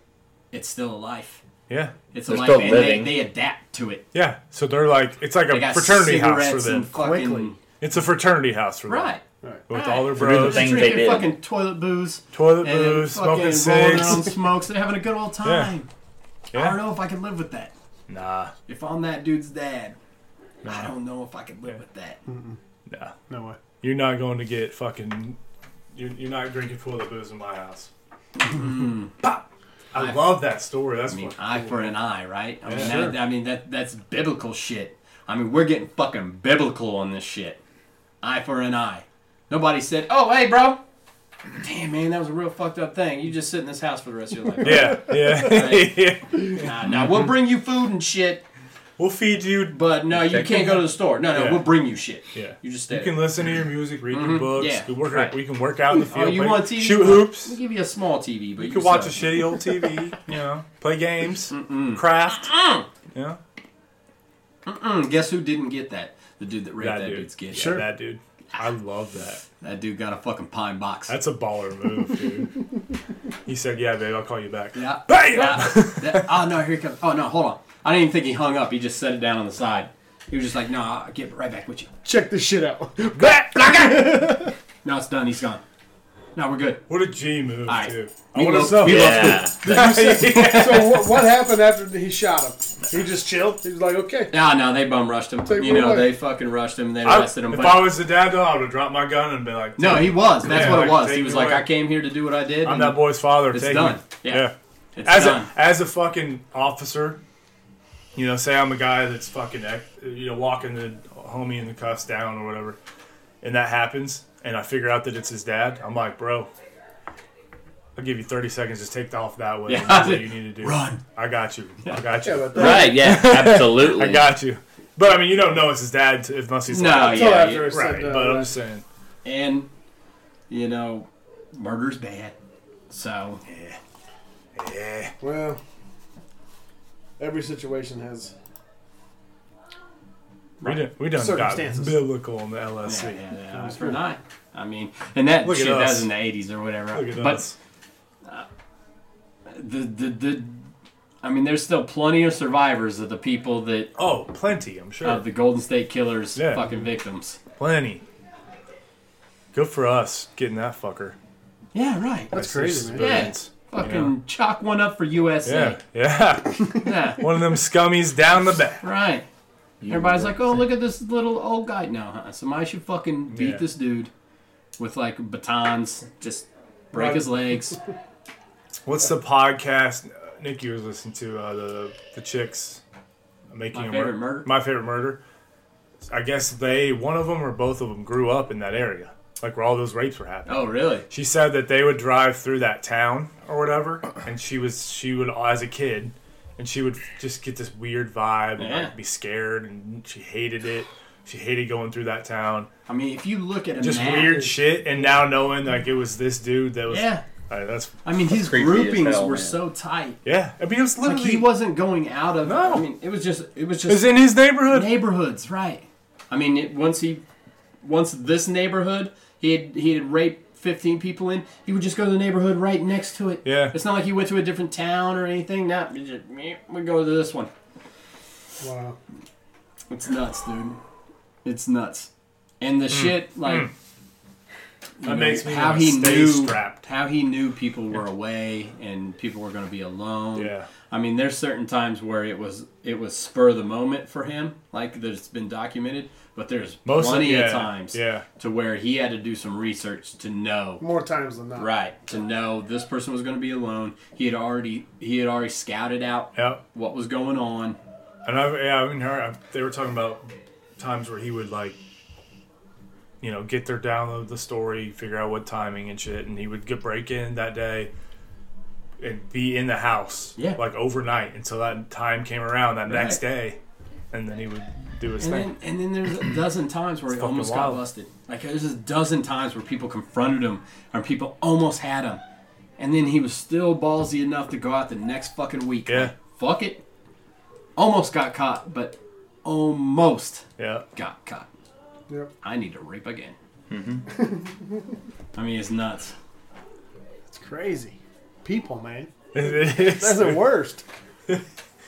C: it's still a life.
B: Yeah.
C: It's a
G: They're
C: life,
G: still
C: and
G: living.
C: They, they adapt to it.
B: Yeah. So they're like, it's like
C: They
B: a
C: got
B: fraternity house for
C: cigarettes
B: them.
C: and fucking
E: Quickly.
B: It's a fraternity house for them.
C: right.
B: With
C: Right.
B: all their
G: For doing the
B: bros,
G: thing. Things they
C: drinking
G: did.
C: fucking toilet booze,
B: toilet
C: and
B: booze,
C: fucking
B: smoking
C: rolling their own
B: cigs.
C: smokes. They're having a good old time. I don't
B: Yeah.
C: know if I can live with that.
B: Nah.
C: If I'm that dude's dad, I don't know if I can live with that.
B: Nah.
E: No way.
B: You're not going to get fucking. You're, you're not drinking toilet booze in my house. Pop! I love that story. That's
C: Mm-hmm. I mean,
B: what.
C: eye for an eye, right? I mean,
B: Yeah.
C: that, I mean that that's biblical shit. I mean, we're getting fucking biblical on this shit. Eye for an eye. Nobody said, "Oh, hey, bro." Damn, man, that was a real fucked up thing. You just sit in this house for the rest of your life.
B: Yeah, yeah,
C: Right.
B: yeah.
C: Nah, nah, we'll bring you food and shit,
B: We'll feed you.
C: but no, you
G: Check
C: can't
G: it.
C: go to the store. No, no,
B: Yeah.
C: we'll bring you shit.
B: Yeah.
C: You just stay. Mm-hmm.
B: You can listen to your music, read your books.
C: Yeah,
B: we, work,
C: right.
B: we can work out in the
C: oh,
B: field.
C: you
B: play-
C: want TV?
B: Shoot
C: We'll-
B: hoops.
C: We'll give you a small TV, but
B: You
C: you
B: can watch a
C: still-
B: shitty old TV. You know, play games, craft. Yeah,
C: Mm, guess who didn't get that? The dude that raped that,
B: that dude.
C: dude's kid.
B: Yeah, that dude. I love that.
C: That dude got a fucking pine box.
B: That's a baller move, dude. he said, "Yeah, babe, I'll call you back."
C: Yeah.
B: Bam!
C: Yeah. That- oh no, here he comes. Oh no, hold on. I didn't even think he hung up. He just set it down on the side. He was just like, "No, I'll get right back with you."
E: Check this shit out.
B: Back!
C: No, it's done. He's gone. No, we're good.
B: What a G move,
C: All right.
B: too. I
E: We
B: want
E: love-
B: to know.
E: we
G: Yeah.
B: Yeah.
E: so what, what happened after he shot him? He just chilled. He was like, okay.
C: No, no, they bum rushed him.
E: Take
C: you
E: him
C: know,
E: away.
C: they fucking rushed him. They
B: I-
C: arrested him.
B: if
C: but-
B: I was the dad, though, I would have dropped my gun and been like,
C: no, he was. That's
B: Yeah,
C: what
B: like,
C: it was.
B: take
C: He was
B: him
C: like,
B: away.
C: "I came here to do what I did."
B: I'm
C: and
B: that boy's father.
C: It's
B: Take
C: done.
B: me."
C: Yeah.
B: yeah.
C: It's
B: As
C: done.
B: a as a fucking officer, you know, say I'm a guy that's fucking ec- you know walking the homie in the cuffs down or whatever, and that happens, and I figure out that it's his dad. I'm like, bro, I'll give you 30 seconds. Just take off that way.
C: Yeah.
B: and do what you need to do.
C: Run.
B: I got you. I got
E: Yeah,
B: you.
E: but that-
G: Right, yeah, absolutely.
B: I got you. But I mean, you don't know it's his dad t- unless he's
C: no,
B: like,
E: Until
C: yeah,
E: after
C: yeah.
E: he said uh,
B: right.
E: that,
B: But I'm
E: right.
B: just saying.
C: and you know, murder's bad. So
B: Yeah.
E: Well, every situation has.
B: We done, we done got
E: Circumstances.
B: biblical on the
C: yeah,
B: LSC.
C: yeah, yeah.
E: That's
C: for
E: cool.
C: nine. I mean, and that
B: Look at
C: shit that
B: us.
C: was in the '80s or whatever.
B: Look at
C: but uh,
B: us.
C: the the the I mean, there's still plenty of survivors of the people that
B: Oh, plenty, I'm sure.
C: of the Golden State Killers
B: Yeah.
C: fucking victims.
B: Plenty. Good for us getting that fucker.
C: Yeah, right.
E: That's crazy, man.
C: Yeah, fucking chalk one up for USA.
B: Yeah, yeah.
C: Yeah,
B: One of them scummies down the back.
C: right. Everybody's like, oh, look at this little old guy. No, huh? somebody should fucking beat
B: Yeah.
C: this dude with like batons, just break his legs.
B: What's the podcast uh, Nikki was listening to? Uh, the the chicks making
C: My
B: a
C: Favorite
B: Mur-
C: Murder?
B: My favorite murder. I guess they one of them or both of them grew up in that area, like where all those rapes were happening.
C: Oh, really?
B: She said that they would drive through that town or whatever, and she was she would as a kid, and she would just get this weird vibe and
C: Yeah.
B: like, be scared, and she hated it. She hated going through that town.
C: I mean, if you look at a
B: just
C: map-
B: weird shit. And now knowing like it was this dude that was
C: Yeah,
B: Like, that's
C: I mean, his
G: creepy as
C: groupings
G: hell,
C: were
G: man.
C: so tight.
B: yeah. I mean, it was
C: Like
B: literally
C: he wasn't going out of.
B: No.
C: I mean, it was just it was
B: it was
C: just
B: in his neighborhood.
C: neighborhoods, right? I mean, it, once he, once this neighborhood, he had he had raped fifteen people in. He would just go to the neighborhood right next to it.
B: Yeah.
C: it's not like he went to a different town or anything. Nah, we just meh, we go to this one.
E: Wow.
C: It's nuts, dude. It's nuts, and the
B: Hmm.
C: shit like. you
B: That makes me
C: how
B: wanna
C: he
B: stay
C: knew
B: strapped.
C: how he knew people were away and people were going to be alone.
B: Yeah.
C: I mean, there's certain times where it was it was spur of the moment for him, like that's been documented. But there's
B: Mostly,
C: plenty
B: yeah,
C: of times
B: yeah.
C: to where he had to do some research to know
E: More times than not.
C: right to know this person was going to be alone. He had already he had already scouted out
B: Yeah,
C: what was going on.
B: and I yeah I mean her I, they were talking about times where he would like you know get their download the story, figure out what timing and shit, and he would get break in that day. And be in the house,
C: Yeah.
B: like overnight until that time came around that next
C: Right.
B: day, and then he would do his
C: And
B: thing.
C: then, and then there's a dozen times where he
B: fucking
C: almost
B: wild.
C: got busted. Like there's a dozen times where people confronted him or people almost had him, and then he was still ballsy enough to go out the next fucking week.
B: Yeah.
C: fuck it. Almost got caught, but almost
B: Yeah.
C: got caught.
E: Yep.
C: I need to rape again.
B: Mm-hmm.
C: I mean, it's nuts.
E: It's crazy. People, man.
B: It is.
E: That's the worst.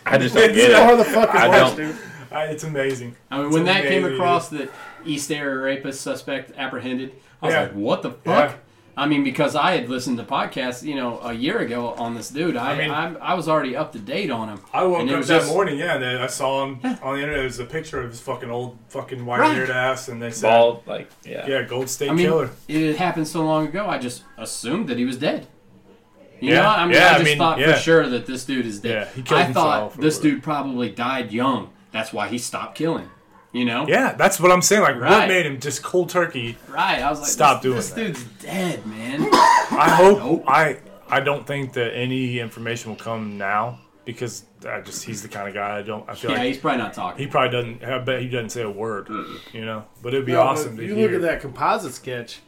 G: I just don't get
E: Or
G: it.
E: the fucking
G: I
E: worst,
G: don't-
E: dude.
B: I- it's amazing.
C: I mean,
B: It's
C: when that came
B: amazing.
C: across that East Area rapist suspect apprehended, I was
B: Yeah.
C: like, what the fuck?
B: Yeah.
C: I mean, because I had listened to podcasts, you know, a year ago on this dude. I I,
B: mean-
C: am I was already up to date on him.
B: I woke
C: And it
B: up that
C: was just-
B: morning, yeah, and then I saw him on the internet. It was a picture of his fucking old, fucking white-eared ass, and they said,
G: Bald, like, yeah.
B: "Yeah, Gold State
C: I mean,
B: Killer."
C: it had happened so long ago, I just assumed that he was dead. You
B: Yeah.
C: know, I mean,
B: Yeah,
C: I
B: I
C: just
B: mean,
C: thought
B: yeah.
C: for sure that this dude is dead.
B: Yeah, he killed
C: I thought
B: himself or
C: this
B: whatever.
C: dude probably died young. That's why he stopped killing. You know?
B: Yeah, that's what I'm saying. Like, what
C: Right.
B: made him just cold turkey?
C: Right. I was like,
B: Stop
C: this,
B: doing
C: this
B: that.
C: dude's dead, man.
B: I hope
C: Nope.
B: I I don't think that any information will come now because I just he's the kind of guy I don't. I feel
C: yeah,
B: like
C: he's Mm. probably not talking.
B: he probably doesn't. I bet he doesn't say a word. You know, but it'd be
E: No, but
B: awesome to
E: You
B: hear.
E: look at that composite sketch.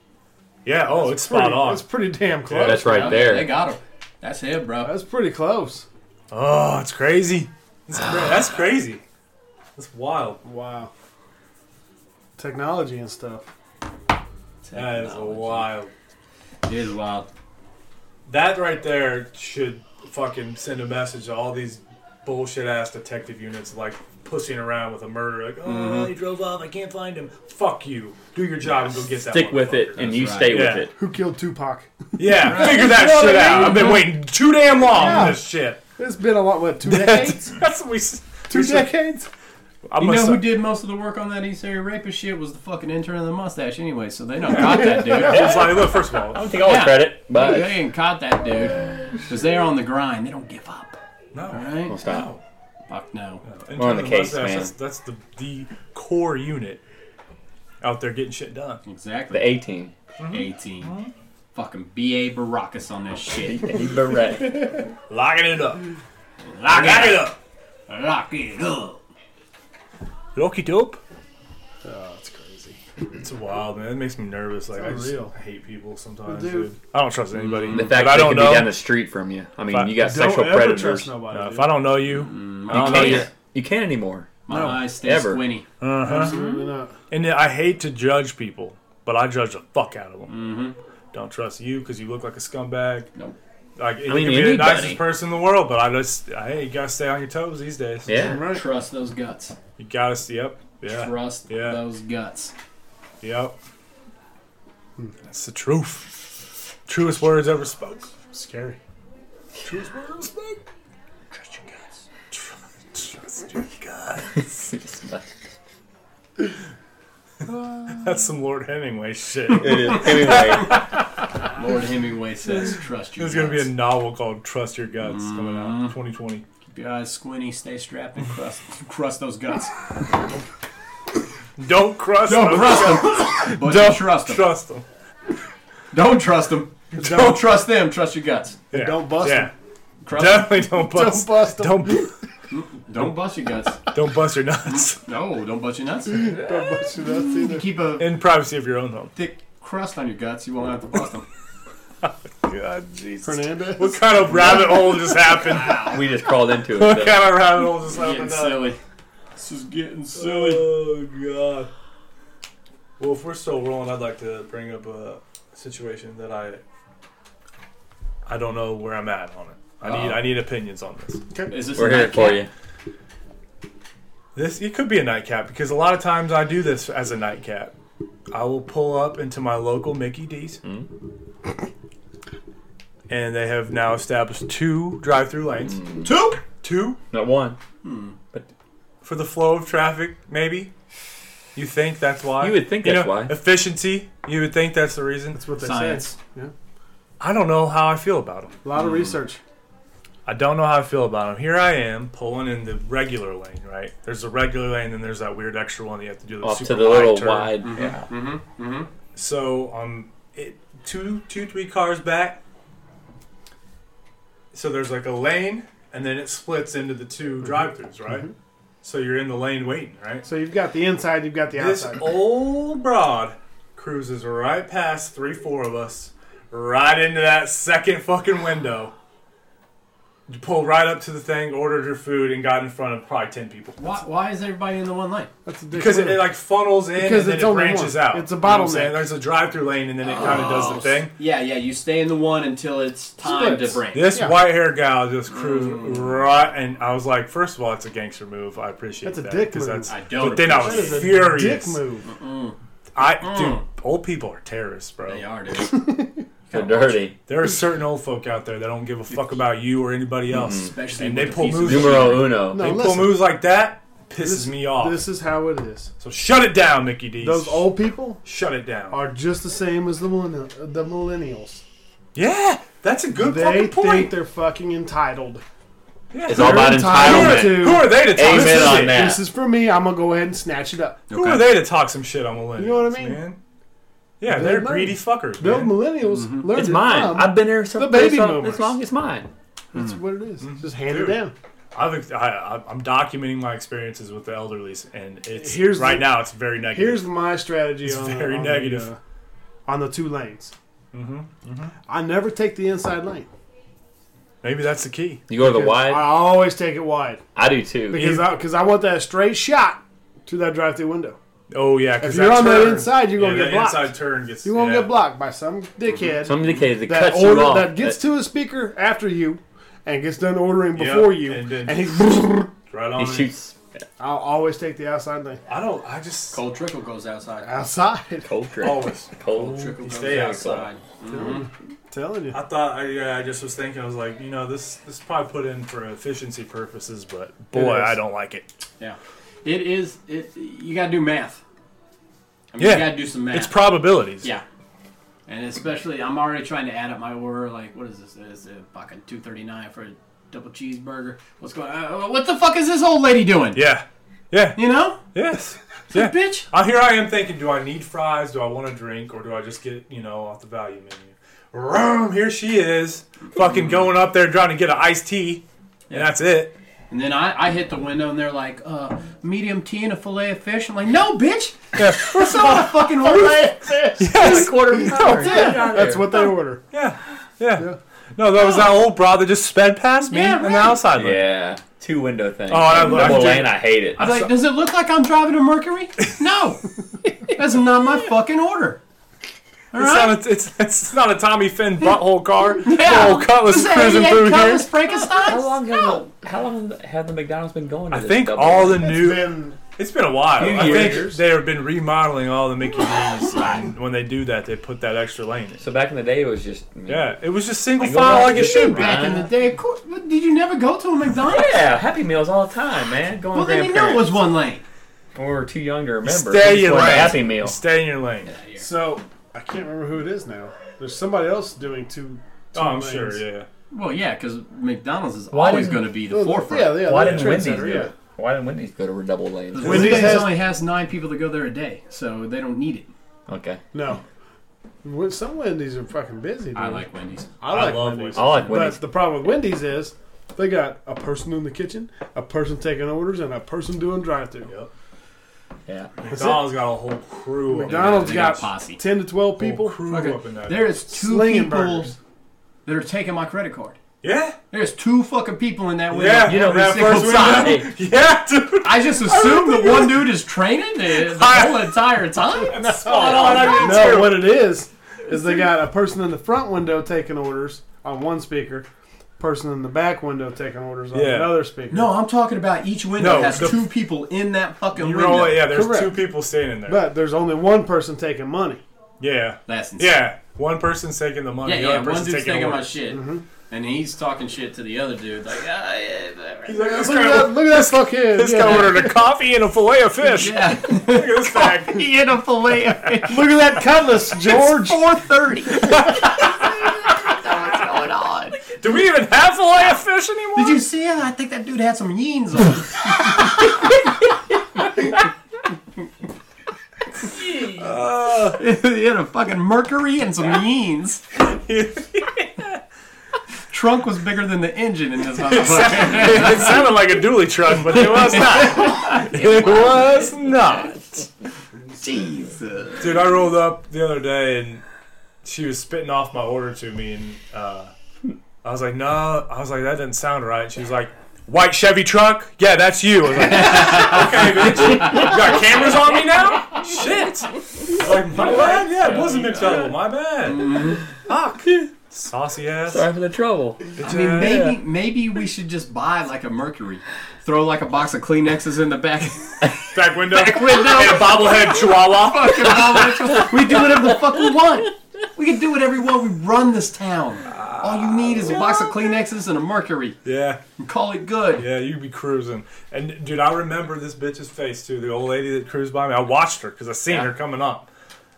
B: Yeah. Oh, it's spot
E: pretty,
B: on.
E: That's pretty damn close.
G: That's
C: Yeah,
G: right
C: They
G: there.
C: got him. That's it, bro.
E: That's pretty close.
B: Oh, it's crazy. It's cra- that's crazy. That's wild.
E: Wow. Technology and stuff.
B: That is
C: Technology.
B: wild.
C: It is wild.
B: That right there should fucking send a message to all these bullshit ass detective units like pussying around with a murderer. Like, oh, he drove off. I can't find him. Fuck you. Do your job and go get that.
G: Stick with it,
B: motherfucker.
G: and you
C: right.
G: stay
B: Yeah.
G: with it.
E: Who killed Tupac?
B: Yeah, figure that
E: You know
B: shit
E: what I
B: out.
E: mean?
B: I've been waiting too damn long
E: Yeah.
B: for this shit.
E: It's been a lot, what, two
B: That's,
E: decades?
B: that's what we. s-
E: Two
B: we should-
E: decades?
B: I
C: You know
B: must-
C: who did most of the work on that East Area rapist shit was the fucking intern of the mustache anyway, so they don't caught that dude.
B: It's like, look, first of all,
G: Take all the
C: Yeah.
G: credit, but
C: They ain't caught that dude. Because they're on the grind. They don't give up.
B: no.
C: Right?
G: stop.
C: Fuck no.
B: In
G: We're on
B: terms
G: the
B: of
G: case,
B: mustache,
G: man.
B: That's, that's the, the core unit out there getting shit done.
C: Exactly.
G: The A team.
C: 18. Fucking B.A. Baracus on this shit.
G: Beret.
B: Locking it up.
C: Lock it up.
B: up.
C: Lock it up.
B: Locky dope.
E: Oh, it's crazy.
B: It's wild, man. It makes me nervous. Like I just
E: unreal.
B: hate people sometimes.
E: Dude.
B: Dude. I don't trust anybody.
G: The
B: If
G: fact
B: I
G: that they
B: don't
G: could be down
B: know.
G: the street from you. I
B: If I-
G: mean, you got
E: Don't
G: sexual
E: ever
G: predators.
E: trust
G: You
E: nobody.
B: No,
E: dude.
B: if I don't know you,
G: Mm-hmm.
B: I don't know you.
G: can't. You can't anymore.
C: My eyes stay
G: ever.
C: squinty.
E: Absolutely not.
B: And I hate to judge people, but I judge the fuck out of them.
G: Mm-hmm.
B: Don't trust you because you look like a scumbag.
C: Nope.
B: Like, I you can
G: mean,
B: be the
G: anybody.
B: nicest person in the world, but I just, I, hey, you gotta stay on your toes these days.
G: Yeah.
E: Right.
C: Trust those guts.
B: You gotta stay up. Yeah.
C: Trust
B: Yeah.
C: those guts.
B: Yep. Hmm, That's the truth. Truest words ever spoke.
E: Scary.
B: Truest words ever spoke. Trust your guts. Trust your guts. That's some Lord Hemingway shit.
G: anyway,
C: Lord Hemingway says, trust your
B: There's gonna be a
C: guts.
B: novel called Trust Your Guts coming out in 2020.
C: Keep your eyes squinty, stay strapped, and crust, crust those guts.
B: Don't crust
C: Don't
B: them.
C: trust them. But
B: Don't
C: you trust them.
B: Trust them.
C: don't trust them. Don't trust them. Trust your guts.
B: Yeah.
E: Don't bust
B: Yeah.
C: Trust
B: Definitely don't bust.
E: Don't bust them.
B: Don't
C: Don't bust your guts.
B: don't bust your nuts
C: No, don't bust your nuts.
E: Don't bust your nuts either.
C: Keep a
B: in privacy of your own home.
C: thick crust on your guts. You won't have to bust them.
B: God, Jesus.
E: Hernandez.
B: What kind of rabbit hole just happened?
G: we just crawled into it.
B: What
G: so-
B: kind of rabbit hole just
C: getting
B: happened? up?
C: silly. This is getting silly.
B: Oh God. Well, if we're still rolling, I'd like to bring up a situation that I I don't know where I'm at on it. I need
C: Uh-oh.
B: I need opinions on this.
C: Is this
G: We're
C: a
G: here for
C: nightcap?
G: you.
B: This it could be a nightcap because a lot of times I do this as a nightcap. I will pull up into my local Mickey D's, and they have now established two drive-through lanes. Two, two
G: Not one.
B: for the flow of traffic, maybe. You think that's why?
G: You would think that's why.
B: Efficiency. You would think that's the reason.
E: That's what they
C: Science.
E: say. Yeah.
B: I don't know how I feel about them.
E: A lot of research.
B: I don't know how I feel about them. Here I am pulling in the regular lane, right? There's the regular lane, then there's that weird extra one that you have to do the
G: Off
B: super
G: to the little
B: turn.
G: wide. Yeah.
B: So um, it, two, two, three cars back. So there's like a lane, and then it splits into the 2
E: Mm-hmm.
B: drive-throughs, right? So you're in the lane waiting, right?
E: So you've got the inside, you've got the
B: This
E: outside.
B: old broad cruises right past three, four of us, right into that second fucking window. You pulled right up to the thing, ordered your food, and got in front of probably ten people.
C: Why, why is everybody in the one lane?
E: That's a dick
B: Because it,
E: move.
B: it like funnels in
E: Because
B: and then
E: it's
B: it
E: only
B: branches
E: one.
B: out.
E: It's a
B: You know what I'm
E: bottleneck. Oh,
B: saying? There's a drive-through lane, and then it kind of does the thing.
C: Yeah, yeah. You stay in the one until it's time
E: Splits.
C: to branch.
B: This
E: Yeah. Mm.
B: white-haired gal just cruised right, and I was like, first of all, it's a gangster move. I appreciate
E: That's a
B: that,
E: dick
B: 'cause
E: move.
B: That's,
C: I don't
B: But then I
E: that
B: was
E: is a
B: furious.
E: dick move.
B: I
C: Mm.
B: dude, old people are terrorists, bro.
C: They are, dude.
G: They're dirty.
B: There are certain old folk out there that don't give a fuck about you or anybody else,
C: Especially
B: and
C: with
B: they
C: the
B: pull
C: piece of
B: moves.
C: shit.
G: Numero uno.
E: No,
B: They pull
E: listen.
B: moves like that. Pisses me off.
E: This is how it is.
B: so shut it down, Mickey D.
E: Those old people
B: shut it down.
E: are just the same as the millennial, the millennials.
B: yeah, that's a good
E: They
B: fucking
E: think
B: point.
E: they're fucking entitled.
G: It's all about
E: They're entitled
G: entitlement.
E: to-
B: Who are they to talk
G: Amen
B: some shit?
G: on that.
E: This is for me. I'm gonna go ahead and snatch it up.
B: Who are they to talk some shit on millennials?
E: know what I mean?
B: Man? Yeah,
E: They're
B: they're,
E: mine.
B: greedy fuckers.
E: Those
B: Man.
E: millennials
B: Mm-hmm.
E: learned
H: It's
E: it
H: mine.
E: from-
H: I've been there so,
E: the baby
H: so
E: boomers.
H: as long. It's mine.
E: That's what it is. Just
B: Mm-hmm.
E: hand
B: Dude.
E: it down.
B: I've, ex- I, I- I'm documenting my experiences with the elderlies, and it's
E: Here's
B: right
E: the-
B: now it's very negative.
E: Here's my strategy.
B: It's
E: on,
B: very
E: on
B: negative. Mm-hmm.
E: The, uh, on the two lanes. I never take the inside lane.
B: Maybe that's the key.
G: You go to the
E: I
G: wide.
E: always take it wide
G: I do too.
E: because I, because I want that straight shot to that drive-through window.
B: Oh yeah, because
E: If you're on that inside, you're gonna get blocked.
B: Inside turn gets
E: You won't
B: yeah.
E: get blocked by some dickhead
G: Some decades that,
E: that
G: cuts you
E: order
G: off.
E: that gets to a speaker after you and gets done ordering
B: Yep,
E: before you,
B: and
E: and,
B: then-
E: he.
B: right
G: He
B: on. it.
G: shoots
E: I'll always take the outside lane.
B: I don't. I just
C: Cold trickle goes outside.
E: Outside,
G: cold drink.
B: always.
G: Cold
C: Trickle goes
B: stay
C: outside.
E: telling you.
B: I thought. I, yeah, I just was thinking. I was like, you know, this this is probably put in for efficiency purposes, but boy,
E: is.
B: I don't like it.
C: Yeah. It is. It. You gotta do math. I mean,
B: Yeah.
C: you gotta do some math.
B: It's probabilities.
C: Yeah. And especially, I'm already trying to add up my order. Like, what is this? Is it fucking two thirty nine for a double cheeseburger? What's going? Uh, what the fuck is this old lady doing?
B: Yeah. Yeah.
C: You know,
B: Yes. Yeah.
C: bitch.
B: Uh, here I am thinking, do I need fries? Do I want a drink? Or do I just get, you know, off the value menu? Room, here she is. Fucking going up there trying to get an iced tea. And that's it.
C: And then I, I hit the window, and they're like, uh, medium tea and a fillet of fish. I'm like, no, bitch.
B: Yeah.
C: That's not what I fucking ordered.
B: Yes.
H: Quarter pounder.
E: That's what they order.
B: Yeah. Yeah. No, that was that old bra that just sped past me
C: Yeah,
B: on
C: right.
B: the outside. lane.
G: Yeah. Two window thing.
B: Oh, I love-
G: Double
B: I do-
G: lane. I hate it.
C: I'm like, does it look like I'm driving a Mercury? No, that's not my fucking order. All
B: It's,
C: right.
B: not a, it's, it's not a Tommy Finn butthole car.
C: Yeah.
B: Old Cutlass
C: Is that
B: cruising
C: 88
B: through here.
C: Cutlass Frankenstein?
G: How long have
C: No.
G: the, how long have the McDonald's been going? To
B: I
G: this
B: think
G: double
B: all
G: lane?
B: the new.
E: Then
B: It's been a while.
G: Few
B: I
G: years.
B: think they have been remodeling all the Mickey D's. and when they do that, they put that extra lane in.
G: So back in the day, it was just
B: Yeah, it was just single
G: Like, go
B: file
G: back
B: like
G: to
B: it
G: the
B: should be.
C: Back in the day, of course, but did you never go to a McDonald's?
G: Yeah, Happy Meals all the time, man. Going
C: Well,
G: to
C: then you know it
G: grandparents.
C: was one lane.
G: when we were too young to remember.
B: Stay in
G: We
B: your
G: just wanted
B: lane.
G: a Happy Meal.
B: Stay in your lane.
E: so I can't remember who it is now. There's somebody else doing two. two
B: Oh, I'm
E: lanes.
B: sure. Yeah.
C: Well, yeah, because McDonald's is
G: Why
C: always
G: didn't-
C: going to be the
E: Yeah,
C: forefront.
E: yeah, yeah.
G: Why
E: Oh, the
G: didn't
E: trade
G: Wendy's
E: center,
G: do
E: yeah.
G: it? Why didn't Wendy's go to double lanes?
E: Wendy's
C: Wendy's
E: has-
C: only has nine people that go there a day, so they don't need it.
G: Okay.
E: No. When- Some Wendy's are fucking busy. Dude.
B: Mm-hmm.
C: I like Wendy's.
E: I like
B: love
E: Wendy's.
G: I like Wendy's.
E: But the problem with Wendy's is they got a person in the kitchen, a person taking orders, and a person doing drive-through.
G: Yeah.
B: McDonald's got a whole crew. up there.
E: McDonald's
C: They got a
E: got,
C: posse.
E: ten to twelve
B: Whole
E: people.
B: crew
C: Okay,
B: up in that.
C: There is two
E: Slinging
C: people
E: burgers.
C: that are taking my credit card.
B: yeah.
C: There's two fucking people in that window.
B: Yeah.
G: You know,
C: every
B: that
C: single
B: first
C: time.
B: window. Yeah, dude.
C: I just assumed that one dude is training the, the
B: I-
C: whole entire time.
G: Oh,
B: Spot on, I mean,
E: No, what it is is they got a person in the front window taking orders on one speaker, person in the back window taking orders on
B: Yeah.
E: another speaker.
C: No, I'm talking about each window
B: No,
C: has
B: the-
C: two people in that fucking
B: You
C: window.
B: roll it. Yeah, there's
E: Correct.
B: two people standing there.
E: but there's only one person taking money.
B: yeah.
C: That's insane.
B: Yeah. One person's taking the money.
C: Yeah,
B: the
C: yeah,
B: other
C: one
B: person's
C: dude's
B: taking,
C: taking my
B: orders.
C: shit, and he's talking shit to the other dude. Like, ah, yeah, blah, blah."
B: He's like, this
E: Look at that,
B: guy,
E: look at that fuckhead.
B: this
E: Yeah.
B: guy ordered a coffee and a fillet of fish.
C: yeah.
B: Look at this bag.
C: he in a fillet.
E: Look at that cutlass, George.
C: Four thirty. What's going on?
B: Do we even have fillet of fish anymore?
C: Did you see it? I think that dude had some yeans on. he had a fucking mercury and some yeans. Trunk was bigger than the engine in this motherfucker.
B: it sounded like a dually truck, but it was not. It was not.
C: Jesus.
B: Dude, I rolled up the other day and she was spitting off my order to me, and uh, I was like, no. I was like, that doesn't sound right. She was like, white Chevy truck? Yeah, that's you. I was like, okay, bitch. You got cameras on me now? Shit. Like, my bad. Yeah, it was a mixed double. My bad. Fuck. Saucy ass.
G: Sorry for the trouble.
B: Bitch
C: I mean,
B: ass.
C: maybe maybe we should just buy like a Mercury, throw like a box of Kleenexes in the back.
B: Back window. Back window. And a bobblehead chihuahua.
C: we do whatever the fuck we want. We can do whatever we want. We run this town. All you need is a box of Kleenexes and a Mercury.
B: Yeah.
C: And call it good.
B: Yeah, you'd be cruising. And dude, I remember this bitch's face too. The old lady that cruised by me. I watched her because I seen
C: Yeah.
B: her coming up.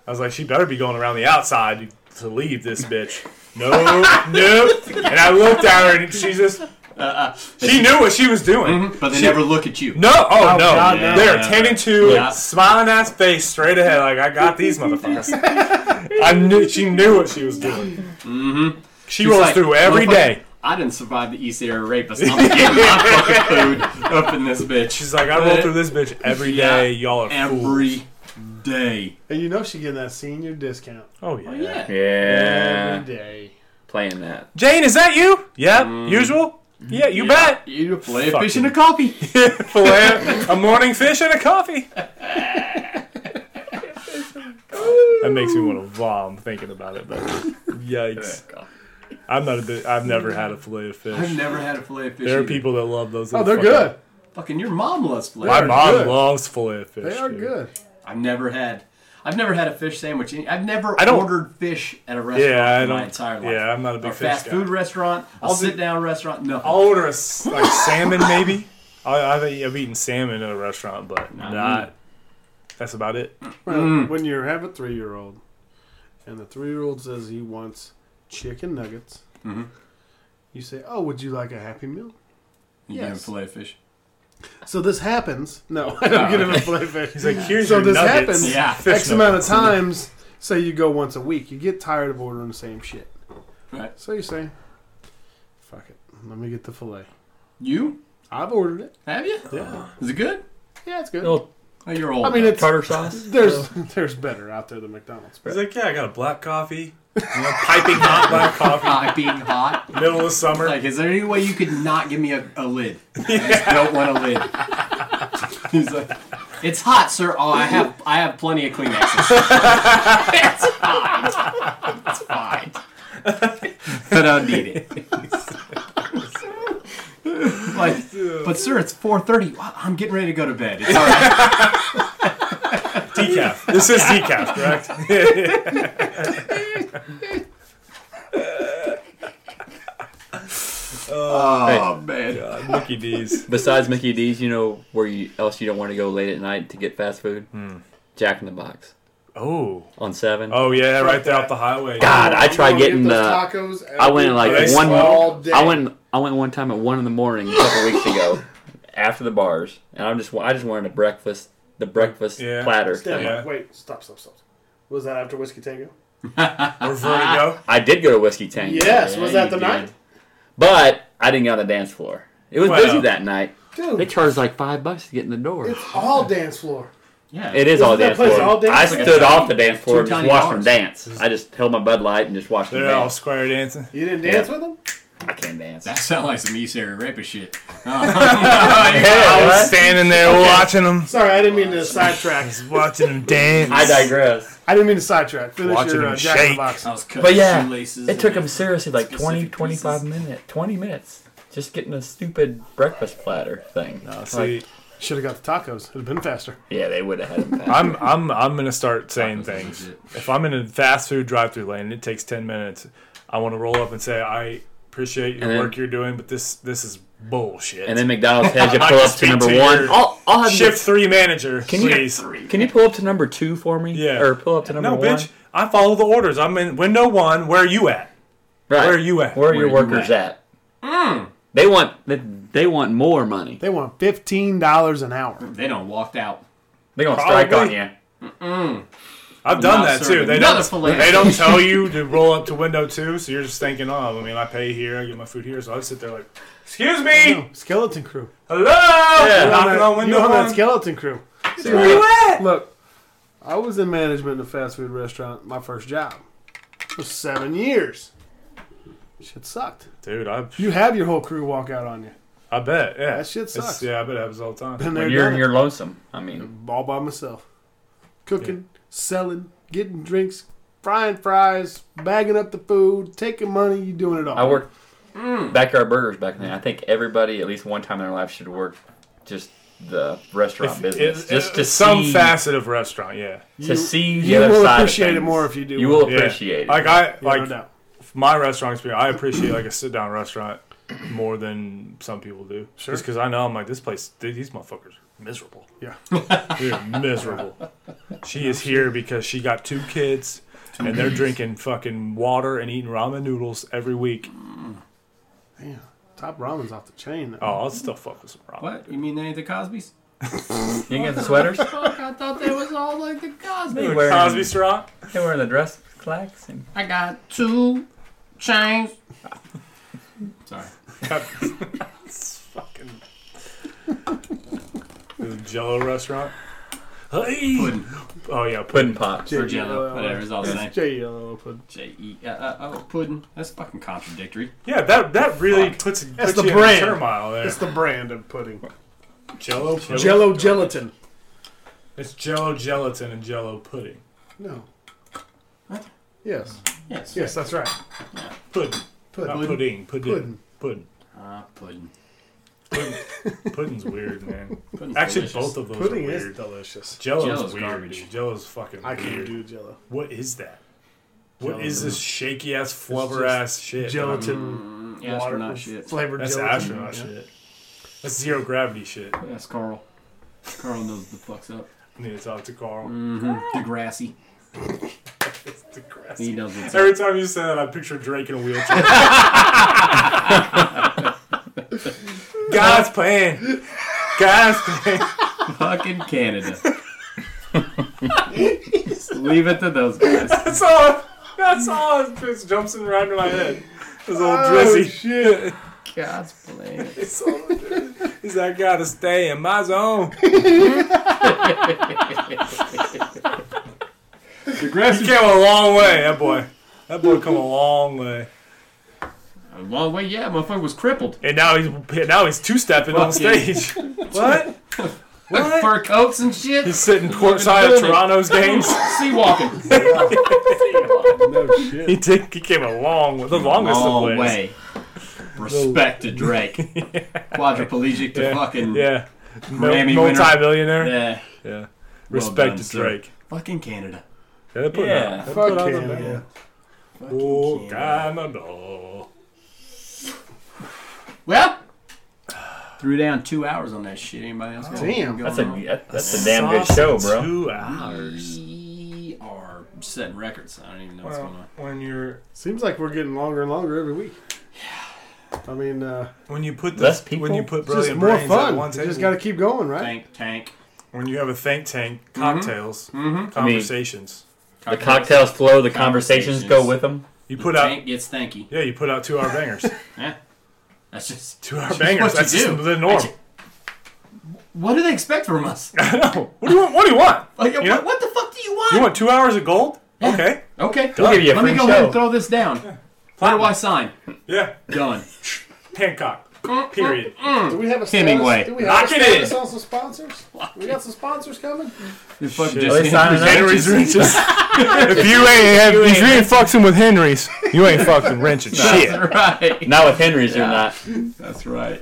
B: I was like, she better be going around the outside to leave this bitch. No, nope. And I looked at her and she just.
C: Uh-uh.
B: she knew what she was doing.
C: But they
B: She-
C: never look at you.
B: No, oh, no.
E: God,
C: no.
B: They're
C: Yeah.
B: 10 and 2,
C: Yeah.
B: smiling ass face straight ahead. Like, I got these motherfuckers. I knew she knew what she was doing. Mm-hmm. She
C: She's
B: rolls
C: like,
B: through every
C: "Motherfucker,
B: day.
C: I didn't survive the East Area rape, but I'm getting my fucking food up in this bitch
B: She's like, I roll through this bitch every
C: Yeah.
B: day. Y'all are fools.
C: every day.
E: And you know she getting that senior discount
B: Oh yeah.
G: Yeah.
E: every day.
G: Playing that.
B: Jane, is that you? Yeah. Usual. Yeah, you bet.
C: You play a
B: Fucking-
C: fish in a coffee.
B: Filet, a morning fish and a coffee. that makes me want to vom thinking about it. But yikes! I'm not a bit. I've never had a fillet of
C: I've
B: fish.
C: never had a fillet of fish.
B: There are
C: either.
B: people that love those.
E: Oh,
B: little
E: they're
B: fucking-
E: good.
C: Fucking your mom loves fillet.
B: My
E: They're
B: mom
E: good.
B: loves fillet of fish.
E: They are
B: dude.
E: good.
C: I've never had. I've never had a fish sandwich. I've never
B: I don't-
C: ordered fish at a restaurant
B: Yeah, I
C: in
B: don't.
C: my entire life.
B: Yeah, I'm not a big
C: a
B: fish
C: fast
B: guy.
C: food restaurant, a
B: I'll do-
C: sit down restaurant, nothing.
B: I'll order a s- like salmon maybe. I, I've, I've eaten salmon at a restaurant, but
C: Not
B: not.
C: me.
B: That's about it.
E: Well,
B: Mm.
E: When you have a three year old and the three year old says he wants chicken nuggets,
B: Mm-hmm.
E: you say, Oh, would you like a Happy Meal?
C: you
E: yes.
C: get a fillet of fish.
E: So this happens. No, I don't get him a fillet fish.
B: Oh, He's like, here's
E: So
B: your
E: this
B: nuggets.
E: happens
C: Yeah.
B: Fish
E: X amount of times. Say you go once a week, you get tired of ordering the same shit.
C: Right.
E: So you say, "Fuck it, let me get the fillet."
C: You
E: I've ordered it.
C: have you?
E: Yeah,
C: Is it good?
E: yeah, it's good.
G: Little
C: Oh, you're old.
E: I mean, it's
G: tartar sauce.
E: there's there's better out there than McDonald's.
B: He's like, yeah, I got a black coffee, you know, piping hot black coffee,
C: hot being hot.
B: middle of summer.
C: Like, is there any way you could not give me a, a lid? I just don't want a lid. He's like, it's hot, sir. Oh, I have I have plenty of Kleenexes. it's fine. It's fine. I don't need it. like, but sir, it's four thirty. I'm getting ready to go to bed.
G: Oh,
C: It's all right.
B: decaf. This is decaf, correct?
C: Oh man.
B: Mickey D's.
G: Besides Mickey D's, you know where you, else you don't want to go late at night to get fast food? Jack in the Box
B: Oh,
G: on seven.
B: Hmm. oh yeah, right there off the highway.
G: God, I tried
E: You wanna
G: getting
E: get
G: the.
E: those tacos.
G: I went like
B: They
G: one.
E: all day.
G: I went. I went one time at one in the morning a couple weeks ago, after the bars, and I'm just. I just wanted a breakfast. The breakfast
B: Yeah.
G: platter.
E: Stand
B: Yeah.
E: by. Wait, stop, stop, stop. Was that after Whiskey Tango?
B: Or Vertigo.
G: I did go to Whiskey Tank.
E: Yes. was that the
C: you
E: night?
G: But I didn't get on the dance floor. It was
B: Well.
G: busy that night. They
E: Dude,
G: charged like five bucks to get in the door.
E: it's all dance floor.
C: Yeah.
G: It is all
E: that
G: dance
E: place
G: floor.
E: all dance?
G: I
E: It's
C: like a
G: stood
C: tiny-
G: off the dance floor and
C: two
G: just
C: tiny
G: watched them
C: bars.
G: dance. I just held my Bud Light and just watched them
B: They're all
G: dance.
B: square dancing.
E: You didn't dance with them?
G: I can't dance.
C: That sounds like some East Area rapist shit. Uh,
B: I was standing there watching them,
E: Sorry, I didn't mean to sidetrack.
B: watching them dance.
G: I digress.
E: I didn't mean to sidetrack. Finish
B: Watching
E: your
B: him
E: uh, Jack in the
B: shake. Oh.
E: Box.
C: I was cutting
G: But yeah,
C: shoelaces
G: it took
C: and-
G: them seriously like 20,
C: specific
G: 25 minutes, 20 minutes just getting a stupid breakfast platter thing.
B: Oh, see,
E: Should have got the tacos. It'd have been faster.
G: Yeah, they would have had him back.
B: I'm I'm I'm gonna start saying things. If I'm in a fast food drive-through lane and it takes ten minutes, I want to roll up and say I appreciate your
G: And then-
B: work you're doing, but this this is bullshit.
G: And then McDonald's has you
B: I'd like
G: pull
B: to
G: up to
B: speak
G: number
B: to
G: one. Oh,
B: your
G: I'll, I'll have
B: Shift three manager,
G: you-
B: please.
G: You, can you pull up to number two for me?
B: Yeah.
G: Or pull up to number
B: No,
G: one?
B: bitch. I follow the orders. I'm in window one. Where are you at?
G: Right.
B: Where are you at?
G: Where are your
C: Where you
G: workers at? They want they, they want more money.
E: They want fifteen dollars an hour.
C: They don't walked out.
G: They're gonna strike on
B: Probably.
G: you.
B: I've
C: not
B: done that
C: serving
B: too. They
C: another
B: don't.
C: filet.
B: They don't tell you to roll up to window two, so you're just thinking, oh, I mean, I pay here, I get my food here, so I sit there like, excuse me,
E: No, skeleton crew.
B: hello, knocking
E: You
B: on
E: on that- you
B: window
E: on
B: one.
E: that skeleton crew.
B: Where you at?
E: Look, I was in management in a fast food restaurant. My first job for seven years. Shit sucked.
B: dude. I
E: You have your whole crew walk out on you.
B: I bet. Yeah,
E: That shit
B: It's-
E: sucks.
B: Yeah, I bet it happens all the time.
E: Been there,
G: When you're
E: done
G: you're lonesome. I mean,
E: it. all by myself, cooking, selling, getting drinks, frying fries, bagging up the food, taking money. You doing it all.
G: I worked
C: Mm.
G: backyard burgers back then. I think everybody at least one time in their life should work just the restaurant business,
B: It-
G: just
B: it-
G: to
B: some
G: see
B: facet of restaurant. Yeah,
G: to
E: uh, You-
G: see the
E: you
G: other
E: will
G: side. of
E: appreciate it
G: things.
E: more if you do
G: You will
E: it.
B: Yeah.
G: appreciate it.
B: Like I
E: Yeah,
B: like
E: no doubt.
B: my restaurant experience. I appreciate like a sit down restaurant more than some people do. Sure. Just because I know I'm like this place. Dude, these motherfuckers are miserable.
E: Yeah.
B: They're miserable. She is here because she got two kids, and they're drinking fucking water and eating ramen noodles every week.
E: Damn, top ramen's off the chain. Though.
B: Oh, I'll still fuck with some ramen.
C: What? You mean they ain't the Cosby's?
G: you can get the sweaters.
C: Fuck, I thought they was all like the Cosby.
G: They wear-
B: Cosby straw.
G: They wear the dress slacks and
C: I got two chains. Sorry.
B: It's fucking. the Jello restaurant. Hey.
C: Pudding.
B: Oh yeah, pudding.
G: pudding pops.
C: Or Jello, whatever it's all the same.
E: J-Lo pudding.
C: J E uh, uh, oh pudding. That's fucking contradictory.
B: Yeah, that that really
C: Fuck.
B: puts
E: That's
B: puts
E: the
B: you
E: brand.
B: in turmoil there.
E: It's the brand of pudding.
B: Jello pudding.
E: Jello gelatin.
B: It's Jello gelatin and Jello pudding.
E: No.
C: What?
E: Yes.
C: Yes.
E: Yes, that's right.
B: Pudding. Not
E: Pudding.
B: pudding. Pudding.
E: Pudding.
B: Pudding.
C: Ah, pudding.
B: Pudding. Pudding's weird, man.
C: Pudding's
B: Actually,
C: delicious.
B: both of those
E: Pudding
B: are
E: is
B: weird.
E: delicious.
B: Jello's,
C: Jell-O's
B: weird.
C: garbage.
B: Dude. Jello's fucking
E: I can't
B: weird.
E: do Jello.
B: What is that? What is
E: Jell-O.
B: this shaky ass flubber
E: just
B: ass shit?
E: Gelatin,
C: Mm, yeah,
E: water,
C: not shit.
E: flavored
B: That's
E: gelatin.
B: astronaut
E: Yeah.
B: shit. That's zero gravity shit. I
C: That's Carl. Carl knows the fucks up.
B: need to talk to Carl.
C: Mm. Degrassi.
B: It's depressing.
C: He knows what's up.
B: Every time you say that, I picture Drake in a wheelchair. God's plan. God's plan.
C: Fucking Canada. Leave it to those guys.
B: That's all. That's all. It just jumps in right in my head. This old Drizzy. Oh, Shit.
C: God's plan.
B: It's all He's like, I gotta stay in my zone. He
C: Degrassi.
B: came a long way, that boy. That boy come a long way.
C: A long way, yeah. Motherfucker was crippled.
B: And now he's now he's two stepping on
C: Fucking-
B: stage. what? What?
C: Fur coats and shit.
B: He's sitting courtside at Toronto's games.
C: sea walking.
E: No shit.
B: He did. He came a long, way- the longest
C: Long
B: of ways.
C: way. Respect to Drake. Quadriplegic to
B: Yeah.
C: fucking
B: Yeah,
C: Grammy winner.
B: multi-millionaire.
C: Yeah.
B: Yeah,
C: Well
B: respect
C: done,
B: to
C: sir.
B: Drake.
C: Fucking Canada.
B: Yeah, they put
G: Yeah.
B: yeah.
E: Fuck Canada.
C: Fucking
B: Oh,
C: Canada.
B: Canada.
C: Well, threw down two hours on that shit. Anybody else? Got
E: Damn.
C: anything going
G: That's a
C: on?
G: that- that's a damn good show,
B: Sauce in
G: bro.
B: Two hours.
C: We are setting records. I don't even know what's going
B: Well,
C: on.
B: when you're
E: Seems like we're getting longer and longer every week. I mean, uh,
B: when you put
G: Less
B: this when
G: people?
B: you put
E: it's just
B: brilliant
E: more
B: brains at
E: fun.
B: one
E: You
B: table,
E: just got to keep going, right?
C: Tank, tank.
B: when you have a think tank,
C: Mm-hmm.
B: cocktails, conversations.
G: The cocktails flow. The conversations go
C: Conversations.
G: with them.
B: You
C: The
B: put out
C: tank gets thanky.
B: yeah, you put out two hour bangers.
C: Yeah. That's just.
B: two hour
C: That's
B: bangers.
C: what
B: That's
C: you
B: just
C: do.
B: the norm.
C: What do they expect from us?
B: I know. What do you want? What do you want?
C: Like,
B: Yeah.
C: what, what the fuck do you want?
B: You want two hours of gold? Okay.
C: okay.
G: We'll give you a
C: Let me
G: free
C: go ahead and
G: show.
C: throw this down. Where do I sign?
B: Yeah.
C: Done.
B: Hancock.
C: Mm-hmm.
B: Period.
E: Do we have a status?
C: Hemingway.
E: Do we have
B: Lock it
E: a status
B: in.
E: on some sponsors? We got some sponsors coming.
C: You fucking
B: Shit.
C: just-
G: Are they signing up?
B: Henry's wrenches. if you ain't have, if you ain't fucking with Henry's, you ain't fucking wrenching shit.
C: That's right.
G: Not with Henry's, you're not.
C: That's right.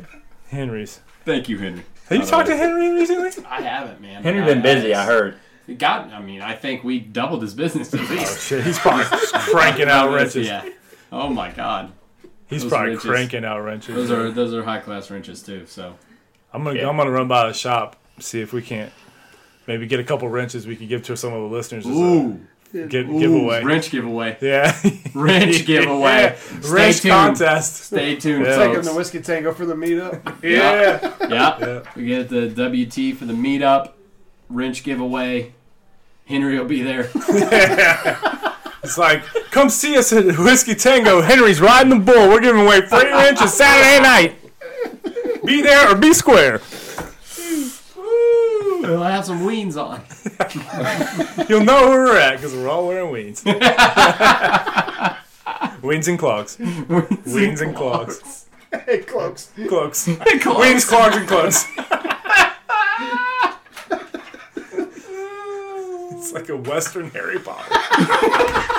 B: Henry's.
C: Thank you, Henry.
B: Have you talked to Henry recently?
C: I haven't, man.
G: Henry
C: I-
G: been busy. I heard.
C: God, I mean, I think we doubled his business at least.
B: Shit, he's probably cranking out wrenches.
C: yeah. Oh my God.
B: He's
C: Those
B: probably
C: wrenches.
B: cranking out wrenches.
C: Those are those are high class wrenches too. So
B: I'm gonna
G: Yeah.
B: I'm gonna run by the shop see if we can't maybe get a couple wrenches we can give to some of the listeners. as a gi- giveaway.
C: wrench giveaway,
B: Yeah,
C: wrench giveaway.
B: Yeah. wrench
C: tuned.
B: contest.
C: Stay tuned,
B: Yeah.
E: Taking
C: folks.
E: the whiskey tango for the meetup.
B: Yeah,
C: yeah.
B: Yeah.
C: we get the WT for the meetup, wrench giveaway. Henry will be there.
B: it's like come see us at Whiskey Tango. Henry's riding the bull. We're giving away free wrenches Saturday night. Be there or be square.
C: He'll have some weens on.
B: You'll know where we're at because we're all wearing weeds. Wings and clogs. Wings and clogs.
E: Hey, cloaks.
B: Clogs. Wings, clogs, and clogs. it's like a Western Harry Potter.